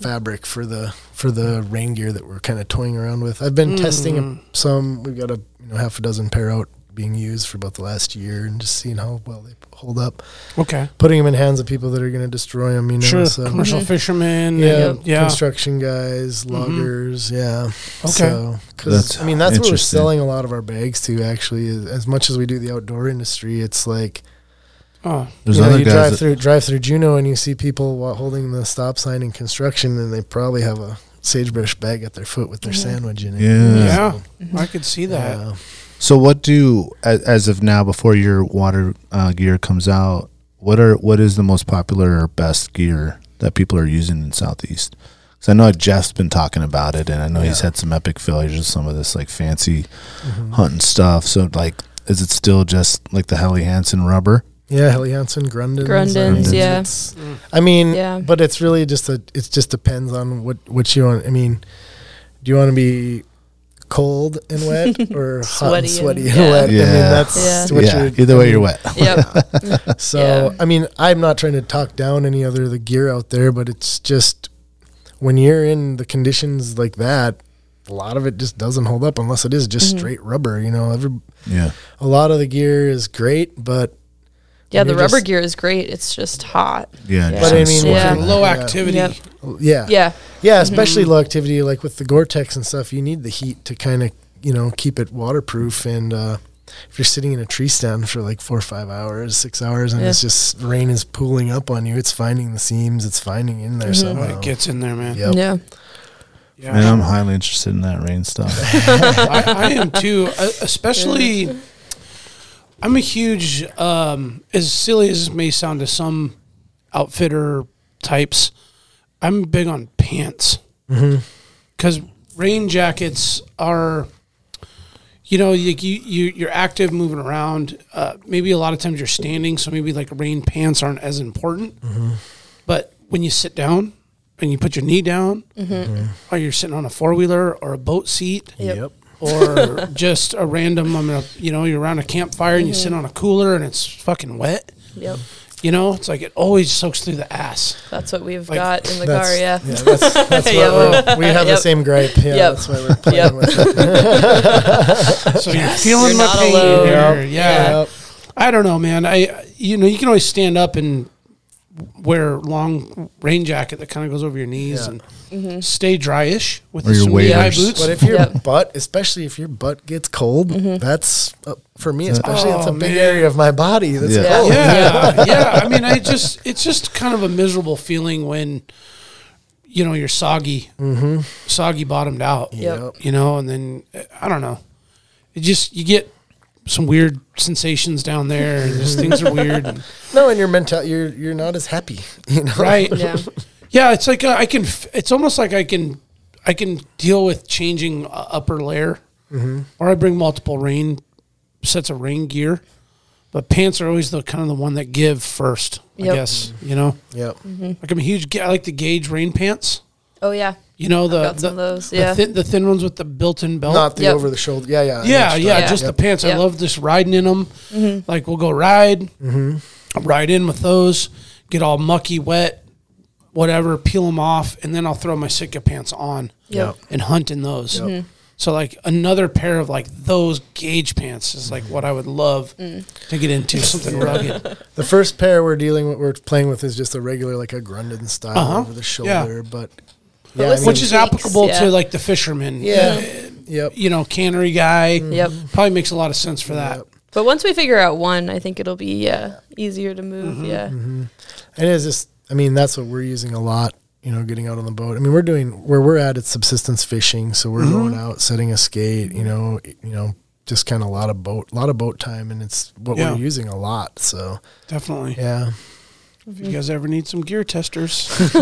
fabric for the for the rain gear that we're kind of toying around with. I've been testing some. We've got a you know half a dozen pair out being used for about the last year and just seeing how well they hold up. Okay, Putting them in hands of people that are going to destroy them, you know. sure. so- Commercial fishermen. Yeah, and- Mm-hmm. yeah. construction guys, loggers, yeah. Okay. So, 'cause, That's I mean, that's what we're interesting. selling a lot of our bags to. Actually, is, as much as we do the outdoor industry, it's like Oh, There's you know, other you drive guys. That, through drive through Juneau and you see people wa- holding the stop sign in construction, and they probably have a sagebrush bag at their foot with their sandwich in it. Yeah. yeah. I could see that. Yeah. so, what do as, as of now, before your water uh, gear comes out, what are what is the most popular or best gear that people are using in Southeast? Because I know Jeff's been talking about it, and I know he's had some epic failures with some of this like fancy Mm-hmm. hunting stuff. So like, is it still just like the Helly Hansen rubber? Yeah, Helly Hansen, Grundens. Grundens, yeah. It's- I mean, Yeah. but it's really just a. It just depends on what what you want. I mean, do you want to be cold and wet or hot and Sweaty and- sweaty and, yeah. wet? I mean, Yeah. that's Yeah. what yeah. you're. Either way, you're wet. Yep. So Yeah. I mean, I'm not trying to talk down any other of the gear out there, but it's just when you're in the conditions like that, a lot of it just doesn't hold up unless it is just Mm-hmm. straight rubber. You know, every Yeah. a lot of the gear is great, but Yeah, the You're rubber just- gear is great. It's just hot. Yeah. Yeah. just But I kinda mean, sweat Yeah. it out. Low Yeah. activity. Yep. yeah, Yeah. Mm-hmm. Yeah, especially low activity, like with the Gore-Tex and stuff, you need the heat to kind of, you know, keep it waterproof. And uh, if you're sitting in a tree stand for like four or five hours, six hours, and it's Yeah. just rain is pooling up on you, it's finding the seams, it's finding in there Oh, somehow. it gets in there, man. Yep. Mm-hmm. Yeah. Yeah. Man, I'm highly interested in that rain stuff. I, I am too. uh, Especially, I'm a huge. Um, as silly as this may sound to some outfitter types, I'm big on pants because rain jackets are. You know, you, you you- you're active, moving around. Uh, maybe a lot of times you're standing, so maybe like rain pants aren't as important. But when you sit down and you put your knee down, or you're sitting on a four wheeler or a boat seat, Yep. or just a random I'm gonna you know you're around a campfire and you sit on a cooler and it's fucking wet Yep. you know it's like it always soaks through the ass That's what we've Like, got in the that's- car. Yeah. Yeah, that's, that's what Yeah, we're, we have the yep. same gripe. Yeah, Yep. that's why we're playing Yep. with it. so you're feeling You're my not pain alone. here. yeah Yep. I don't know man I you know, you can always stand up and wear a long rain jacket that kind of goes over your knees Yeah. and stay dryish with Or your some DI waders. boots. But if your Yep. butt, especially if your butt gets cold, that's uh, for me, especially, it's a Oh, big man. area of my body that's Yeah. cold. Oh, yeah, yeah. I mean, I just it's just kind of a miserable feeling when you know you're soggy, soggy bottomed out. Yep. You know, and then uh, I don't know. It just you get some weird sensations down there, and just things are weird. and- No, and your mental, you're you're not as happy, you know. right? Yeah. Yeah, it's like uh, I can. f- It's almost like I can. I can deal with changing uh, upper layer, Mm-hmm. or I bring multiple rain sets of rain gear. But pants are always the kind of the one that give first. I Yep. Mm-hmm. guess you know. Yep. Like I'm a huge. ga- I like the gauge rain pants. Oh yeah. You know the got the, some of those, the yeah. thin, the thin ones with the built-in belt. Not the Yep. over the shoulder. Yeah, yeah. yeah, I know what you're yeah, talking Yeah. Just about. the pants. I Yep. Mm-hmm. love just riding in them. Like we'll go ride, ride in with those, get all mucky, wet, whatever. Peel them off, and then I'll throw my Sitka pants on Yep. Mm-hmm. and hunt in those. So like another pair of like those gauge pants is like what I would love Mm. to get into something rugged. The first pair we're dealing with, we're playing with, is just a regular, like a Grundon style Uh-huh. over the Yeah. shoulder. But But yeah, I listen- mean, Which is Cheeks, applicable yeah. to like the fisherman. yeah, yep. You know, cannery guy. Yep. Probably makes a lot of sense for that. But once we figure out one, I think it'll be yeah easier to move. Yeah. And it's just, I mean, that's what we're using a lot, you know, getting out on the boat. I mean, we're doing where we're at, it's subsistence fishing. So we're going out, setting a skate, you know, y- you know, just kind of a lot of boat, a lot of boat time. And it's what Yeah. we're using a lot. So Definitely. yeah. Mm-hmm. If you guys ever need some gear testers,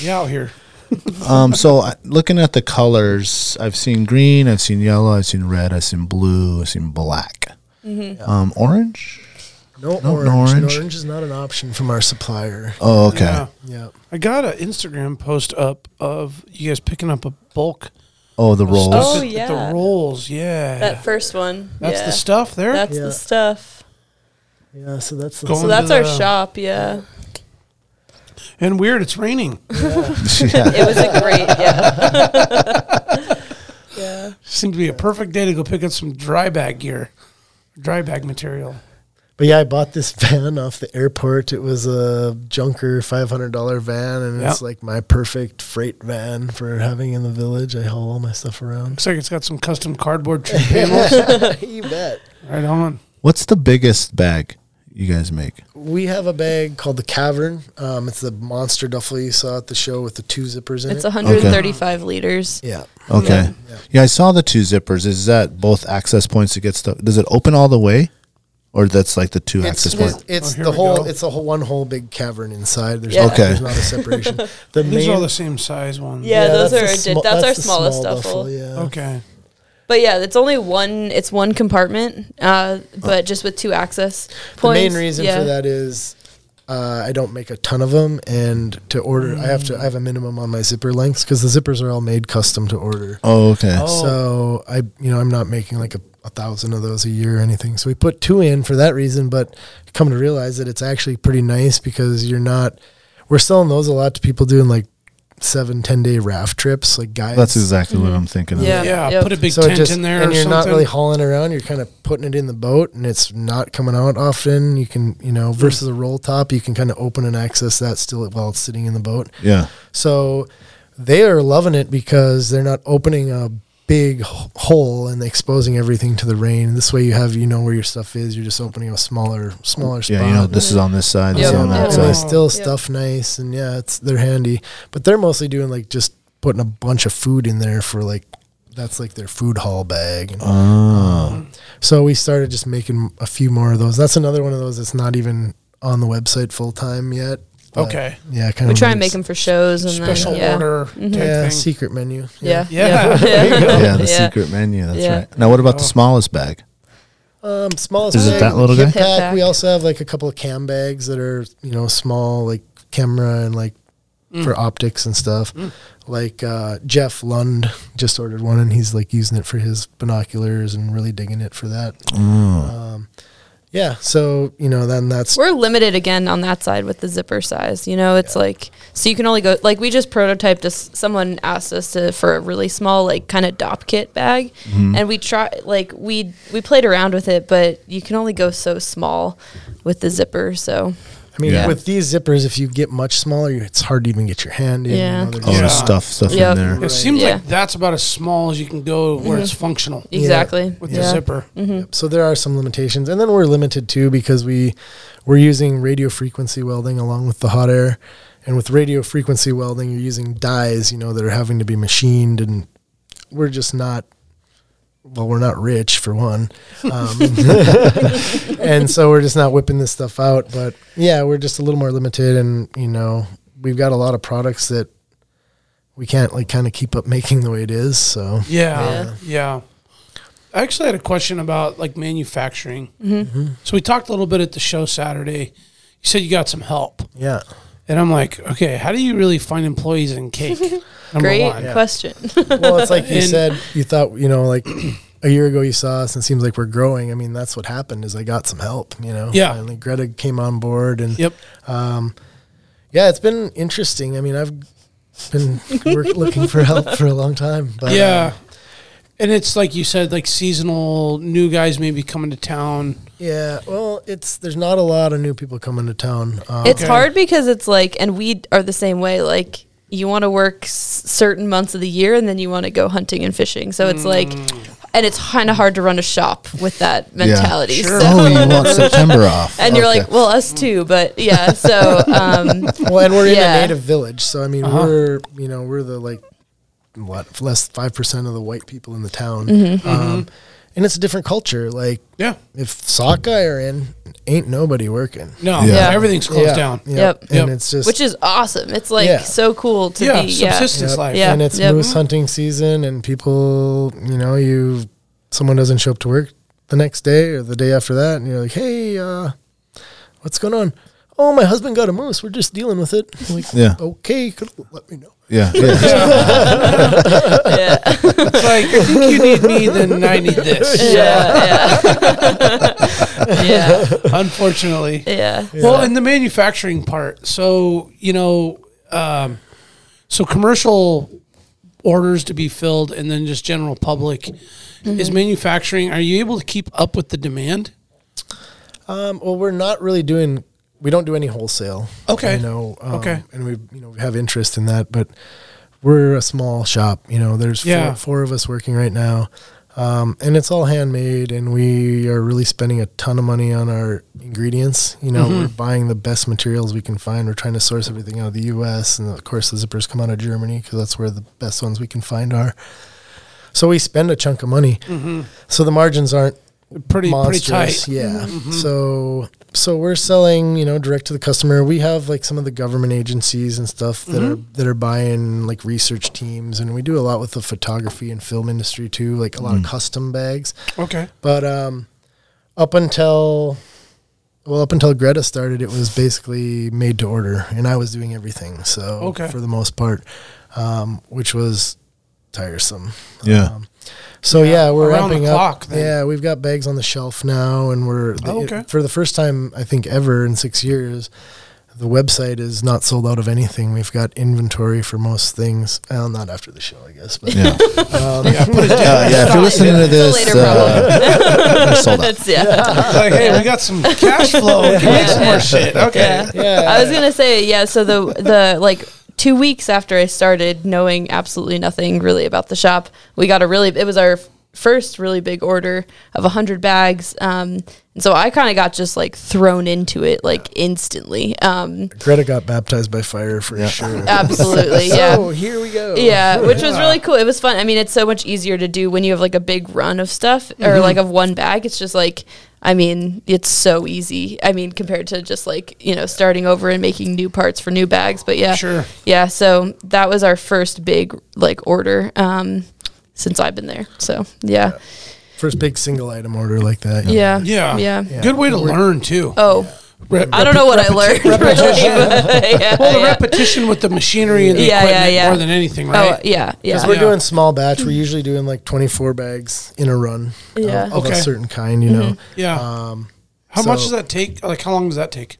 yeah, out here. Um, so I- looking at the colors, I've seen green, I've seen yellow, I've seen red, I've seen blue, I've seen black, um, orange. No, No orange. orange. No orange is not an option from our supplier. Oh, okay. Yeah. Yeah. I got an Instagram post up of you guys picking up a bulk. Oh, the rolls. Oh, Look at yeah. the rolls. Yeah, That first one. that's yeah. the stuff there. That's Yeah. the stuff. Yeah. So that's the Going- So Onto that's our the- shop. Yeah. and weird, it's raining. yeah. It was a great. Yeah. yeah. Seemed to be a perfect day to go pick up some dry bag gear, dry bag material. But yeah, I bought this van off the airport. It was a junker five hundred dollar van, and Yeah. it's like my perfect freight van for having in the village. I haul all my stuff around. Looks like it's got some custom cardboard trim panels. you bet. right on. What's the biggest bag you guys make? We have a bag called the Cavern. Um, it's the monster duffel you saw at the show with the two zippers in It's it. 135 liters. yeah. Okay. Yeah. I saw the two zippers. Is that both access points to get stuff? Does it open all the way, or that's like the two It's, access it's, points? it's Oh, here the we whole go. it's a whole one whole big cavern inside. There's Yeah. not, Okay. there's not a separation. The These are all main the same size ones. Yeah, those are our the sma- di- that's, the our smallest small duffel. yeah. Okay. But yeah, it's only one. It's one compartment, uh, but just with two access the points. main reason yeah. for that is uh, I don't make a ton of them, and to order, I have to I have a minimum on my zipper lengths because the zippers are all made custom to order. Oh, okay. So I, you know, I'm not making like a, a thousand of those a year or anything. So we put two in for that reason, but come to realize that it's actually pretty nice because you're not. We're selling those a lot to people doing like seven, ten day raft trips, like guys. That's exactly what I'm thinking of. Yeah. Yeah, Yep. put a big So it tent just in there, and or you're something. not really hauling around. You're kind of putting it in the boat, and it's not coming out often. You can, you know, versus a roll top, you can kind of open and access that still while it's sitting in the boat. Yeah. So they are loving it because they're not opening a big h- hole and exposing everything to the rain. This way, you have you know where your stuff is. You're just opening a smaller, smaller spot. Yeah. You know, this is on this side. This Yeah. is on and that Yeah. they side. still Yeah. stuff nice, and yeah, it's they're handy. But they're mostly doing like just putting a bunch of food in there for like that's like their food haul bag. And, Oh. so we started just making a few more of those. That's another one of those that's not even on the website full time yet. but okay. Yeah, kind We of try Mm-hmm. and make them for shows and Special then, yeah. Mm-hmm. order type Yeah, thing. secret menu. Yeah. Yeah. Yeah. The Yeah. secret menu. That's Yeah. right. Now, what about the Oh. smallest bag? Um, smallest. Is it bag, that little hip guy? Hip pack. pack. We also have like a couple of cam bags that are you know small, like camera and like Mm. for optics and stuff. Like uh, Jeff Lund just ordered one, Mm. and he's like using it for his binoculars and really digging it for that. Um, Yeah. So, you know, then that's We're limited again on that side with the zipper size. You know, it's like so you can only go like we just prototyped. This, someone asked us to for a really small like kind of dop kit bag, Mm-hmm. and we try like we we played around with it, but you can only go so small with the zipper. So I mean, Yeah. with these zippers, if you get much smaller, you- it's hard to even get your hand in. you Yeah. know, they're Oh, just- there's stuff, stuff Yeah. in there. It seems Yeah. Mm-hmm. like that's about as small as you can go where it's functional exactly, with the yeah. zipper. So there are some limitations, and then we're limited too because we we're using radio frequency welding along with the hot air, and with radio frequency welding, you're using dyes, you know, that are having to be machined, and we're just not. Well, we're not rich for one, um, and so we're just not whipping this stuff out. But yeah, we're just a little more limited, and you know, we've got a lot of products that we can't like kind of keep up making the way it is. So Yeah, yeah. I actually had a question about like manufacturing. Mm-hmm. So we talked a little bit at the show Saturday. You said you got some help, yeah. and I'm like, okay, how do you really find employees in cake? Number Great one. question. well, it's like you And- said, you thought, you know, like a year ago you saw us and it seems like we're growing. I mean, that's what happened is I got some help, you know? Yeah. Finally, Greta came on board and Yep. yeah, it's been interesting. I mean, I've been work, looking for help for a long time, but um, uh, yeah. and it's like you said, like seasonal new guys maybe coming to town. yeah, well, it's, there's not a lot of new people coming to town. Um, It's Okay. hard because it's like, and we are the same way. Like, you want to work s- certain months of the year, and then you want to go hunting and fishing. So it's like, Mm. and it's kind of hard to run a shop with that mentality. Sure. So, Oh, you want September off? and you're Okay. like, well, us too, but yeah. So, um, well, and we're in Yeah. a native village. So, I mean, Uh-huh. we're, you know, we're the like, what, less 5% of the white people in the town. Um, and it's a different culture. Like, Yeah. if sockeye are in, ain't nobody working. No, Yeah. everything's closed Yeah, down. Yep. Yep. Yep. And it's just which is awesome. It's like Yeah. so cool to Yeah, be. Yeah. subsistence life. Yeah. and it's Yep. moose hunting season, and people, you know, you someone doesn't show up to work the next day or the day after that, and you're like, hey, uh, what's going on? Oh, my husband got a moose. We're just dealing with it. I'm like, Yeah. Okay, could let me know. yeah, yeah. Yeah. It's like I think you need me, then I need this. Yeah. Yeah. yeah. Unfortunately. Yeah. Well, in the manufacturing part, so you know, um, so commercial orders to be filled, and then just general public is Mm-hmm. manufacturing. Are you able to keep up with the demand? Um, well, we're not really doing. We don't do any wholesale. Okay. You know. um, Okay. And we, you know, we have interest in that, but we're a small shop. You know, there's Yeah. four, four of us working right now, um, and it's all handmade. And we are really spending a ton of money on our ingredients. You Mm-hmm. know, we're buying the best materials we can find. We're trying to source everything out of the U.S. And of course, the zippers come out of Germany because that's where the best ones we can find are. So we spend a chunk of money. Mm-hmm. So the margins aren't Pretty pretty monstrous. tight. Mm-hmm. Yeah. So so we're selling, you know, direct to the customer. We have like some of the government agencies and stuff that Mm-hmm. are that are buying like research teams and we do a lot with the photography and film industry too, like a lot Mm. of custom bags. Okay. But um up until well, up until Greta started, it was basically made to order, and I was doing everything. So, Okay. for the most part, um, which was tiresome. yeah. So yeah, we're around the ramping clock up. then. Yeah, we've got bags on the shelf now, and we're Oh, the- okay. for the first time I think ever in six years. The website is not sold out of anything. We've got inventory for most things. Well, not after the show, I guess. But Yeah. Yeah, put it down. Uh, yeah, if you're listening to It's a this, later uh, we're sold out. It's, yeah. like, hey, we got some cash flow. We can make some more shit. Okay. Yeah. I was gonna say yeah. So the the like two weeks after I started knowing absolutely nothing really about the shop, we got a really it was our f- first really big order of hundred bags. Um, and so I kind of got just like thrown into it like instantly. Um, Greta got baptized by fire for sure. absolutely, yeah. Oh, here we go. Yeah, which was really cool. It was fun. I mean, it's so much easier to do when you have like a big run of stuff or Mm-hmm. like of one bag. It's just like, I mean, it's so easy. I mean, compared to just like, you know, starting over and making new parts for new bags. But yeah. Sure. Yeah. So that was our first big like order um, since I've been there. So yeah. First big single item order like that. Yeah. Yeah. Yeah. Good way to learn too. Oh, Re- I don't know what I learned. Really, but yeah, Well, the yeah. repetition with the machinery and the Yeah, yeah, equipment yeah. more than anything, Oh, right? yeah. Because Yeah. we're Yeah. doing small batch, we're usually doing like 24 bags in a run of- Yeah. Mm-hmm. of, Okay. a certain kind, you know. Yeah. How much Uh, So- does that take? Like, how long does that take?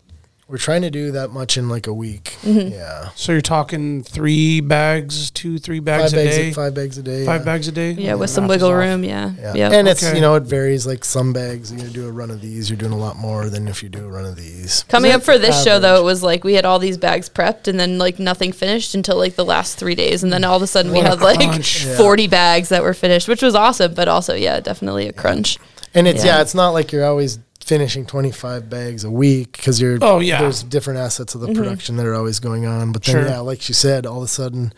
We're trying to do that much in like a week. Mm-hmm. Yeah. So you're talking three bags, two, three Five bags a bags, day, a, five bags a day. five yeah. bags a day. Yeah, with Math some is wiggle off. room. Yeah. Yeah. Yep. And it's, Okay. you know, it varies. Like some bags, you do a run of these, you're doing a lot more than if you do a run of these. Coming up for this show average. though, it was like we had all these bags prepped and then like nothing finished until like the last three days, and then all of a sudden we What a had like crunch. Yeah. forty bags that were finished, which was awesome, but also yeah, definitely a crunch. And it's, Yeah. yeah. it's not like you're always finishing 25 bags a week because you're, Oh, yeah. there's different assets of the Mm-hmm. production that are always going on. But then, Sure. yeah, like you said, all of a sudden,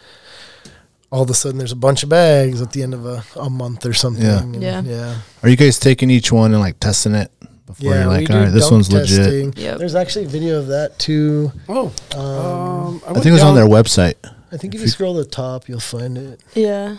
all of a sudden there's a bunch of bags at the end of a, a month or something. Yeah. and Yeah. Yeah. Are you guys taking each one and like testing it before Yeah, you're we like, do all right, this dunk one's legit? testing. Yep. There's actually a video of that too. Oh, Um, um, I think it was on their website. I think if you scroll to the top, you'll find it. Yeah.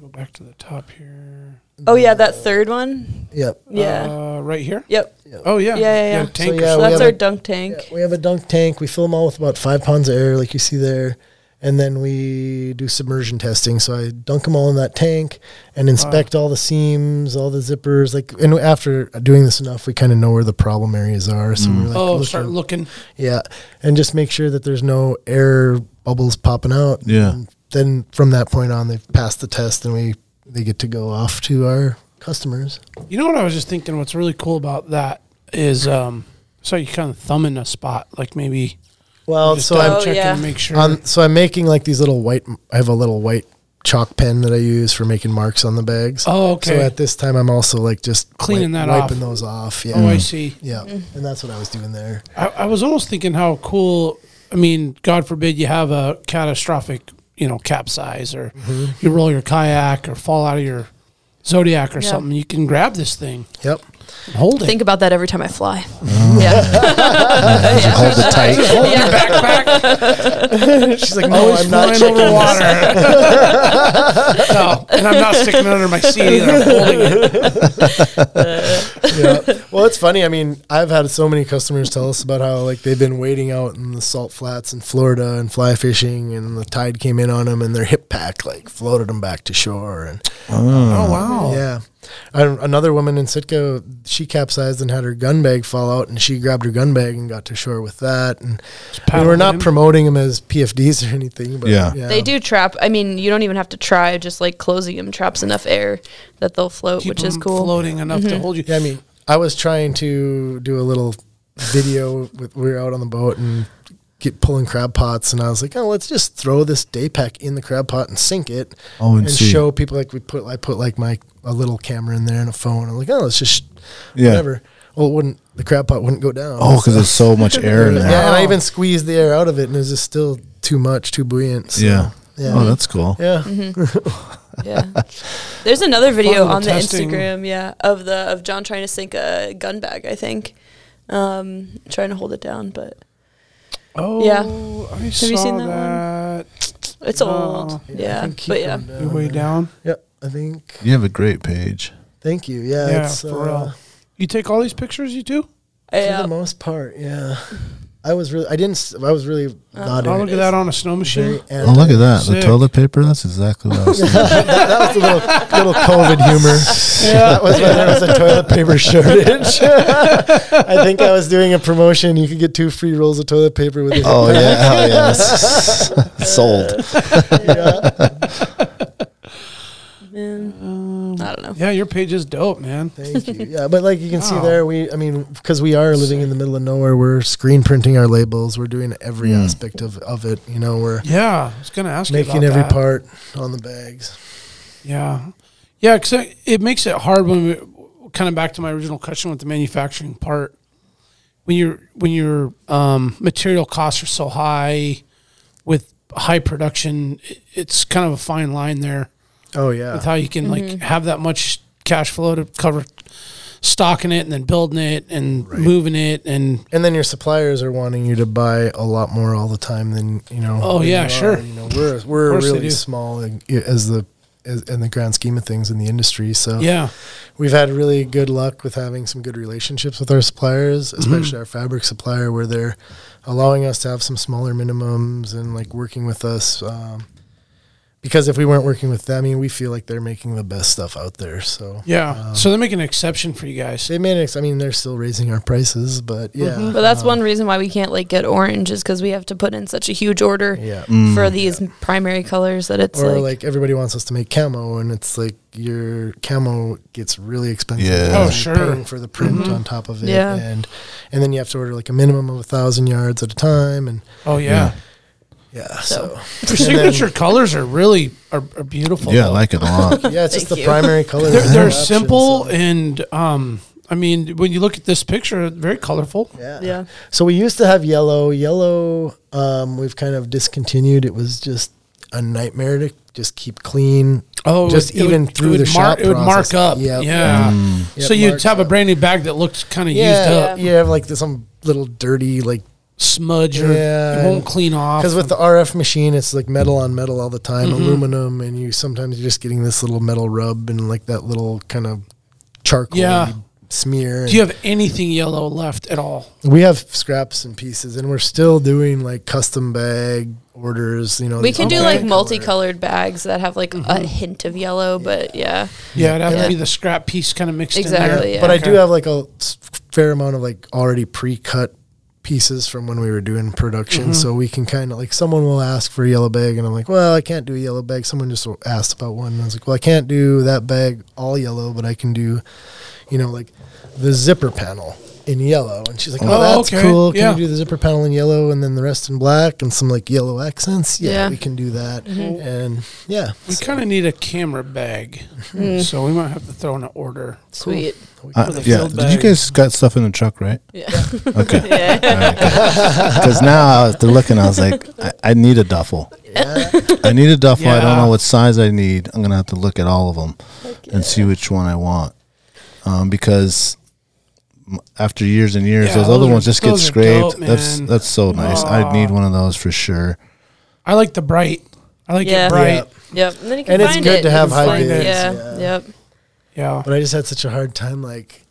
Go back to the top here. Oh yeah, that third one. Yep. Yeah. uh, right here. yep. Oh yeah, Yeah, yeah, yeah. tank or So So, yeah, we something. that's have our a- dunk tank. Yeah, we have a dunk tank. We fill them all with about five pounds of air, like you see there. And then we do submersion testing. So I dunk them all in that tank and inspect all the seams, all the zippers. Like, and after doing this enough, we kind of know where the problem areas are. So we're like, oh, looking- start looking. yeah, and just make sure that there's no air bubbles popping out. Yeah. And then from that point on, they've passed the test, and we they get to go off to our customers. You know what I was just thinking? What's really cool about that is, um, so you kind of thumb in a spot, like maybe Well, just so double Oh, I'm checking yeah. to make sure. on, so I'm making like these little white. I have a little white chalk pen that I use for making marks on the bags. Oh, okay. So at this time, I'm also like just Cleaning wipe- that off. wiping those off. Yeah. oh, I see. yeah, and that's what I was doing there. I, I was almost thinking how cool. I mean, God forbid you have a catastrophic, you know, capsize or you roll your kayak or fall out of your zodiac or Yeah. something. You can grab this thing Yep. and hold it. Think about that every time I fly. yeah. You hold it tight. yeah. She's like, no, Always I'm not flying over checking water. no, and I'm not sticking it under my seat either. I'm holding it. yeah. Well, it's funny. I mean, I've had so many customers tell us about how like they've been waiting out in the salt flats in Florida and fly fishing, and the tide came in on them, and their hip pack like floated them back to shore. And Oh wow. yeah, I, another woman in Sitka, she capsized and had her gun bag fall out, and she grabbed her gun bag and got to shore with that. And, and we're paddled not in. promoting them as PFDs or anything, but Yeah. yeah, They do trap. I mean, you don't even have to try. Just like closing them traps enough air that they'll float, Keep which is them cool. Mm-hmm. Floating enough to hold you. Yeah, I mean, I was trying to do a little video with we were out on the boat and get pulling crab pots, and I was like, oh, let's just throw this day pack in the crab pot and sink it, Oh, and see. show people like we put I put like my a little camera in there and a phone. I'm like, oh, let's just Yeah. whatever. Well, it wouldn't the crab pot wouldn't go down? Oh, because there's so much air in yeah, there. and I even squeezed the air out of it, and it was just still too much, too buoyant. so, Yeah. yeah. Oh, that's cool. yeah. Yeah. There's another video little on the testing. Instagram, yeah, of the of John trying to sink a gun bag, I think. Um, trying to hold it down, but Oh Yeah. I Have you saw seen that one? that. it's No. old. Oh, Yeah, I Yeah. think keep But yeah. them You're way down. Yep, I think. You have a great page. Thank you. Yeah, yeah, it's, for uh, real. You take all these pictures, you do? for Yeah. the most part. Yeah, I was really, I didn't, s- I was really not Oh, in look it. at that on a snow Very machine. Oh, look at that. The Sick. toilet paper. That's exactly what I was thinking. that was a little, little COVID humor. That was when there was a toilet paper shortage. I think I was doing a promotion. You could get two free rolls of toilet paper with it. Oh, yeah. Oh, yeah. Sold. Um, Man. I don't know. Yeah, your page is dope, man. Thank you. Yeah, but like you can see Wow. there, we, I mean, because we are living in the middle of nowhere, we're screen printing our labels. We're doing every Mm. aspect of, of it. You know, we're Yeah, I was gonna ask you making about every that. part on the bags. Yeah, yeah, because it makes it hard when we kind of back to my original question with the manufacturing part. When your when your um, material costs are so high, with high production, i- it's kind of a fine line there Oh, yeah. with how you can like have that much cash flow to cover stocking it and then building it and moving it and and then your suppliers are wanting you to buy a lot more all the time than you know. Oh, than yeah, you are. sure. You know, we're we're course they do. really small in- as the as, in the grand scheme of things in the industry. So yeah. we've had really good luck with having some good relationships with our suppliers, Mm-hmm. especially our fabric supplier, where they're allowing us to have some smaller minimums and like working with us. Um, because if we weren't working with them, I mean, we feel like they're making the best stuff out there. So Yeah. so they make an exception for you guys. they made it. I mean, they're still raising our prices, but yeah, Mm-hmm. But that's one reason why we can't like get orange is because we have to put in such a huge order yeah. for these primary colors that it's Or like, like, everybody wants us to make camo, and it's like your camo gets really expensive. Yeah. because Oh, you're sure. paying for the print on top of it, Yeah. and and then you have to order like a minimum of a thousand yards at a time, and Oh yeah. yeah, So- so, Your signature colors are really are, are beautiful. Yeah, I though. like it a lot. yeah, it's Thank just the you. primary colors. they're, and they're options, simple so- and um. I mean, when you look at this picture, very colorful. Yeah. yeah. So we used to have yellow. Yellow, um, we've kind of discontinued. It was just a nightmare to just keep clean. Oh, just it would- even it would- through it the would mark, shop. It would mark process. up. Yep. Mm. Yeah. So Yep, you'd marked have a up. brand new bag that looked kind of used Yeah, up, you have like this, some little dirty like smudge, or Yeah, it won't and- clean off. because with the RF machine, it's like metal on metal all the time, Mm-hmm. aluminum, and you sometimes you're just getting this little metal rub and like that little kind of charcoal Yeah. smear. Do you have anything yellow left at all? we have scraps and pieces, and we're still doing like custom bag orders. You know, We these can do multi- like color. multicolored bags that have like Mm-hmm. a hint of yellow, but yeah. Yeah, it'd have to Yeah. be the scrap piece kind of mixed in there. Exactly, yeah. But I do Okay. have like a s- fair amount of like already pre-cut pieces from when we were doing production, Mm-hmm. so we can kind of like someone will ask for a yellow bag, and I'm like, well, I can't do a yellow bag. Someone just asked about one, and I was like, well, I can't do that bag all yellow, but I can do, you know, like the zipper panel in yellow. And she's like, oh, Oh, that's okay, cool. Can yeah. you do the zipper panel in yellow and then the rest in black and some like yellow accents? Yeah, Yeah. we can do that. And yeah, Mm-hmm. We kind of need a camera bag, Hmm. so we might have to throw in an order. Sweet. Uh, the yeah. field Did you bag. guys got stuff in the truck, right? Yeah. Okay. yeah. Because now they're looking, I was like, I, I need a duffel. I need a duffel. I don't Yeah. know what size I need. I'm gonna have to look at all of them and see which one I want, um, because m- after years and years, Yeah, those, those other are- ones just get those are scraped. dope, that's man. that's so nice. I need one of those for sure. I like the bright. I like Yeah. it bright. Yeah. Yep. And then you can And it's find good it. to You have can high find vis, it. Yeah. Yep. Yeah. But I just had such a hard time. Like,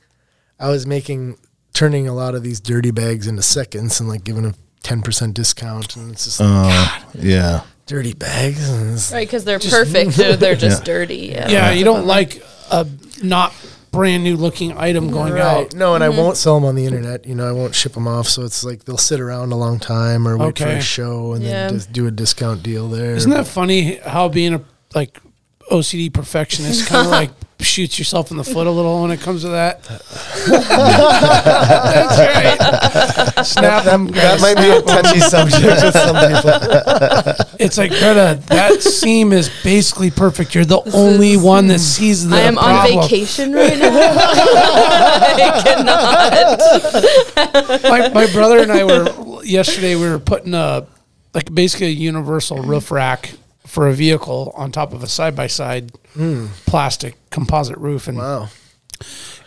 I was making, turning a lot of these dirty bags into seconds and like giving a 10% discount. And it's just like, Uh, yeah, dirty bags. And it's, Right, because they're perfect. they're, they're just dirty. Yeah. Yeah, you don't like a not brand new looking item going out. No, and Mm-hmm. I won't sell them on the internet. You know, I won't ship them off. So it's like they'll sit around a long time or wait for Okay. a show and Yeah. then just do a discount deal there. Isn't that funny how being a like OCD perfectionist kind of like shoots yourself in the foot a little when it comes to that? That's right. Snap them. that might be a touchy subject with some people. It's like Greta. That seam is basically perfect. You're the only is- one that sees the I am problem. on vacation right now. I cannot. my, my brother and I were yesterday. We were putting a like basically a universal roof rack for a vehicle on top of a side by side plastic composite roof, and Wow.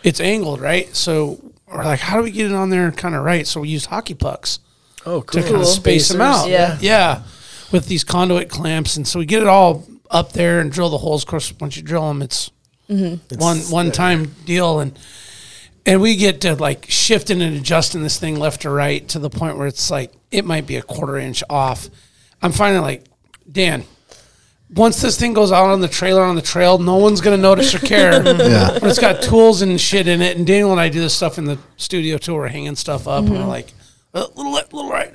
it's angled right. So we're like, how do we get it on there kind of right? So we used hockey pucks Oh, to cool. kind of space them Spacers, out. yeah. yeah, with these conduit clamps, and so we get it all up there and drill the holes. Of course, once you drill them, it's Mm-hmm. one one time deal and and we get to like shifting and adjusting this thing left to right to the point where it's like it might be a quarter inch off i'm finally like dan once this thing goes out on the trailer on the trail no one's gonna notice or care but it's got tools and shit in it and daniel and i do this stuff in the studio too we're hanging stuff up and we're like "Uh, little left, little right.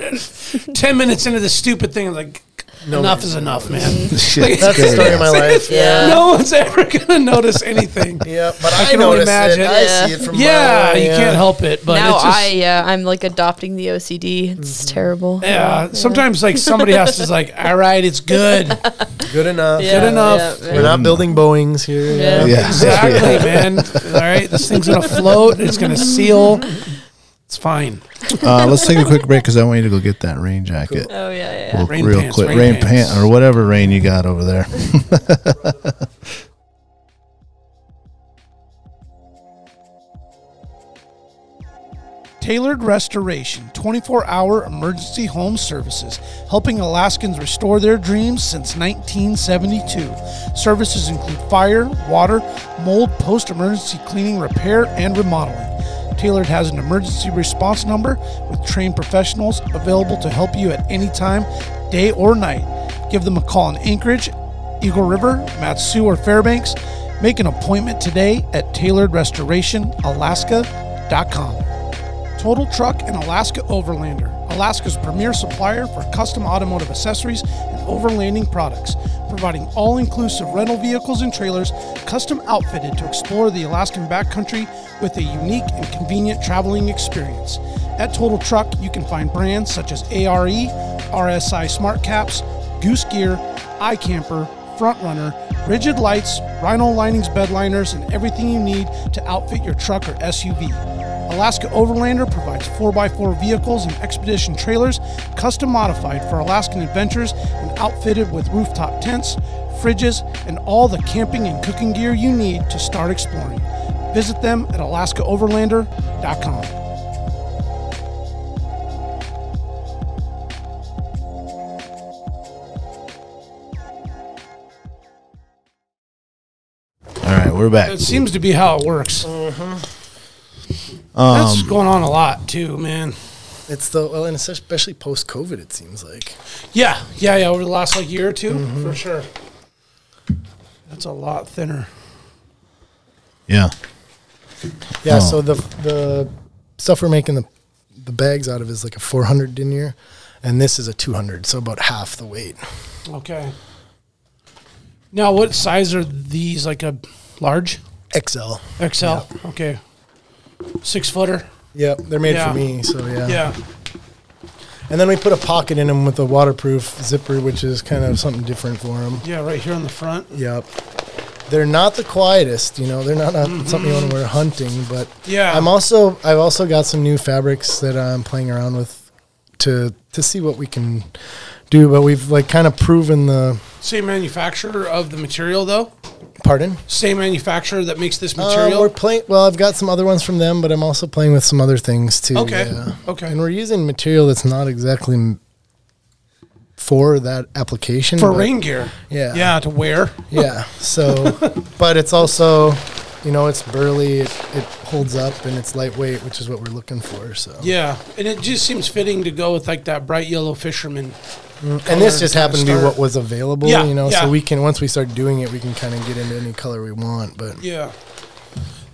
Ten minutes into this stupid thing, I'm like, enough is enough, man. shit. That's the story of my life. Yeah. No one's ever gonna notice anything. Yeah, but I, can can only only imagine. imagine. I Yeah. see it from a mile Yeah, away, you yeah. can't help it. But now it's just, Mm-hmm. I yeah, I'm like adopting the OCD. It's terrible. yeah, sometimes like somebody has to like, all right, it's good, Good enough. Oh, Yeah, good enough. yeah, We're not building Boeings here. Yeah. Yeah. Exactly, man. All right, this thing's gonna float. It's gonna seal. It's fine. Uh, let's take a quick break because I want you to go get that rain jacket. Oh yeah, yeah. Well, Rain real pants, quick, rain rain, pants. pant or whatever rain you got over there. Tailored Restoration, 24 hour emergency home services, helping Alaskans restore their dreams since 1972. Services include fire, water, mold, post emergency cleaning, repair, and remodeling. Tailored has an emergency response number with trained professionals available to help you at any time, day or night. Give them a call in Anchorage Eagle River, Matsu, or Fairbanks, make an appointment today at tailoredrestorationalaska.com. Total Truck and Alaska Overlander, Alaska's premier supplier for custom automotive accessories and overlanding products, providing all inclusive rental vehicles and trailers custom outfitted to explore the Alaskan backcountry with a unique and convenient traveling experience. At Total Truck, you can find brands such as E, ARE, RSI Smart Caps, Goose Gear, iCamper, Frontrunner, Rigid Lights, Rhino Linings bed liners, and everything you need to outfit your truck or SUV. Alaska Overlander provides 4x4 vehicles and expedition trailers custom modified for Alaskan adventures and outfitted with rooftop tents, fridges, and all the camping and cooking gear you need to start exploring. Visit them at alaskaoverlander.com. All right, we're back. It seems to be how it works. That's going on a lot too, man. It's the well, and especially post COVID, it seems like. Yeah, yeah, yeah. Over the last like year or 2 for sure. That's a lot thinner. Yeah. Yeah. Oh. So the the stuff we're making the the bags out of is like a 400 denier, and this is a 200, so about half the weight. Okay. Now, what size are these? Like a large XL. XL? Okay. Six footer? Yep, they're made Yeah. for me. So yeah. Yeah. And then we put a pocket in them with a waterproof zipper, which is kind of something different for them. Yeah, right here on the front. Yep. They're not the quietest, you know. They're not, not something you want to wear hunting, but Mm-hmm. Yeah. I'm also I've also got some new fabrics that I'm playing around with to to see what we can do. But we've like kind of proven the Same manufacturer of the material, though? pardon. Same manufacturer that makes this Um, material? we're playing. Well, I've got some other ones from them, but I'm also playing with some other things too. Okay. yeah. Okay. And we're using material that's not exactly m- for that application for but- rain gear. Yeah. Yeah, to wear. Yeah. So, but it's also, you know, it's burly. It, it holds up and it's lightweight, which is what we're looking for. So. Yeah. And it just seems fitting to go with like that bright yellow fisherman. And this just Kinda happened to be start- what was available. Yeah, You know, yeah. so we can once we start doing it, we can kind of get into any color we want. But Yeah.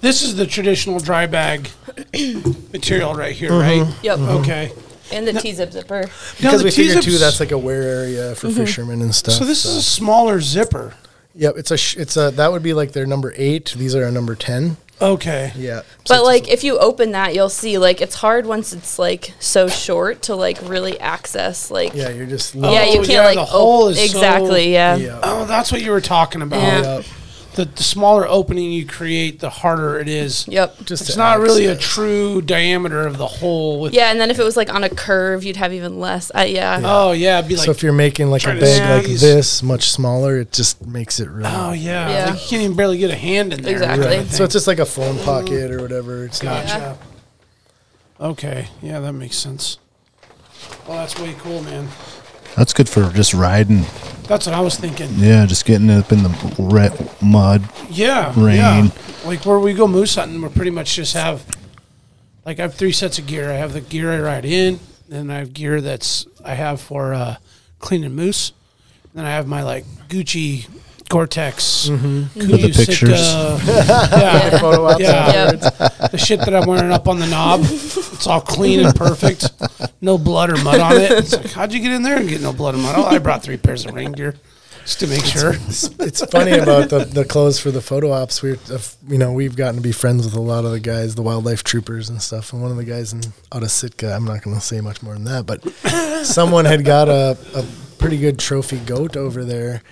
This is the traditional dry bag material right here, right? Yep. Okay. And the T zip zipper. Now, Mm-hmm. because the we figure T-zips- too, that's like a wear area for fishermen and stuff. So this is uh, a smaller zipper. Yep, it's a sh- it's a that would be like their number eight. These are a number ten. Okay. Yeah, But like if you open that, you'll see like it's hard once it's like so short to like really access like yeah, you're just Yeah, you Oh, can't yeah, like the hole op- is so- exactly. yeah. yeah. Oh, that's what you were talking about. Yeah. Yep. The, the smaller opening you create, the harder it is. Yep. Just It's to not really a access. true diameter of the hole. With Yeah, and then if it was like on a curve, you'd have even less. I, yeah. Oh yeah, it'd be like. so if you're making like trying a to bag like squeeze- this much smaller, it just makes it really. oh yeah, Yeah. Like, you can't even barely get a hand in there. Exactly. kind of So thing. it's just like a phone pocket or whatever. It's not. Gotcha. Okay. Yeah, that makes sense. Well, that's way cool, man. That's good for just riding. That's what I was thinking. Yeah, just getting up in the red mud. Yeah. Rain. Yeah. Like where we go moose hunting, we pretty much just have like I have three sets of gear. I have the gear I ride in, then I have gear that's I have for uh, cleaning moose. Then I have my like Gucci Gore-Tex, Mm-hmm. With the pictures. uh, yeah, Photo op- yeah, Yep. the shit that I'm wearing up on the knob. It's all clean and perfect. No blood or mud on it. It's like, how'd you get in there and get no blood or mud? Oh, I brought three pairs of rain gear just to make sure. It's funny about the, the clothes for the photo ops. We're uh, f- you know we've gotten to be friends with a lot of the guys, the wildlife troopers and stuff. And one of the guys in out of Sitka, I'm not going to say much more than that, but someone had got a, a pretty good trophy goat over there,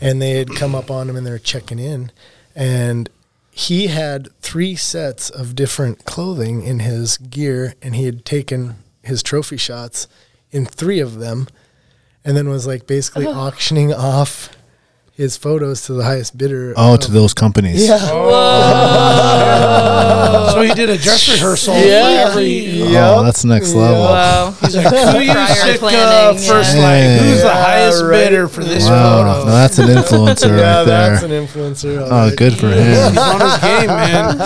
and they had come up on him and they were checking in, and he had three sets of different clothing in his gear, and he had taken his trophy shots in three of them, and then was like basically auctioning off his photos to the highest bidder. Oh, to those companies. yeah. So he did a dress rehearsal Yeah. for every. Oh, that's next level. Wow. He's like, who you Oh. Prior sick planning, of yeah. first? Like, who's the Yeah, highest right. bidder for this Wow. Now photo? that's an influencer Yeah, right that's there. an influencer. all Oh, right. good for him. He's on his game, man.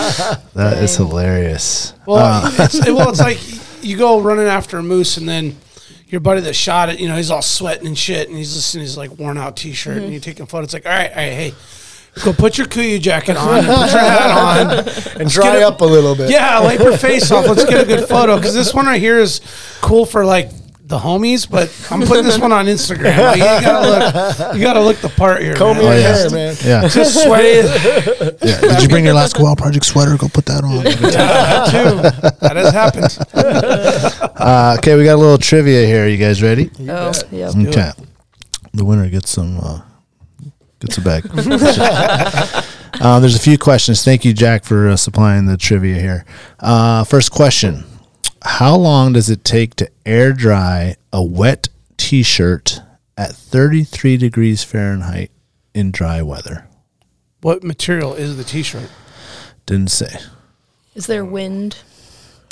That is hilarious. Well, it's, well, it's like you go running after a moose, and then your buddy that shot it, you know, he's all sweating and shit, and he's just in his like worn out t shirt, and you take a photo. It's like, all right, all right, hey, go put your Kuyu jacket on, and put your hat on, and dry get a- up a little bit. Yeah, wipe her face off. Let's get a good photo because this one right here is cool for like the homies, but I'm putting this one on Instagram. Like, you gotta look, you gotta look the part here. Comb man. your yeah. hair, man. oh, Yeah. Just sweaty. yeah. Did you bring your last Wow Project sweater? Go put that on. that too. That has happened. Uh, okay, we got a little trivia here. You guys ready? Oh, yeah. Okay. The winner gets some uh, gets a bag. um, there's a few questions. Thank you, Jack, for uh, supplying the trivia here. Uh, first question: How long does it take to air dry a wet T-shirt at 33 degrees Fahrenheit in dry weather? What material is the T-shirt? Didn't say. Is there wind?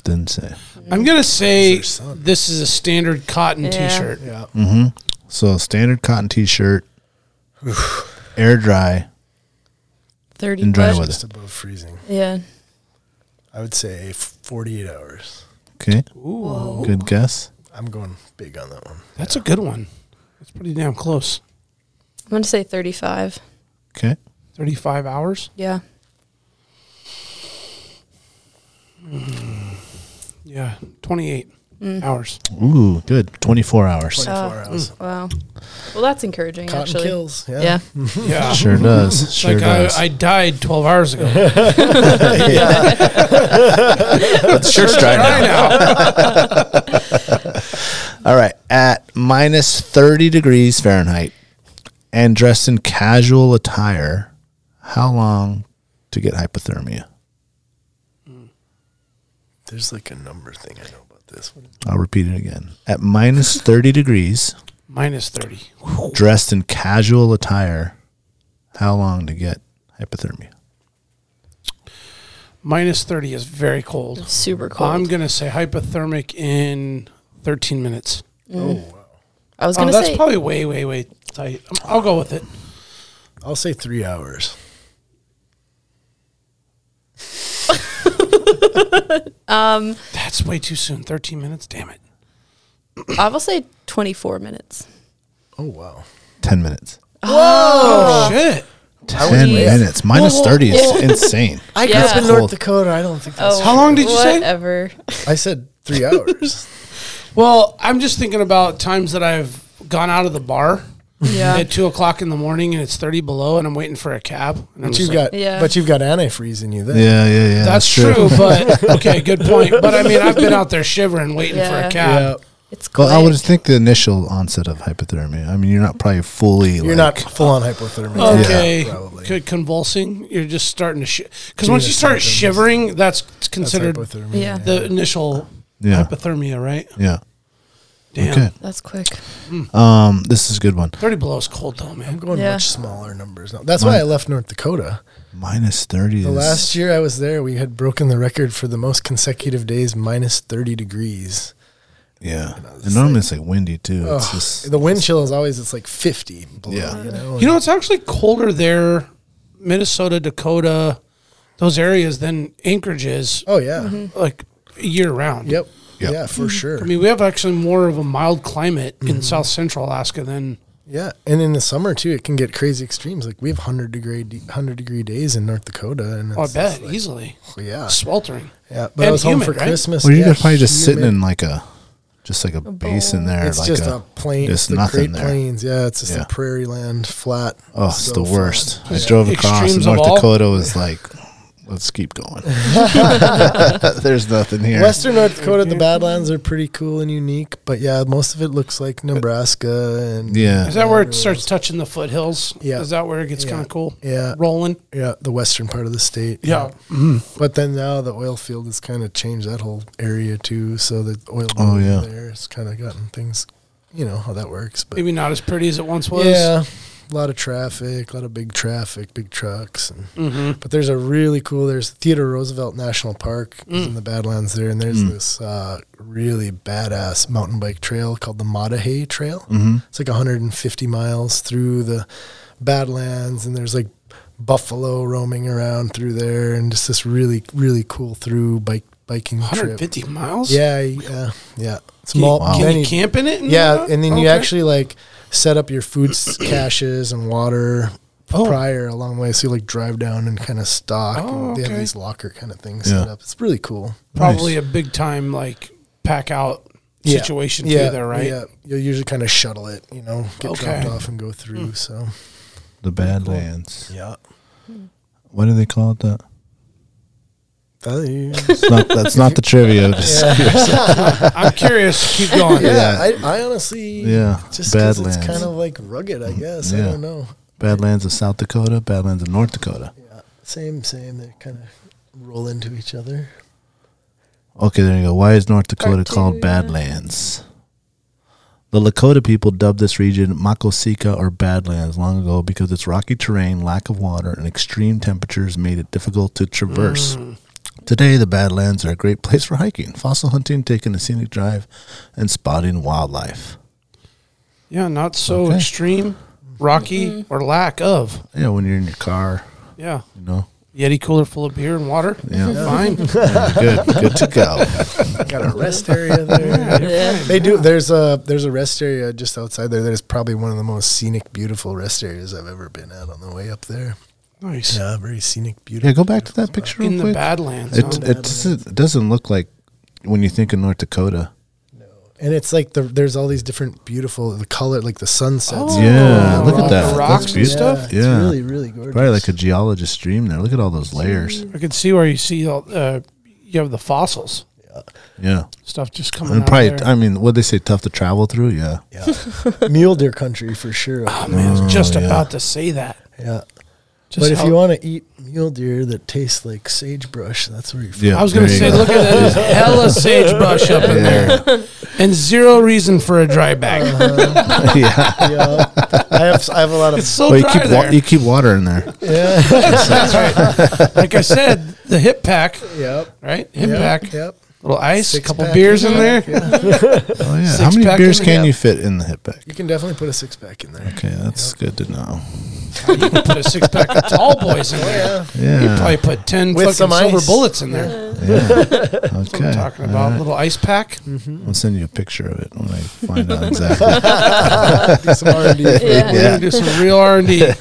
Didn't say. I'm gonna say this is a standard cotton Yeah. T-shirt. Yeah. So standard cotton T-shirt, air dry 30 in dry but- weather. Just above freezing. Yeah. I would say f- 48 hours. Okay. Good guess. I'm going big on that one. Oh. That's a good one. That's pretty damn close. I'm going to say 35. Okay. Thirty-five hours. Yeah. Yeah, twenty-eight hours. Ooh, good. 24 hours. 24 hours. Wow. Well, that's encouraging, Cotton Mm, actually. kills. Yeah. Yeah. Mm. Yeah. Sure does. Sure like does. I, I died 12 hours ago. the shirt's dry I know. All right. At minus 30 degrees Fahrenheit and dressed in casual attire, how long to get hypothermia? There's like a number thing I know about this one. I'll repeat it again. At minus 30 degrees, Minus 30. dressed in casual attire, how long to get hypothermia? Minus 30 is very cold. Super cold. I'm going to say hypothermic in 13 minutes. I was Oh, going to that's say probably way, way, way tight. Um, I'll go with it. I'll say three hours. That's way too soon. 13 minutes? Damn it. I will say 24 minutes. Oh, wow. 10 minutes. Oh, shit. 10 minutes. Minus 30 is insane. I grew up Yeah. Oh. in North Dakota. I don't think Oh, How long did you say? Whatever. I said three hours. Well, I'm just thinking about times that I've gone out of the bar Yeah. at 2 o'clock in the morning and it's 30 below and I'm waiting for a cab. And I'm but just you've like, got, Yeah. but you've got antifreeze in you then. Yeah, yeah, yeah. That's true, but okay, good point. But I mean, I've been out there shivering, waiting for Yeah. a cab. It's cold. Well, I would think the initial onset of hypothermia. I mean, you're not probably fully. You're like, not full on hypothermia. Okay, probably. Good convulsing. You're just starting to shit. Because once you start shivering, that's That's considered hypothermia. Yeah. the initial Yeah. hypothermia, right? Yeah. Damn. Okay. That's quick. Um, this is a good one. 30 below is cold, though, man. I'm going Yeah. much smaller numbers now. That's why I left North Dakota. Minus thirty. The is, last year I was there, we had broken the record for the most consecutive days minus 30 degrees. Yeah. And normally it's like windy too. It's Ugh, just the wind chill is always it's like 50 below, Yeah. you know. You know, it's actually colder there, Minnesota, Dakota, those areas, than Anchorage is, oh yeah. like year round. Yep. Yep. Yeah, Mm-hmm. for sure. I mean, we have actually more of a mild climate Mm-hmm. in South Central Alaska than yeah, and in the summer too, it can get crazy extremes. Like we have hundred degree hundred degree days in North Dakota, and oh, I it's just bet easily. like, yeah, Sweltering. Uh, yeah. But I And was home humid, for right? Christmas. Well, you yeah, guys probably just sitting humid. in like a, just like a, basin there. It's like just a, a, plain. There's It's the nothing Great there. Plains. Yeah, it's just Yeah. a prairie land, flat. Oh, it's so the flat. worst. I drove across and Extremes of North all. Dakota was like, let's keep going. There's nothing here. Western North Dakota, the Badlands are pretty cool and unique, but yeah, most of it looks like Nebraska and yeah. Is that where it starts touching the foothills? Yeah. Is that where it gets Yeah. kind of cool? Yeah. Rolling. yeah, the western part of the state. Yeah. But then now the oil field has kind of changed that whole area too, so the oil Oh, boom yeah. there has kind of gotten things, you know how that works, but Maybe not as pretty as it once was. yeah, a lot of traffic, a lot of big traffic, big trucks, and Mm-hmm. but there's a really cool. There's Theodore Roosevelt National Park Mm. is in the Badlands there, and there's this uh, really badass mountain bike trail called the Matahay Trail. It's like 150 miles through the Badlands, and there's like buffalo roaming around through there, and just this really really cool through bike biking trip. 150 miles. Yeah, yeah, yeah. It's Can you, mul- can you many- camp in it? and Yeah, whatnot? and then you Mm-hmm. Okay. actually like set up your food s- caches and water Oh. prior a long way. So you like drive down and kind of stock. Oh, and they okay. have these locker kind of things Yeah. set up. It's really cool. probably a big time like pack out situation yeah, too there, right? Yeah, you'll usually kind of shuttle it, you know, get Okay. Hmm. dropped off and go through. So The Badlands. yeah, What do they call it? That? yeah. It's not, that's not the trivia. I'm curious. Keep going. yeah I, I honestly, Yeah, just 'cause Badlands. Mm-hmm. it's kind of like rugged. I guess I Yeah. don't know. Badlands of South Dakota, Badlands of North Dakota. Same, same. They kind of roll into each other. Okay, there you go. Why is North Dakota Part two, called yeah. Badlands? The Lakota people dubbed this region Makosika or Badlands long ago because its rocky terrain, lack of water, and extreme temperatures made it difficult to traverse. Mm. Today, the Badlands are a great place for hiking, fossil hunting, taking a scenic drive, and spotting wildlife. Yeah, not so Okay. extreme, rocky, or lack of. Yeah, when you're in your car, Yeah. you know. Yeti cooler full of beer and water. Yeah. Fine. Good, good to go. Got a rest area there. Yeah. They do. There's a there's a rest area just outside there. That is probably one of the most scenic, beautiful rest areas I've ever been at on the way up there. Nice. Yeah, very scenic, beautiful. Yeah, go back to that picture real In the quick. Badlands. It, huh? it, doesn't, it doesn't look like when you think of North Dakota. And it's like the, there's all these different beautiful the color, like the sunsets. Oh, Yeah, the look rock- at that. the That's rocks and beautiful. stuff. It's Yeah. really, really gorgeous. Probably like a geologist dream there. Look at all those layers. I can see where you see all, uh, you have the fossils Yeah. stuff just coming And out probably, there. I mean, what they say, tough to travel through. Yeah. yeah. mule deer country for sure. oh, man, I was just about to say that. Yeah, Just but if how- you want to eat mule deer that tastes like sagebrush, that's where you. Yeah. I was going to there you say, go. look at that. There's hella sagebrush up in there. And zero reason for a dry bag. Uh-huh. yeah. Yeah, I have I have a lot of It's so Well, you dry keep wa- there. you keep water in there. yeah, like I said, the hip pack, yep, right? Hip yep, pack. yep. Little ice, Six a couple pack. beers in there. Oh yeah. How Six many pack beers in the can gap. you fit in the hip bag? You can definitely put a six pack in there. Okay, that's good to know. You could put a six pack of tall boys in there. You could Yeah. probably put ten With fucking some silver ice. bullets in there. yeah. Okay. I'm talking about little ice pack. I'll send you a picture of it when I find out exactly. Do some R&D. We're gonna do some real R and D. All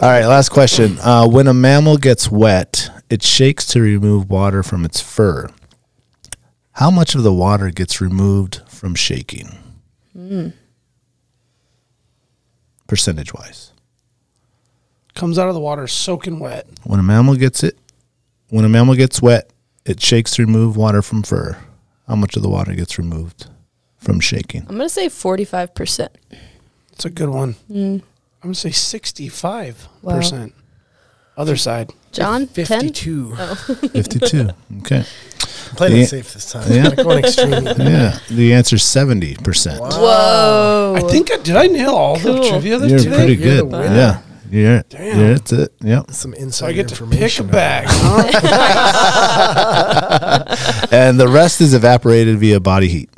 right, last question. Uh, when a mammal gets wet, it shakes to remove water from its fur. How much of the water gets removed from shaking? Percentage wise. Comes out of the water soaking wet. When a mammal gets it when a mammal gets wet, it shakes to remove water from fur. How much of the water gets removed from shaking? I'm gonna say 45 percent. It's a good one. Mm. I'm gonna say sixty-five percent. Other side. John, 10. Fifty-two. Fifty two. Okay. Playing Yeah. it safe this time. Yeah. Not going extreme. Yeah. The answer's seventy percent. Whoa. I think I did. I nail all the Cool. trivia that You're today. pretty You're the good. winner. Yeah. Yeah. Damn. Yeah, that's it. Yep. Some inside So I get to pick a information. bag. Huh? and the rest is evaporated via body heat.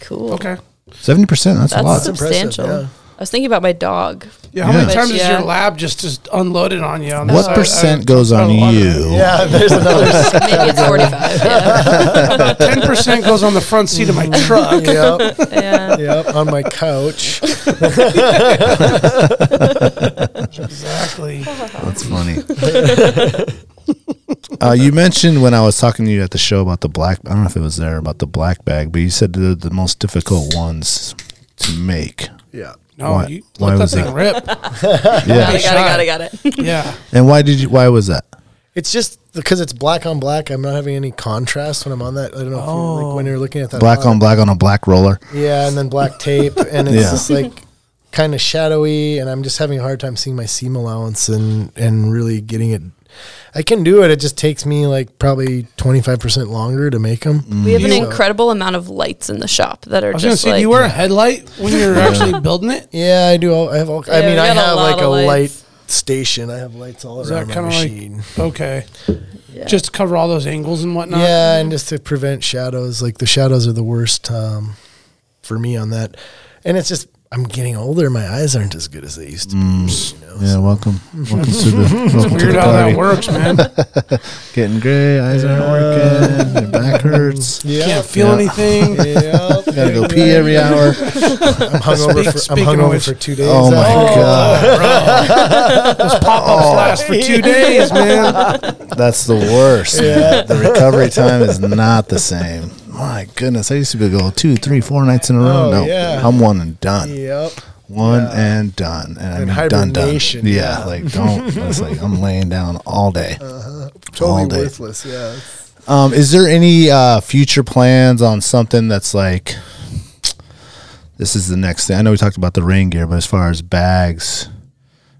cool. okay. Seventy percent. That's, That's a lot. impressive, substantial. yeah. I was thinking about my dog. Yeah. How Yeah. many times But is yeah. your lab just just unloaded on you? On the what side? Oh, percent I- goes on I don't you? Yeah, there's another. Maybe it's 45. Yeah. Ten percent goes on the front seat of my Mm. truck. yep, yeah. yep. On my couch. Exactly. That's funny. uh, you mentioned when I was talking to you at the show about the black. I don't know if it was there about the black bag, but you said they're the most difficult ones to make. Yeah. No, Why- you why let that was thing it- rip. Got Yeah. Mm. it, got it, got it, got it. Yeah. and why did you? Why was that? It's just because it's black on black. I'm not having any contrast when I'm on that. I don't know if you're, Oh. like when you're looking at that. Black hot- on black on a black roller. Yeah, and then black tape, and it's Yeah. just like kind of shadowy, and I'm just having a hard time seeing my seam allowance and and really getting it. I can do it. It just takes me like probably 25 percent longer to make them. We have an You- incredible amount of lights in the shop that are I was gonna just say, like do you wear a headlight when you're actually building it? Yeah, I do. All, I have all. I Yeah, mean, we I got a have lot like of a lights. light station. I have lights all Is that around my kinda like- machine. Okay. Just to cover all those angles and whatnot. yeah, and just to prevent shadows. Like the shadows are the worst um, for me on that. And it's just I'm getting older. My eyes aren't as good as they used to be. Mm. You know? Yeah, welcome. Welcome to the, welcome to Weird the how that party. works, man. Getting gray, eyes aren't working, your back hurts. Yeah. Can't feel Yeah. anything. Gotta go pee every hour. I'm hungover. Speak- for, I'm speaking of which- hungover for two days. Oh my god, Pop-ups last for two days, man. that's the worst. The recovery time is not the same. My goodness, I used to be able to go two, three, four nights in a row. Oh, no, yeah. I'm one and done. Yep. One and done, and I And mean done, done. hibernation, Yeah, yeah. like don't. It's like I'm laying down all day. All day. Uh-huh. Totally worthless. Yeah. Um, is there any uh, future plans on something that's like this is the next thing? I know we talked about the rain gear, but as far as bags,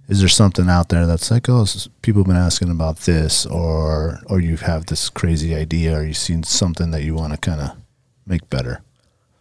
is there something out there that's like, oh, this is- people have been asking about this, or or you have this crazy idea, or you've seen something that you want to kind of make better?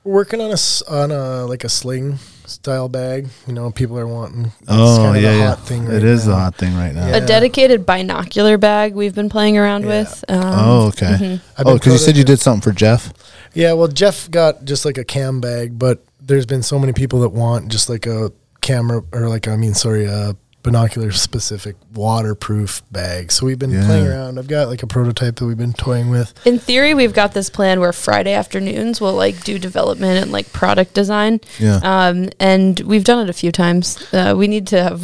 We're working on a s- on a like a sling style bag. You know, people are wanting. It's Oh kinda the yeah, yeah. hot thing it right is the now. hot thing right now. A dedicated binocular bag we've been playing around with. Um, Oh okay. I've Oh, because been you proto- said you did something for Jeff. Yeah, well, Jeff got just like a cam bag, but there's been so many people that want just like a camera or like I mean, sorry, a binocular specific waterproof bag. So we've been Yeah. playing around. I've got like a prototype that we've been toying with. In theory, we've got this plan where Friday afternoons we'll like do development and like product design. Yeah. Um, and we've done it a few times. Uh, we need to have.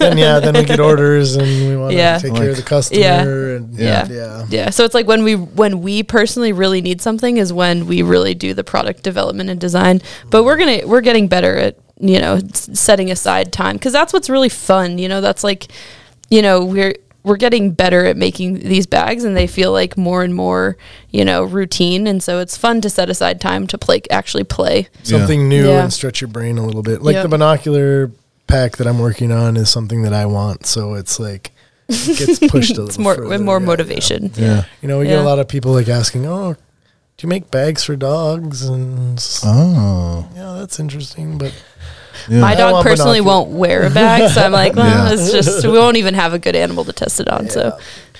And yeah, then we get orders and we want Yeah. to take care of the Like- customer Yeah. and Yeah. yeah. yeah. So it's like when we when we personally really need something is when we really do the product development and design. But we're gonna we're getting better at you know s- setting aside time because that's what's really fun. You know that's like you know we're we're getting better at making these bags and they feel like more and more you know routine and so it's fun to set aside time to play actually play something new Yeah. and stretch your brain a little bit. Like Yep. the binocular pack that I'm working on is something that I want, so it's like it gets pushed a little. it's more further, with more yeah. motivation. Yeah. You know, we get Yeah. a lot of people like asking, "Oh, do you make bags for dogs?" And s- Oh. yeah, that's interesting, but My I dog want personally binoculars. won't wear a bag, so I'm like, well, Yeah. it's just we won't even have a good animal to test it on. So,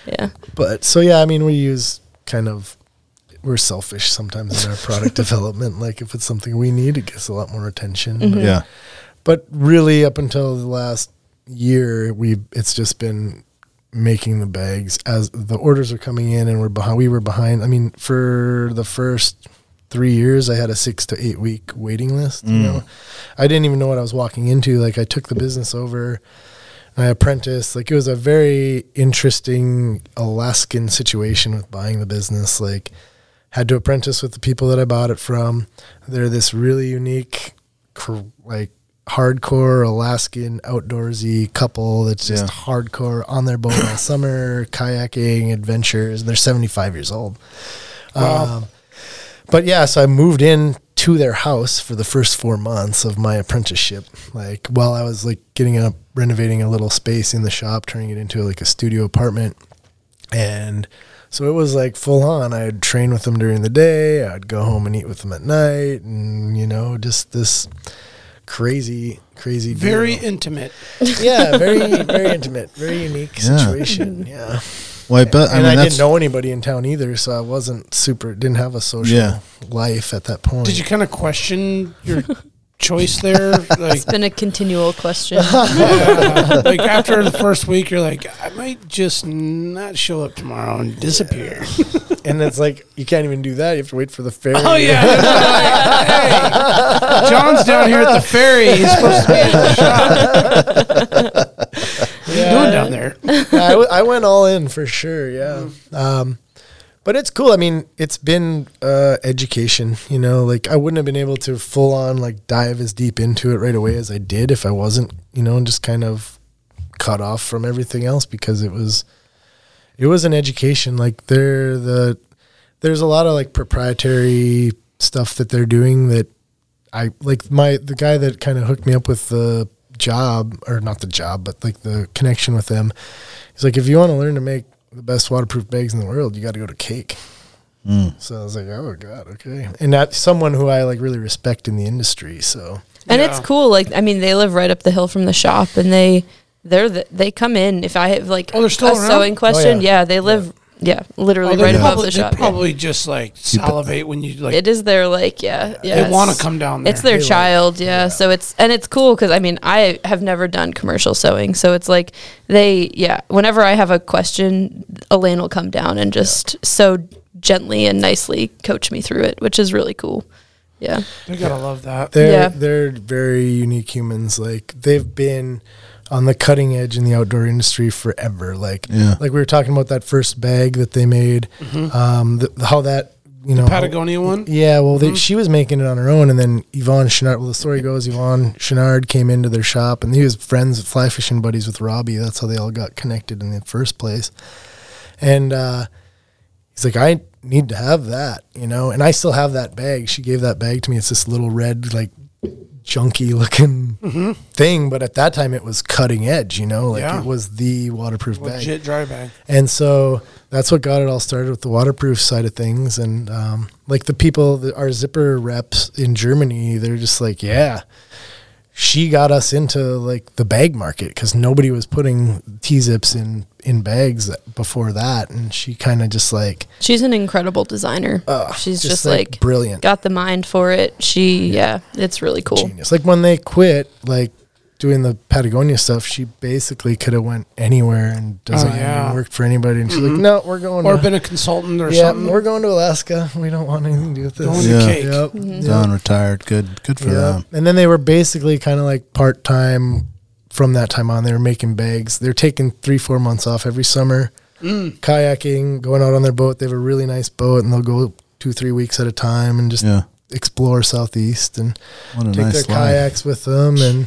yeah, but so yeah, I mean, we use kind of we're selfish sometimes in our product development. Like if it's something we need, it gets a lot more attention. But- Yeah. but really up until the last year we it's just been making the bags as the orders are coming in and we're behind we were behind i mean for the first three years i had a six to eight week waiting list you know i didn't even know what i was walking into like i took the business over and i apprenticed like it was a very interesting alaskan situation with buying the business like had to apprentice with the people that I bought it from. They're this really unique, cr- like hardcore Alaskan outdoorsy couple that's just Yeah. hardcore on their boat all summer, kayaking adventures. And they're 75 years old. Um, but yeah, so I moved in to their house for the first four months of my apprenticeship. Like while I was like getting up, renovating a little space in the shop, turning it into like a studio apartment. And so it was like full on. I'd train with them during the day. I'd go home and eat with them at night, and you know, just this crazy, crazy, deal. Very intimate. yeah, very, very intimate, very unique Yeah. situation. Yeah, Well, I bet. I and mean, I, that's didn't know anybody in town either, so I wasn't super. Didn't have a social Yeah. life at that point. Did you kind of question your choice there? Like, it's been a continual question. yeah. like after the first week, you're like, I might just not show up tomorrow and disappear. and it's like you can't even do that. You have to wait for the ferry. Oh yeah. Hey, John's down here at the ferry. He's supposed to be at the shop. What are you doing down there? yeah, I, w- I went all in for sure. Yeah. Um, but it's cool. I mean, it's been uh, education, you know, like I wouldn't have been able to full on like dive as deep into it right away as I did if I wasn't, you know, and just kind of cut off from everything else because it was, it was an education. Like they're the, there's a lot of like proprietary stuff that they're doing that I like my the guy that kind of hooked me up with the job or not the job but like the connection with them. He's like, if you want to learn to make the best waterproof bags in the world, you got to go to Cake. So I was like, oh god, okay, and that's someone who I like really respect in the industry. So and Yeah. it's cool. Like, I mean, they live right up the hill from the shop, and they they're the, they come in if I have like Oh, they're still a around? sewing question. yeah. yeah. they live yeah, literally they right above probably, the they shop. yeah. probably just like salivate when you like. it is their like yeah, yeah They want to it's- come down there. It's their child, yeah. So it's and it's cool because I mean I have never done commercial sewing, so it's like they yeah. Whenever I have a question, Elaine will come down and just so gently and nicely coach me through it, which is really cool. Yeah, They gotta love that. They're Yeah. they're very unique humans. Like they've been on the cutting edge in the outdoor industry forever. Like Yeah. like we were talking about that first bag that they made. Um, th- how that you know how- Patagonia one. Oh, Yeah, well, Mm-hmm. they, she was making it on her own, and then Yvonne Chenard. Well, the story goes Yvonne Chenard came into their shop, and he was friends, fly fishing buddies with Robbie. That's how they all got connected in the first place. And uh, he's like, I need to have that, you know. And I still have that bag. She gave that bag to me. It's this little red, like junky looking thing, but at that time it was cutting edge, you know. Like Mm-hmm. Yeah. it was the waterproof bag. Legit dry bag. And so that's what got it all started with the waterproof side of things. And um, like the people, that our zipper reps in Germany, they're just like, yeah, she got us into like the bag market because nobody was putting T zips in in bags that- before that. And she kind of just like, she's an incredible designer. she's just, like, brilliant. got the mind for it. She yeah, it's really cool. genius. Like when they quit, like doing the Patagonia stuff, she basically could have went anywhere and designed Oh, yeah. Mm-hmm. and worked for anybody. And she's like, Oh, no, we're going. Or to- been a consultant or yeah, something. we're going to Alaska. We don't want anything to do with this. Going to Yeah. cake. Yep. Done, retired. Good, good for Yeah. them. And then they were basically kind of like part time from that time on. They were making bags. They're taking three, four months off every summer, Mm. kayaking, going out on their boat. They have a really nice boat and they'll go two, three weeks at a time and just Yeah. explore Southeast and What a take nice their life. kayaks with them. And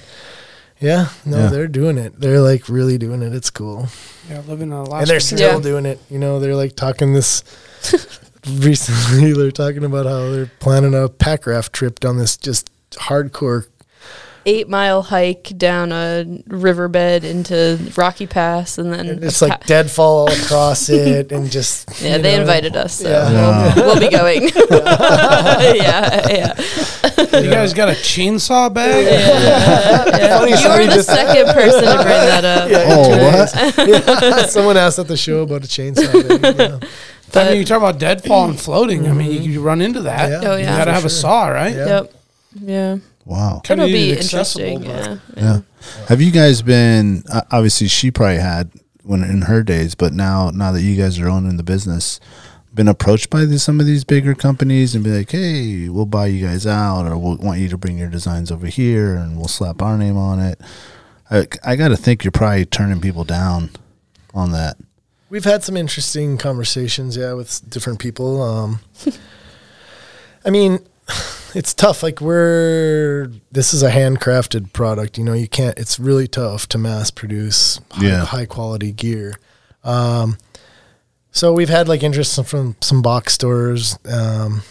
yeah, no, Yeah. they're doing it. They're like really doing it. It's cool. yeah, living in Alaska. and they're dream. still doing it. You know, they're like talking this recently. They're talking about how they're planning a pack raft trip down this just hardcore. Eight mile hike down a riverbed into Rocky Pass, and then And a it's pa- like deadfall all across it, and just Yeah, you they know, invited us, so Yeah. We'll, we'll be going. yeah, yeah. You guys got a chainsaw bag? Funny You story, were the just- second person to bring that up. Oh, what? yeah, someone asked at the show about a chainsaw. thing, yeah. I mean, you talk about deadfall and floating. I mean, you, you run into that. Mm-hmm. Yeah. Oh, You yeah. gotta for have a sure. saw, right? Yeah. Yep. Yeah. Wow. It'll Kinda be inaccessible, interesting. but- Yeah. Yeah. Have you guys been? o- Obviously, she probably had when in her days, but now now that you guys are owning the business, been approached by these, some of these bigger companies and be like, "Hey, we'll buy you guys out, or we'll want you to bring your designs over here, and we'll slap our name on it." I, I got to think you're probably turning people down on that. We've had some interesting conversations, yeah, with s- different people. Um, I mean, it's tough. Like we're this is a handcrafted product. You know, you can't. It's really tough to mass produce high, Yeah. high quality gear. Um, so we've had like interest from- from some box stores, um,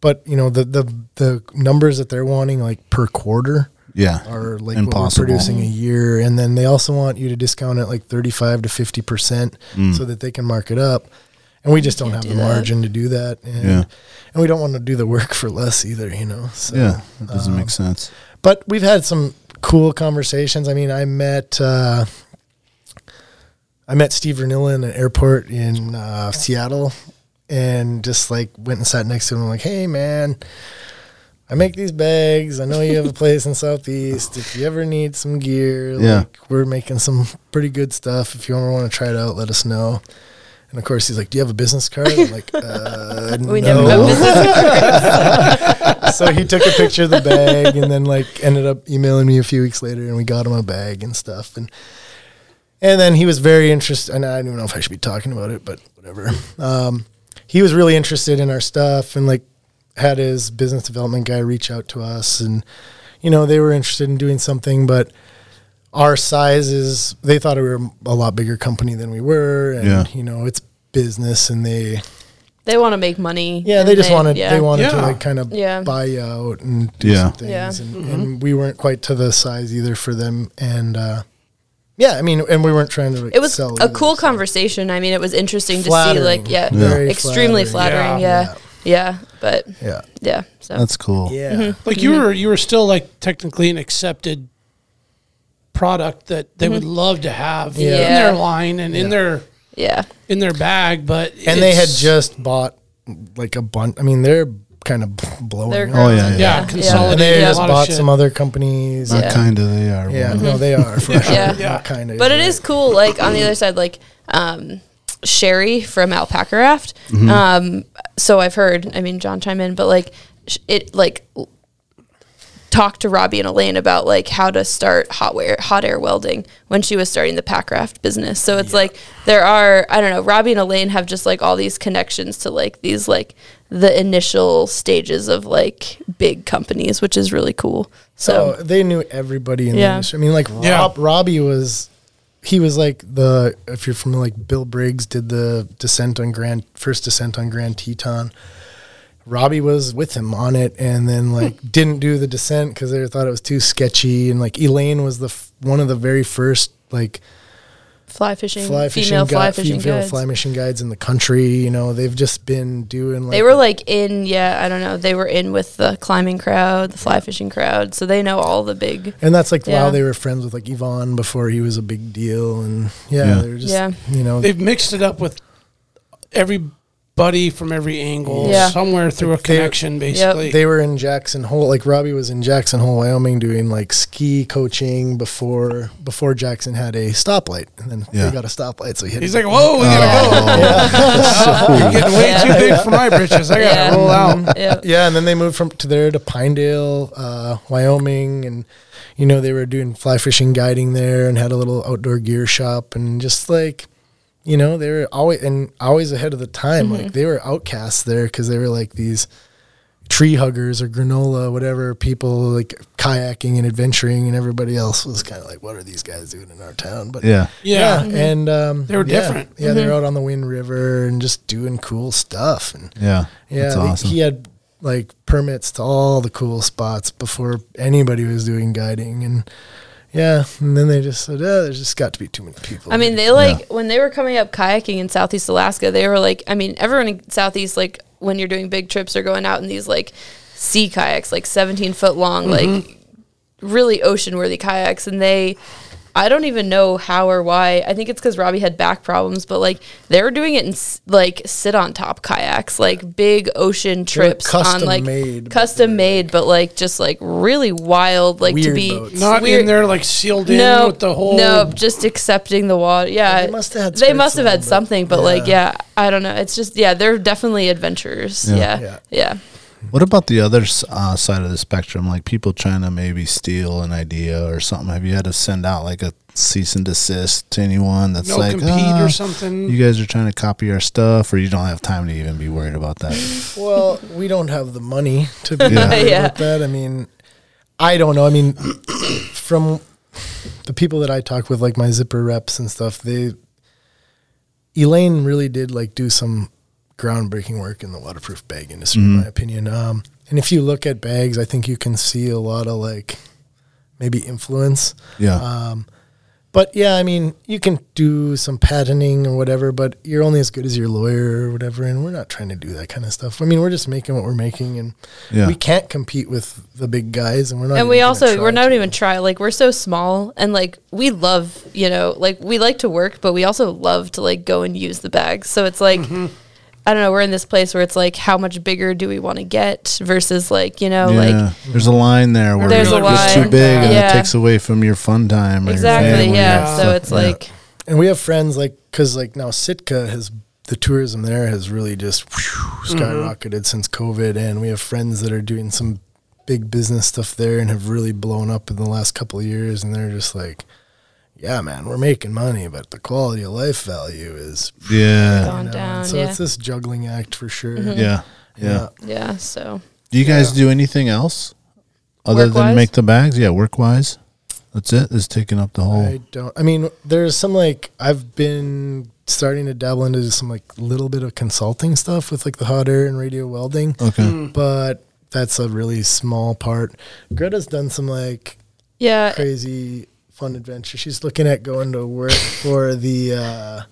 but you know the the the numbers that they're wanting like per quarter Yeah. are like Impossible. what we're producing a year, and then they also want you to discount it like thirty-five to fifty percent, Mm. so that they can mark it up. And we just don't have do the that. margin to do that, and Yeah. and we don't want to do the work for less either, you know. So, yeah, that doesn't Uh, make sense. but we've had some cool conversations. I mean, I met uh, I met Steve Renilla in an airport in uh, Seattle, and just like went and sat next to him. I'm like, hey man, I make these bags. I know you have a place in Southeast. If you ever need some gear, Yeah. like we're making some pretty good stuff. If you ever want to try it out, let us know. And of course, he's like, "Do you have a business card?" I'm like, uh, We no never have business. so he took a picture of the bag and then like ended up emailing me a few weeks later and we got him a bag and stuff and and then he was very interested and I don't even know if I should be talking about it but whatever um, he was really interested in our stuff and like had his business development guy reach out to us and you know they were interested in doing something but our size is they thought we were a lot bigger company than we were and Yeah. you know it's business and they they want to make money. yeah, and they just wanted they wanted to Yeah. Mm-hmm. like kind of Yeah. buy out and do Yeah. some things, Yeah. and, and we weren't quite to the size either for them, and uh, yeah, I mean, and we weren't trying to. Like, It was sell a either, cool so- conversation. I mean, it was interesting to see, Flattering. like, yeah, Very extremely flattering. flattering. Yeah. yeah, But Yeah, yeah, so That's cool. yeah, Mm-hmm. Like you were you were still like technically an accepted product that they would love to have Yeah. in Mm-hmm. Yeah. their line and in their Yeah. in their bag, but and they had it's- just bought like a bunch. I mean, they're kind of blowing. They're up. Oh, yeah, growing. yeah. Yeah, and consolidated. they Yeah. just A lot of bought shit. some other companies. Not Yeah, Yeah. Mm-hmm. kind of. They are. yeah one. no, they are for sure. Yeah. kind of. But it is cool. Like on the other side, like um, Sherry from Alpaca Raft. Mm-hmm. Um, so I've heard. I mean, John chime in, but like sh- it like l- talked to Robbie and Elaine about like how to start hot air hot air welding when she was starting the pack raft business. So it's like there are I don't know. Robbie and Elaine have just like all these connections to like these like the initial stages of like big companies, which is really cool. So So they knew everybody in the Yeah. industry. I mean, like Yeah. Rob, Robbie was, he was like the if you're familiar, like Bill Briggs did the descent on Grand first descent on Grand Teton. Robbie was with him on it, and Hmm. then like didn't do the descent because they thought it was too sketchy. And like Elaine was the f- one of the very first like fly fishing, fly fishing, female gui- fly fishing female guides. fly fishing guides in the country. You know, they've just been doing like They were like in, yeah, I don't know. They were in with the climbing crowd, the fly fishing crowd, so they know all the big. And that's like wow, Yeah. they were friends with like Yvonne before he was a big deal, and yeah, Yeah. they were just Yeah. you know They've mixed it up with everybody from every angle, Yeah. somewhere through a They- connection, basically. they were in Jackson Hole. Like Robbie was in Jackson Hole, Wyoming, doing like ski coaching before before Jackson had a stoplight, and then Yeah. they got a stoplight, so he had He's to, like, whoa, we gotta go. You're getting way Uh, Yeah. too big for my britches. I gotta Yeah. roll out. Yeah. yeah, and then they moved from to there to Pinedale, uh, Wyoming, and you know they were doing fly fishing guiding there and had a little outdoor gear shop and just like you know they were always and always ahead of the time. Mm-hmm. Like they were outcasts there because they were like these tree huggers or granola whatever people like kayaking and adventuring and everybody else was kind of like what are these guys doing in our town but Yeah. Yeah. Mm-hmm. and um, They were yeah, different. Mm-hmm. yeah they were out on the wind river and just doing cool stuff and Yeah. yeah, That's they- awesome. he had like permits to all the cool spots before anybody was doing guiding, and yeah, and then they just said, "Oh, there's just got to be too many people." I mean, they like when they were coming up kayaking in Southeast Alaska, they were like, I mean, everyone in Southeast, like when you're doing big trips, are going out in these like sea kayaks, like 17 foot long, Mm-hmm. like really ocean worthy kayaks. And they, I don't even know how or why. I think it's because Robbie had back problems, but like they were doing it in s- like sit on top kayaks, like big ocean were trips on like custom-made, but custom made, but like just like really wild, like to Weird be boats. Not in weird- there like sealed in no, with the whole. no, just accepting the water. Yeah, they must have had They must skirts have on, had but- something, but like, yeah. yeah, I don't know. It's just, yeah, they're definitely adventurers. Yeah, yeah, Yeah. yeah. What about the other s- uh, side of the spectrum? Like people trying to maybe steal an idea or something. Have you had to send out like a cease and desist to anyone that's No like, compete "Ah, or something. You guys are trying to copy our stuff, or you don't have time to even be worried about that. well, we don't have the money to be Yeah. worried Yeah. about that. I mean, I don't know. I mean, from the people that I talk with, like my zipper reps and stuff, they Elaine really did like do some groundbreaking work in the waterproof bag industry, in my opinion. Um, and if you look at bags, I think you can see a lot of like maybe influence. yeah. Uh, But yeah, I mean, you can do some patenting or whatever, but you're only as good as your lawyer or whatever. And we're not trying to do that kind of stuff. I mean, we're just making what we're making, and Yeah. we can't compete with the big guys. And we're not. And we even gonna also, try we're not to. even try. Like, we're so small and like, we love, you know, like we like to work, but we also love to like go and use the bags. So it's like, Mm-hmm. I don't know, we're in this place where it's like, how much bigger do we want to get versus like, you know, yeah. like, there's a line there where There's it's a too line. big and it Yeah. takes away from your fun time. Or Your exactly. family. Yeah. So it's Yeah. like, And we have friends like because like now Sitka has the tourism there has really just Mm-hmm. whew, skyrocketed since COVID, and we have friends that are doing some big business stuff there and have really blown up in the last couple of years, and they're just like. Yeah, man, we're making money, but the quality of life value is Yeah. gone know, down. and So yeah. Mm-hmm. it's this juggling act for sure. Yeah. Yeah. yeah. So. Do you guys do anything else other than Work-wise? make the bags? Yeah, work wise. That's it. It's taking up the whole. I don't. I mean, there's some like I've been starting to dabble into some like little bit of consulting stuff with like the hot air and radio welding, okay. Hmm. but that's a really small part. Greta's done some like Yeah, crazy fun adventure. She's looking at going to work for the uh,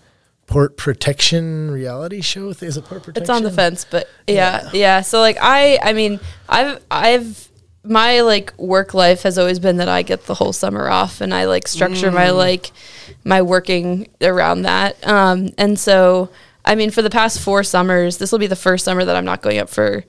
port protection reality show. Is it port protection? it's on the fence but yeah, yeah so like i i mean i've i've my like work life has always been that I get the whole summer off and I like structure my like my working around that. Um and so I mean for the past 4 summers, this will be the first summer that I'm not going up for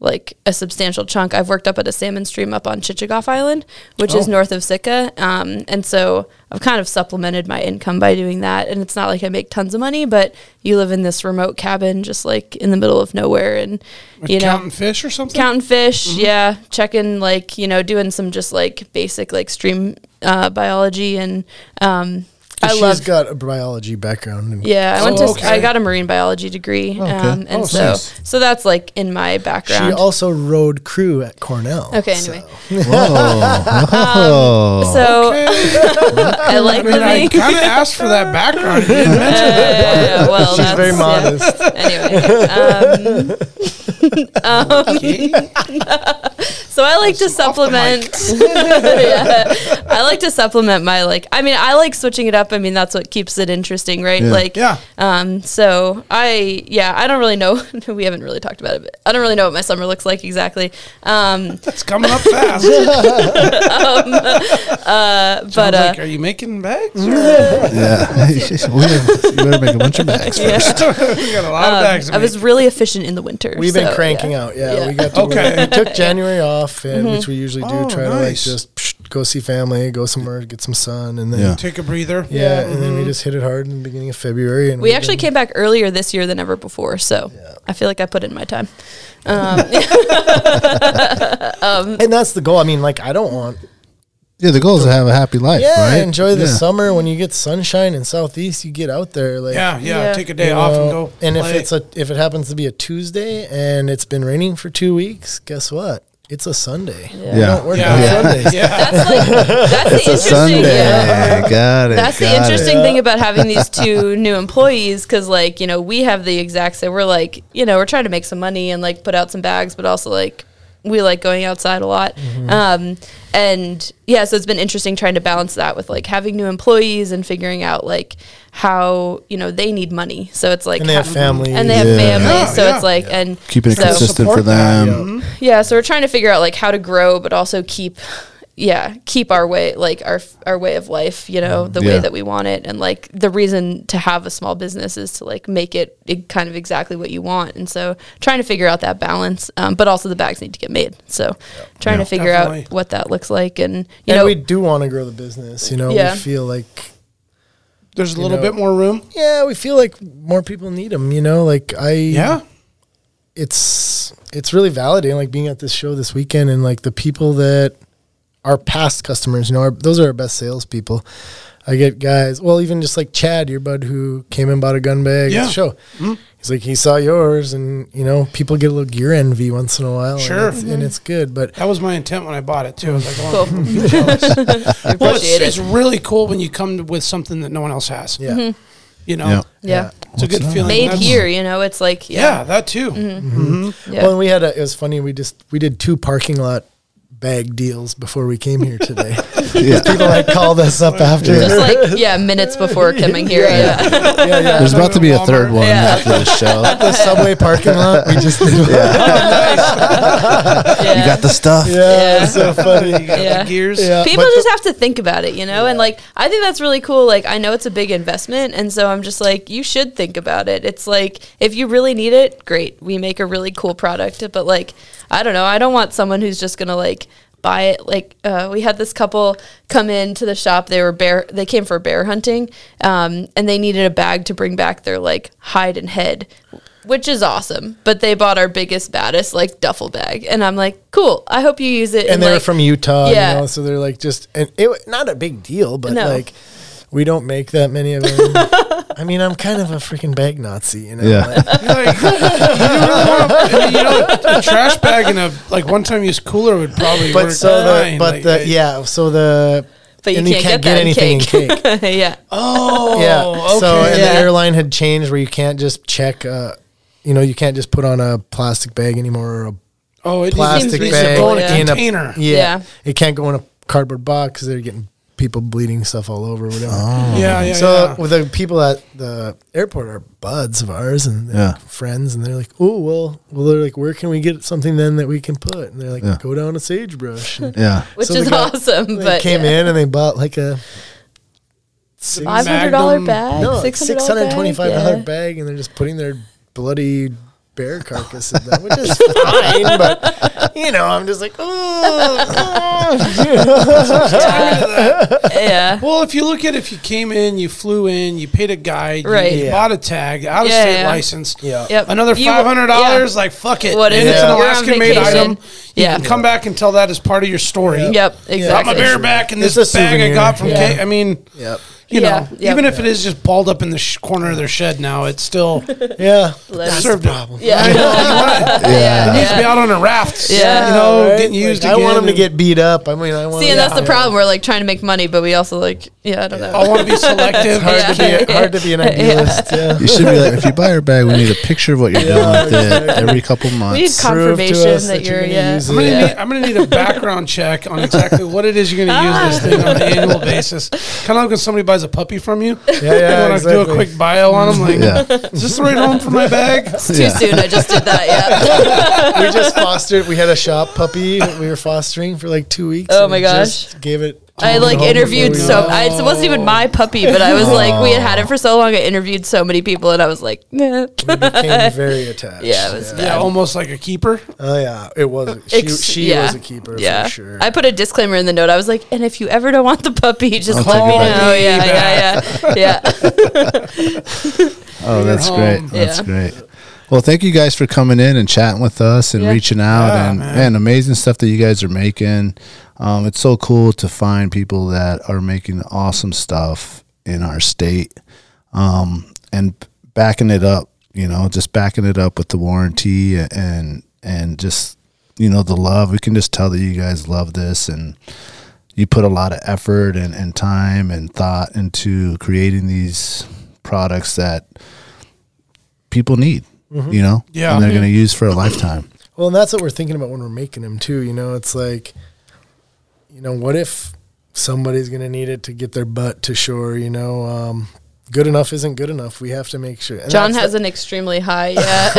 like a substantial chunk. I've worked up at a salmon stream up on Chichagoff Island, which is north of Sitka. Um and so I've kind of supplemented my income by doing that and it's not like I make tons of money, but you live in this remote cabin just like in the middle of nowhere and you know counting fish or something. counting fish yeah checking like you know doing some just like basic like stream uh, biology and um i She's love got a biology background. And yeah i went Oh, to i okay. got a marine biology degree um, Oh, and so nice. so that's like in my She background also rode crew at Cornell. okay so- anyway Oh, so i like I mean, I living kind of asked for that background. You didn't mention it. Uh, well, She's that's- very yeah. modest. Anyway, um, so I like to supplement. Yeah. I like to supplement my like. I mean, I like switching it up. I mean, that's what keeps it interesting, right? Yeah. Like, Yeah. Um, so I, yeah, I don't really know. we haven't really talked about it. But I don't really know what my summer looks like exactly. Um, It's coming up fast. Sounds uh, but uh, like, are you making bags? Or? yeah. you better make a bunch of bags. yeah. we got a lot of bags. to um, I was make. really efficient in the winter. We've been so, cranking yeah. out. Yeah, Yeah. we got to Okay. okay. We took January off, and Mm-hmm. which we usually do. Oh, try to like nice. just psh, go see family, go somewhere, get some sun, and then Yeah. yeah, Take a breather. and then we just hit it hard in the beginning of February. And mm-hmm. We we've actually been- came back earlier this year than ever before, so I feel like I put in my time. Um, and that's the goal. I mean, like I don't want Yeah, the goal is to have a happy life, yeah right? enjoy the Yeah. summer when you get sunshine in Southeast. You get out there like Yeah, yeah. Yeah. Take a day you off and know, go. And play. if it's a if it happens to be a Tuesday and it's been raining for two weeks, guess what? It's a Sunday. Yeah. We don't work on Sundays. yeah. That's like that's the interesting. It's a Sunday. yeah. Got it. That's the got it. interesting thing about having these two new employees because, like, you know, we have the exact same. We're like, you know, we're trying to make some money and like put out some bags, but also like we like going outside a lot. Um, and yeah, so it's been interesting trying to balance that with like having new employees and figuring out like how you know they need money. So it's like And they have how- families. and they have Yeah. families. Yeah, so yeah. it's like and Keeping it so, consistent for Support that, them. yeah, so we're trying to figure out like how to grow, but also keep, yeah, keep our way like our our way of life, you know, the Mm-hmm. Yeah. way that we want it, and like the reason to have a small business is to like make it e- kind of exactly what you want, and so trying to figure out that balance, um, but also the bags need to get made, so trying to figure Definitely. out what that looks like, and you and know, we do want to grow the business. You know, Yeah. we feel like There's a little know. bit more room. yeah, we feel like more people need them. You know, like I Yeah. it's it's really validating. Like being at this show this weekend and like the people that are past customers. You know, are, those are our best salespeople. I get guys. Well, even just like Chad, your bud who came and bought a gun bag at Yeah. Mm-hmm. the show. He's like he saw yours, and you know, people get a little gear envy once in a while. and Sure. it's- and it's good, but That was my intent when I bought it too. I was like, oh, cool. well, it's, appreciate it's it. really cool when you come to- with something that no one else has. yeah. Mm-hmm. You know, Yeah. Yeah, it's a good feeling. made That's- here, you know, it's like Yeah, yeah, that too. yeah. Well, and we had a, it was funny. We just, we did two parking lot bag deals before we came here today. Yeah. People like called us up after. just like yeah, minutes before coming here, yeah. yeah, yeah. There's about to be a Walmart. third one Yeah. after the show. the subway parking lot. We just did. one. yeah. You got the stuff. Yeah, Yeah. it's so funny. Got the Yeah. gears. Yeah. people but just have to think about it, you know? And like, I think that's really cool. Like, I know it's a big investment. And so I'm just like, you should think about it. It's like, if you really need it, great. We make a really cool product. But like, I don't know. I don't want someone who's just going to like, buy it like uh, we had this couple come into the shop they were bear they came for bear hunting um, and they needed a bag to bring back their like hide and head which is awesome but they bought our biggest baddest like duffel bag and i'm like cool i hope you use it and they were like- from Utah, Yeah. you know, so they're like just, and it wa- not a big deal, but No. like we don't make that many of them. I mean, I'm kind of a freaking bag Nazi, you know. Yeah. like- You're like, you really want to, you know, a trash bag in a like one time use cooler would probably but work so the, fine. but like, the I- yeah, so the But you and can't get that in anything in cake. yeah Oh, yeah. So okay. and Yeah. the airline had changed where you can't just check. Uh, you know, you can't just put on a plastic bag anymore or a oh, it plastic needs to reasonable, go bag in a yeah. in container. yeah. Yeah. it can't go in a cardboard box because they're getting people bleeding stuff all over, or whatever. Oh. Yeah, yeah, so yeah. with the people at the airport are buds of ours and they're Yeah. like friends, and they're like, "Oh well, well." They're like, "Where can we get something then that we can put?" And they're like, Yeah. "Go down to Sagebrush." And Yeah. which So they is got- awesome. they But came yeah. in and they bought like a six, five hundred dollar Magnum- bag, no, like six six hundred hundred twenty-five dollar bag. bag, and they're just putting their bloody bear carcass in them, which is fine. But you know, I'm just like, oh, Yeah. yeah. Well, if you look at if you came in, you flew in, you paid a guide, Right. you Yeah. bought a tag, out of Yeah, state yeah. license, Yeah. Yep. another You- five hundred dollars. yeah. Like fuck it, What is and it? it's You're an on Alaskan made vacation. item. Yeah. You can come back and tell that as part of your story. Yep. Got Exactly. my bear back in It's this a bag I souvenir. got from. Yeah. K- I mean, yep. you Yeah, know, yep. even if it is just balled up in the sh- corner of their shed now, it's still Yeah, Let's- served up. Yeah. It Yeah. needs to be out on a raft. Yeah. You know, Right? getting used Like, again. I want them to and- get beat up. I mean, I want. See, and that's the problem. We're like trying to make money, but we also like, yeah, I don't know. I want to be selective. Hard, to be, Yeah. hard to be an idealist. Yeah. You should be like, if you buy your bag, we need a picture of what you're doing with it exactly. every couple months. we need Prove to confirmation us that that you're you're, gonna yeah. use I'm gonna, yeah. need, I'm gonna need a background check on exactly what it is you're gonna use this thing on an annual basis. Kind of like when somebody buys a puppy from you. Ah. Yeah, yeah, you wanna do a exactly. quick bio on them, like, Yeah. is this the right home for my bag? It's too soon. I just did that. Yeah. we just fostered. We had a shop puppy that we were fostering for like two weeks. Oh and my we just gave it. I like home interviewed before we so. left. I, it wasn't even my puppy, but I was like, we had had it for so long. I interviewed so many people, and I was like, nah. We became very attached. yeah, it was Yeah, bad. almost like a keeper. Oh yeah, it was. She, Ex- she yeah. was a keeper for sure. I put a disclaimer in the note. I was like, and if you ever don't want the puppy, just I'll let take me it back. know. Yeah, yeah, yeah, yeah. Oh, that's home. great. That's Yeah. great. Well, thank you guys for coming in and chatting with us and reaching out and man. amazing stuff that you guys are making. Um, it's so cool to find people that are making awesome stuff in our state um, and backing it up. You know, just backing it up with the warranty and and just you know the love. We can just tell that you guys love this and you put a lot of effort and, and time and thought into creating these products that people need, you know, Yeah. and they're going to use for a lifetime. Well, and that's what we're thinking about when we're making them too. You know, it's like, you know, what if somebody's going to need it to get their butt to shore? You know, um, good enough isn't good enough. We have to make sure. And John that's has an extremely high. Yeah,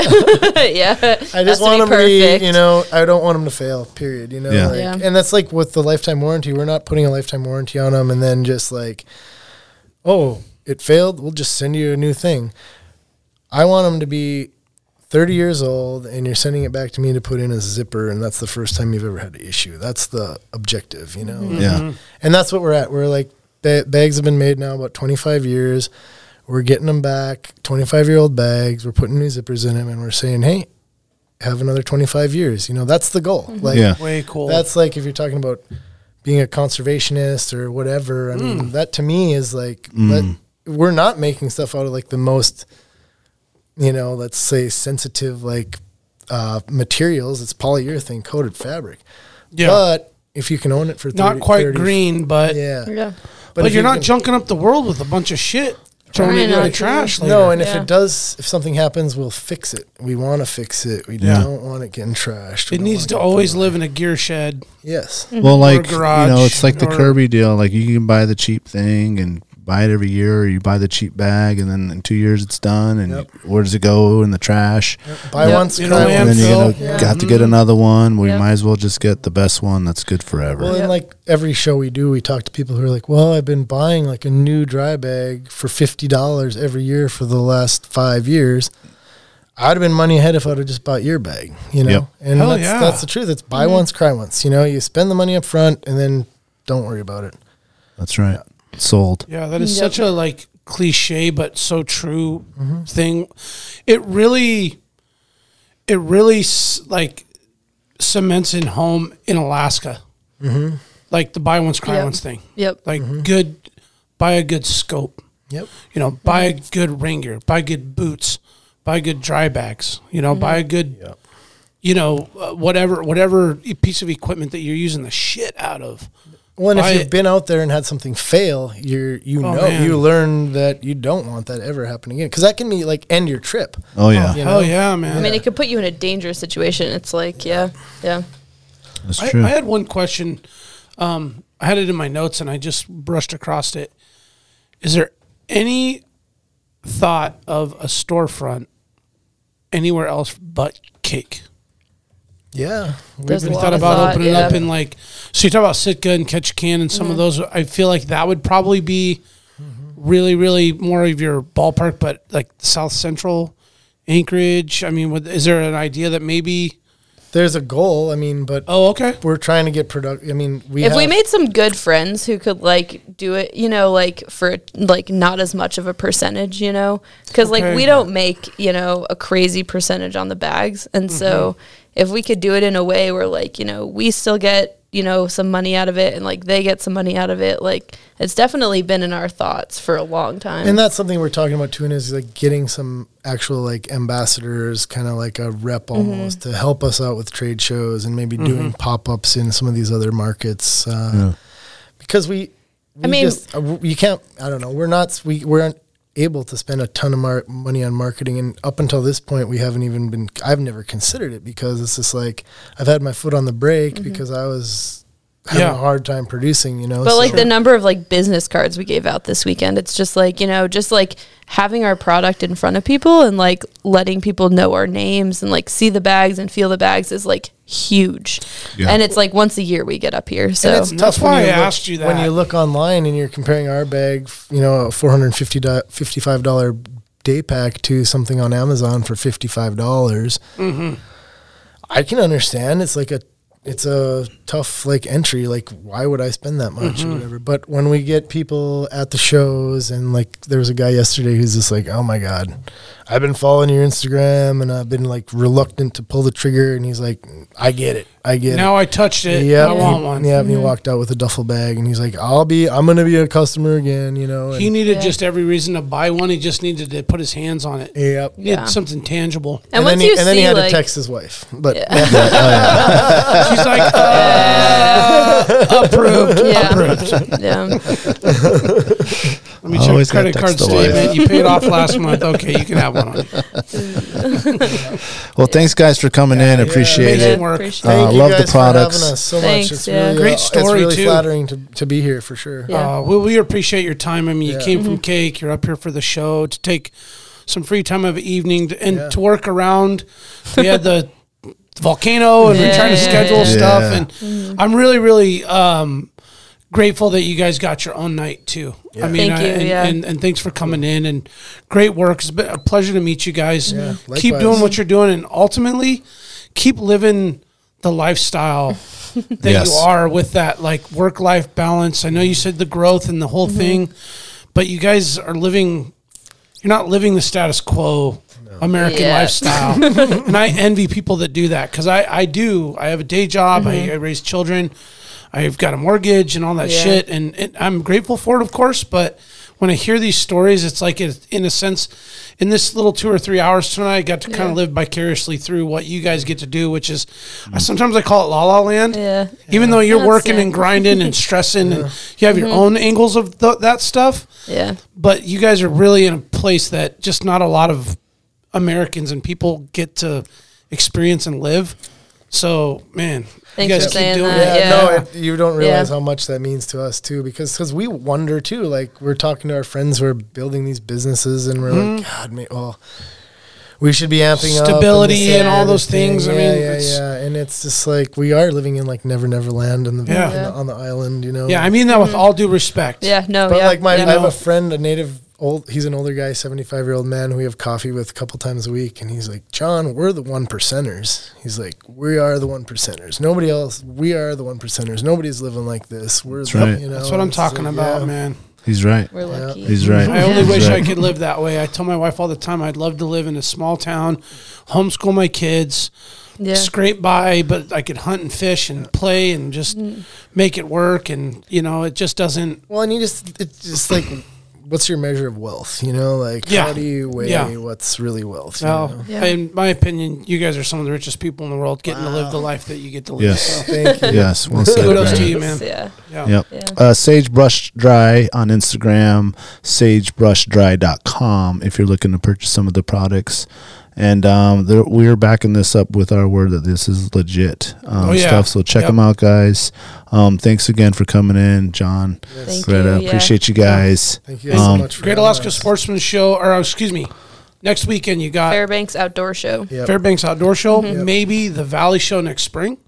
yeah. the- I just want them to be, you know, I don't want them to fail. Period. You know, Yeah. like- Yeah. and that's like with the lifetime warranty. We're not putting a lifetime warranty on them, and then just like, oh, it failed. We'll just send you a new thing. I want them to be 30 years old and you're sending it back to me to put in a zipper and that's the first time you've ever had an issue. That's the objective, you know? Yeah. And that's what we're at. We're like, ba- bags have been made now about 25 years. We're getting them back, 25 year old bags. We're putting new zippers in them and we're saying, hey, have another 25 years. You know, that's the goal. Like, Yeah. Way Mm-hmm. cool. that's like if you're talking about being a conservationist or whatever. I Mm. mean, that to me is like let- we're not making stuff out of like the most, you know, let's say sensitive like uh, materials. It's polyurethane coated fabric, yeah. but if you can own it for 30, not quite 30 green, but yeah. Yeah. but, if you you're not can- junking up the world with a bunch of shit. Throwing Trying it in not the to. trash. Later. No, and if Yeah. it does, if something happens, we'll fix it. We want to fix it. We Yeah. don't want it getting trashed. We it don't needs wanna to get- always live in a gear shed. yes. Well, like, you Mm-hmm. garage know, it's like the or- Kirby deal. Like you can buy the cheap thing and buy it every year or you buy the cheap bag and then in two years it's done. And Yep. where does it go in the trash? Buy Yeah. once, You know, cry we And have once. then you're Landfill. Mm-hmm. going to have to get another one. We Yeah. might as well just get the best one that's good forever. Well, Yep. in like every show we do, we talk to people who are like, "Well, I've been buying like a new dry bag for fifty dollars every year for the last five years. I'd have been money ahead if I'd have just bought your bag, you know." Yep. And Hell that's yeah. that's the truth. It's buy once, cry once. You know, you spend the money up front and then don't worry about it. that's right. Sold. Yeah, that is Yep. such a like cliche but so true thing. It really, it really s- like cements in home in Alaska, like the buy once cry Yep. once thing. Yep. Like good, buy a good scope. Yep. You know, buy Mm-hmm. a good ring gear, buy good boots, buy good dry bags. You know, buy Mm-hmm. a good, you know, uh, whatever whatever e-, piece of equipment that you're using the shit out of. Well, and if Buy you've it. been out there and had something fail, you're you Oh, know man. you learn that you don't want that ever happening again because that can be like end your trip. Oh, yeah. You Oh yeah, man. I mean, it could put you in a dangerous situation. It's like, yeah, yeah. That's I, true. I had one question. Um, I had it in my notes and I just brushed across it. Is there any thought of a storefront anywhere else but cake? Yeah. There's a We lot thought of about thought, opening yeah. Mm-hmm. up in like so you talk about Sitka and Ketchikan and some of those. I feel like that would probably be really, really more of your ballpark, but like South Central, Anchorage. I mean, would, is there an idea that maybe? There's a goal. I mean, but Oh, okay. we're trying to get product. I mean, we if we have- made some good friends who could like do it, you know, like for like not as much of a percentage, you know, because Okay. like we don't make you know a crazy percentage on the bags, and so Mm-hmm. if we could do it in a way where like you know we still get you know some money out of it and like they get some money out of it, like it's definitely been in our thoughts for a long time. And that's something we're talking about too, and is like getting some actual like ambassadors, kind of like a rep Mm-hmm. almost to help us out with trade shows and maybe doing pop ups in some of these other markets. Uh, Because we, we I mean- just, uh, w- you can't, I don't know, we're not, we, we aren't able to spend a ton of mar- money on marketing. And up until this point, we haven't even been, I've never considered it because it's just like, I've had my foot on the brake Mm-hmm. because I was having Yeah. a hard time producing, you know? But like so- the number of like business cards we gave out this weekend, it's just like you know, just like having our product in front of people and like letting people know our names and like see the bags and feel the bags is like huge. Yeah. And it's like once a year we get up here, so And it's That's tough when why you I look- asked you that. When you look online and you're comparing our bag, f- you know, a $455 day pack to something on Amazon for $55, dollars Mm-hmm. I can understand. It's like a, it's a tough like entry. Like, why would I spend that much Mm-hmm. or whatever? But when we get people at the shows and like, there was a guy yesterday who's just like, oh my God, I've been following your Instagram and I've been like reluctant to pull the trigger. And he's like, I get it. I get it. now I touched it. Yeah, I he- want one. Yeah, and he walked out with a duffel bag, and he's like, "I'll be, I'm gonna be a customer again," you know. He And, needed Yeah. just every reason to buy one. He just needed to put his hands on it. yep. He needed Yeah. something tangible. and, then once he, you and see then he had like to text his wife, but She's like, uh, approved. yeah, yeah. Let I me check your always gotta credit card text the wife. statement. You paid off last month. Okay, you can have one. On you. Well, thanks guys for coming in. Appreciate amazing it. work. Appreciate Uh, it. thank you love the guys for products. having us so Thanks, much. It's yeah. really, Great uh, story, It's really too. flattering to, to be here for sure. Yeah. Mm-hmm. Uh, well, we appreciate your time. I mean, you Yeah. came from Cake. You're up here for the show to take some free time of evening to, and to work around. We had the volcano, and we're Yeah, trying to yeah, schedule yeah. Mm-hmm. stuff. Yeah. And I'm really, really um, grateful that you guys got your own night too. I mean, Thank I- you, and, yeah. and, and thanks for coming in. And great work. It's been a pleasure to meet you guys. keep likewise. doing what you're doing, and ultimately, keep living the lifestyle that Yes. you are with that like work life balance. I know you said the growth and the whole Mm-hmm. thing, but you guys are living you're not living the status quo American Yeah. lifestyle. and I envy people that do that because I, I do. I have a day job, I, I raise children, I've got a mortgage and all that Mm-hmm. Yeah. shit. And, and I'm grateful for it, of course. But when I hear these stories, it's like, it, in a sense, in this little two or three hours tonight, I got to kind of live vicariously through what you guys get to do, which is Mm-hmm. I sometimes I call it la la land. Yeah. Even though you're That's working it. Mm-hmm. and grinding and stressing and you have your own angles of th- that stuff yeah. but you guys are really in a place that just not a lot of Americans and people get to experience and live. So, man, Thanks you guys for saying doing that. it. Yeah. no, it, you don't realize Yeah. how much that means to us too, because because we wonder too. Like we're talking to our friends who are building these businesses, and we're like, Mm-hmm. God, ma- well, we should be amping up and Stability this, that, and all other those things. I Yeah, mean, yeah, it's- yeah, and it's just like we are living in like Never Never Land in the, Yeah. in the- on the island, you know. Yeah, I mean that with all due respect. Mm-hmm. Yeah, no, But yeah. like my, yeah. I have a friend, a native old. He's an older guy, seventy-five year old man who we have coffee with a couple times a week, and he's like, "John, we're the one percenters." He's like, "We are the one percenters. Nobody else. We are the one percenters. Nobody's living like this. We're the, right. you know." That's what I'm it's like, talking about, yeah. man. He's right. we're lucky. He's right. I only He's wish I right. could live that way. I tell my wife all the time I'd love to live in a small town, homeschool my kids, yeah. scrape by, but I could hunt and fish and play and just Mm. make it work. And, you know, it just doesn't. Well, and you just, it's just like, what's your measure of wealth? You know, like Yeah. how do you weigh Yeah. what's really wealth? you know? Well, Yeah. in my opinion, you guys are some of the richest people in the world getting to live the life that you get to live. Yes. Thank you. Yes. Well said, Kudos Brandon. to you, man. Yeah. Yeah. Yep. Yeah. Uh, Sagebrush Dry on Instagram, sagebrushdry.com if you're looking to purchase some of the products. And um, there, we are backing this up with our word that this is legit um, Oh, yeah. stuff. So check Yep. them out, guys. Um, thanks again for coming in, John, Thank Greta. you. yeah. Appreciate you guys. Thank you guys Um, so much. For Great having Alaska us. Sportsman Show, or uh, excuse me, next weekend you got Fairbanks Outdoor Show. Yep. Fairbanks Outdoor Show, Mm-hmm. maybe the Valley Show next spring.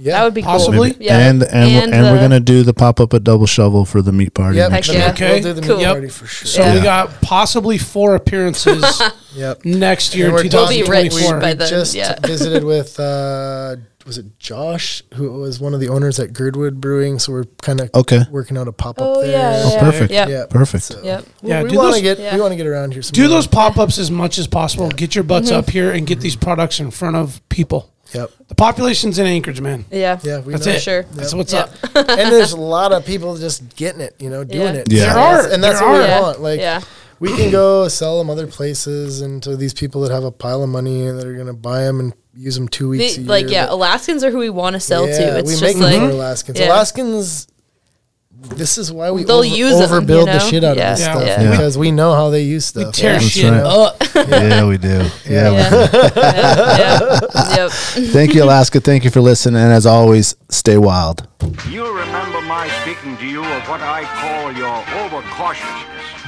Yeah. That would be Possibly. Cool. Maybe. Yeah. And and and, and we're the- gonna do the pop up at Double Shovel for the meat party. Yep. Heck next yeah. year. Okay, We'll do the cool. meat party for sure. So we Yeah. got possibly four appearances yep. next year, And we're We'll be rich 2024. by then. just yeah. visited with uh, was it Josh who was one of the owners at Girdwood Brewing? So we're kind of Okay. working out a pop up Oh there. yeah. Oh, yeah. perfect. Yep. Yeah. Perfect. Yep. We- Yeah, we do want those- to get Yeah. we want to get around here. Some Do more. those pop ups as much as possible. Get your butts Mm-hmm. up here and get these products in front of people. Yep. The population's in Anchorage, man. Yeah. Yeah, we That's know. for sure. That's what's Yeah. up. and there's a lot of people just getting it, you know, doing Yeah. it. Yeah. There are. and that's There what are. we want. Like, Yeah. we can go sell them other places, and to these people that have a pile of money and that are gonna buy them and use them two weeks. The- a like year, yeah, but- Alaskans are who we want to sell Yeah, to. we It's make just them like for Alaskans. yeah. Alaskans. This is why we They'll over- use 'em, overbuild you the know? shit out Yeah. of this Yeah. stuff Yeah. because we know how they use stuff. Tear That's shit right. up. yeah, we do. Yeah. we yeah. yeah. yeah. Yep. Thank you, Alaska. Thank you for listening. And as always, stay wild. You'll remember my speaking to you of what I call your overcautiousness.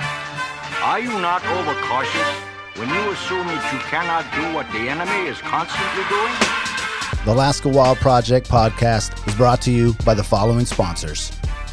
Are you not overcautious when you assume that you cannot do what the enemy is constantly doing? The Alaska Wild Project podcast is brought to you by the following sponsors.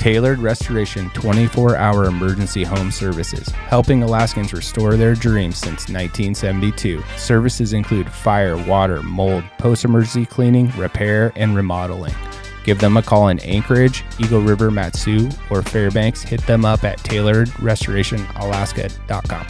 Tailored Restoration 24 hour emergency home services, helping Alaskans restore their dreams since 1972. Services include fire, water, mold, post emergency cleaning, repair, and remodeling. Give them a call in Anchorage, Eagle River, Matsu, or Fairbanks. Hit them up at tailoredrestorationalaska.com.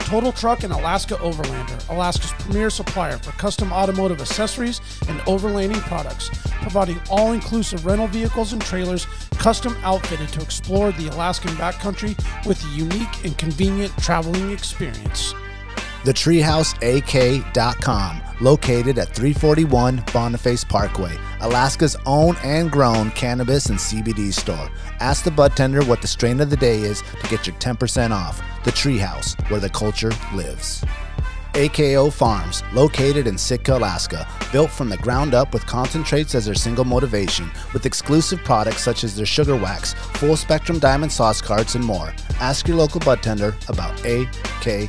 Total Truck and Alaska Overlander, Alaska's premier supplier for custom automotive accessories and overlanding products, providing all inclusive rental vehicles and trailers custom outfitted to explore the Alaskan backcountry with a unique and convenient traveling experience. TheTreehouseAK.com, located at 341 Boniface Parkway, Alaska's own and grown cannabis and CBD store. Ask the bud tender what the strain of the day is to get your 10% off. The Treehouse, where the culture lives. AKO Farms, located in Sitka, Alaska, built from the ground up with concentrates as their single motivation, with exclusive products such as their sugar wax, full spectrum diamond sauce carts, and more. Ask your local bud tender about AKO.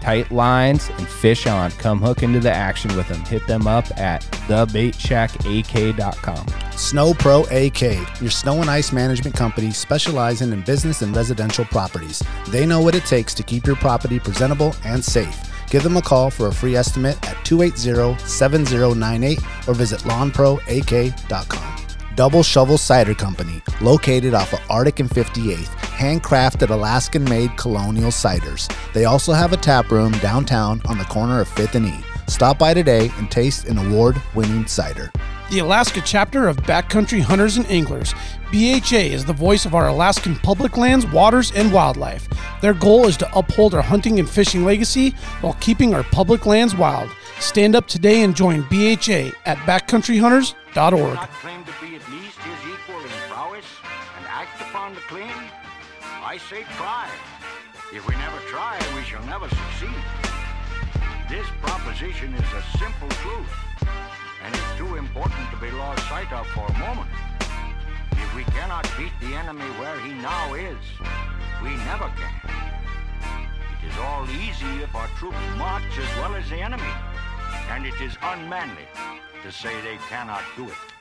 Tight lines and fish on. Come hook into the action with them. Hit them up at thebaitshackak.com. Snow Pro AK, your snow and ice management company specializing in business and residential properties. They know what it takes to keep your property presentable and safe. Give them a call for a free estimate at 280-7098 or visit lawnproak.com. Double Shovel Cider Company, located off of Arctic and 58th, handcrafted Alaskan made colonial ciders. They also have a tap room downtown on the corner of 5th and E. Stop by today and taste an award winning cider. The Alaska chapter of Backcountry Hunters and Anglers, BHA is the voice of our Alaskan public lands, waters, and wildlife. Their goal is to uphold our hunting and fishing legacy while keeping our public lands wild. Stand up today and join BHA at backcountryhunters.org. Not claim to be at least his equal in prowess and act upon the claim? I say try. If we never try, we shall never succeed. This proposition is a simple truth, and it's too important to be lost sight of for a moment. If we cannot beat the enemy where he now is, we never can. It is all easy if our troops march as well as the enemy, and it is unmanly to say they cannot do it.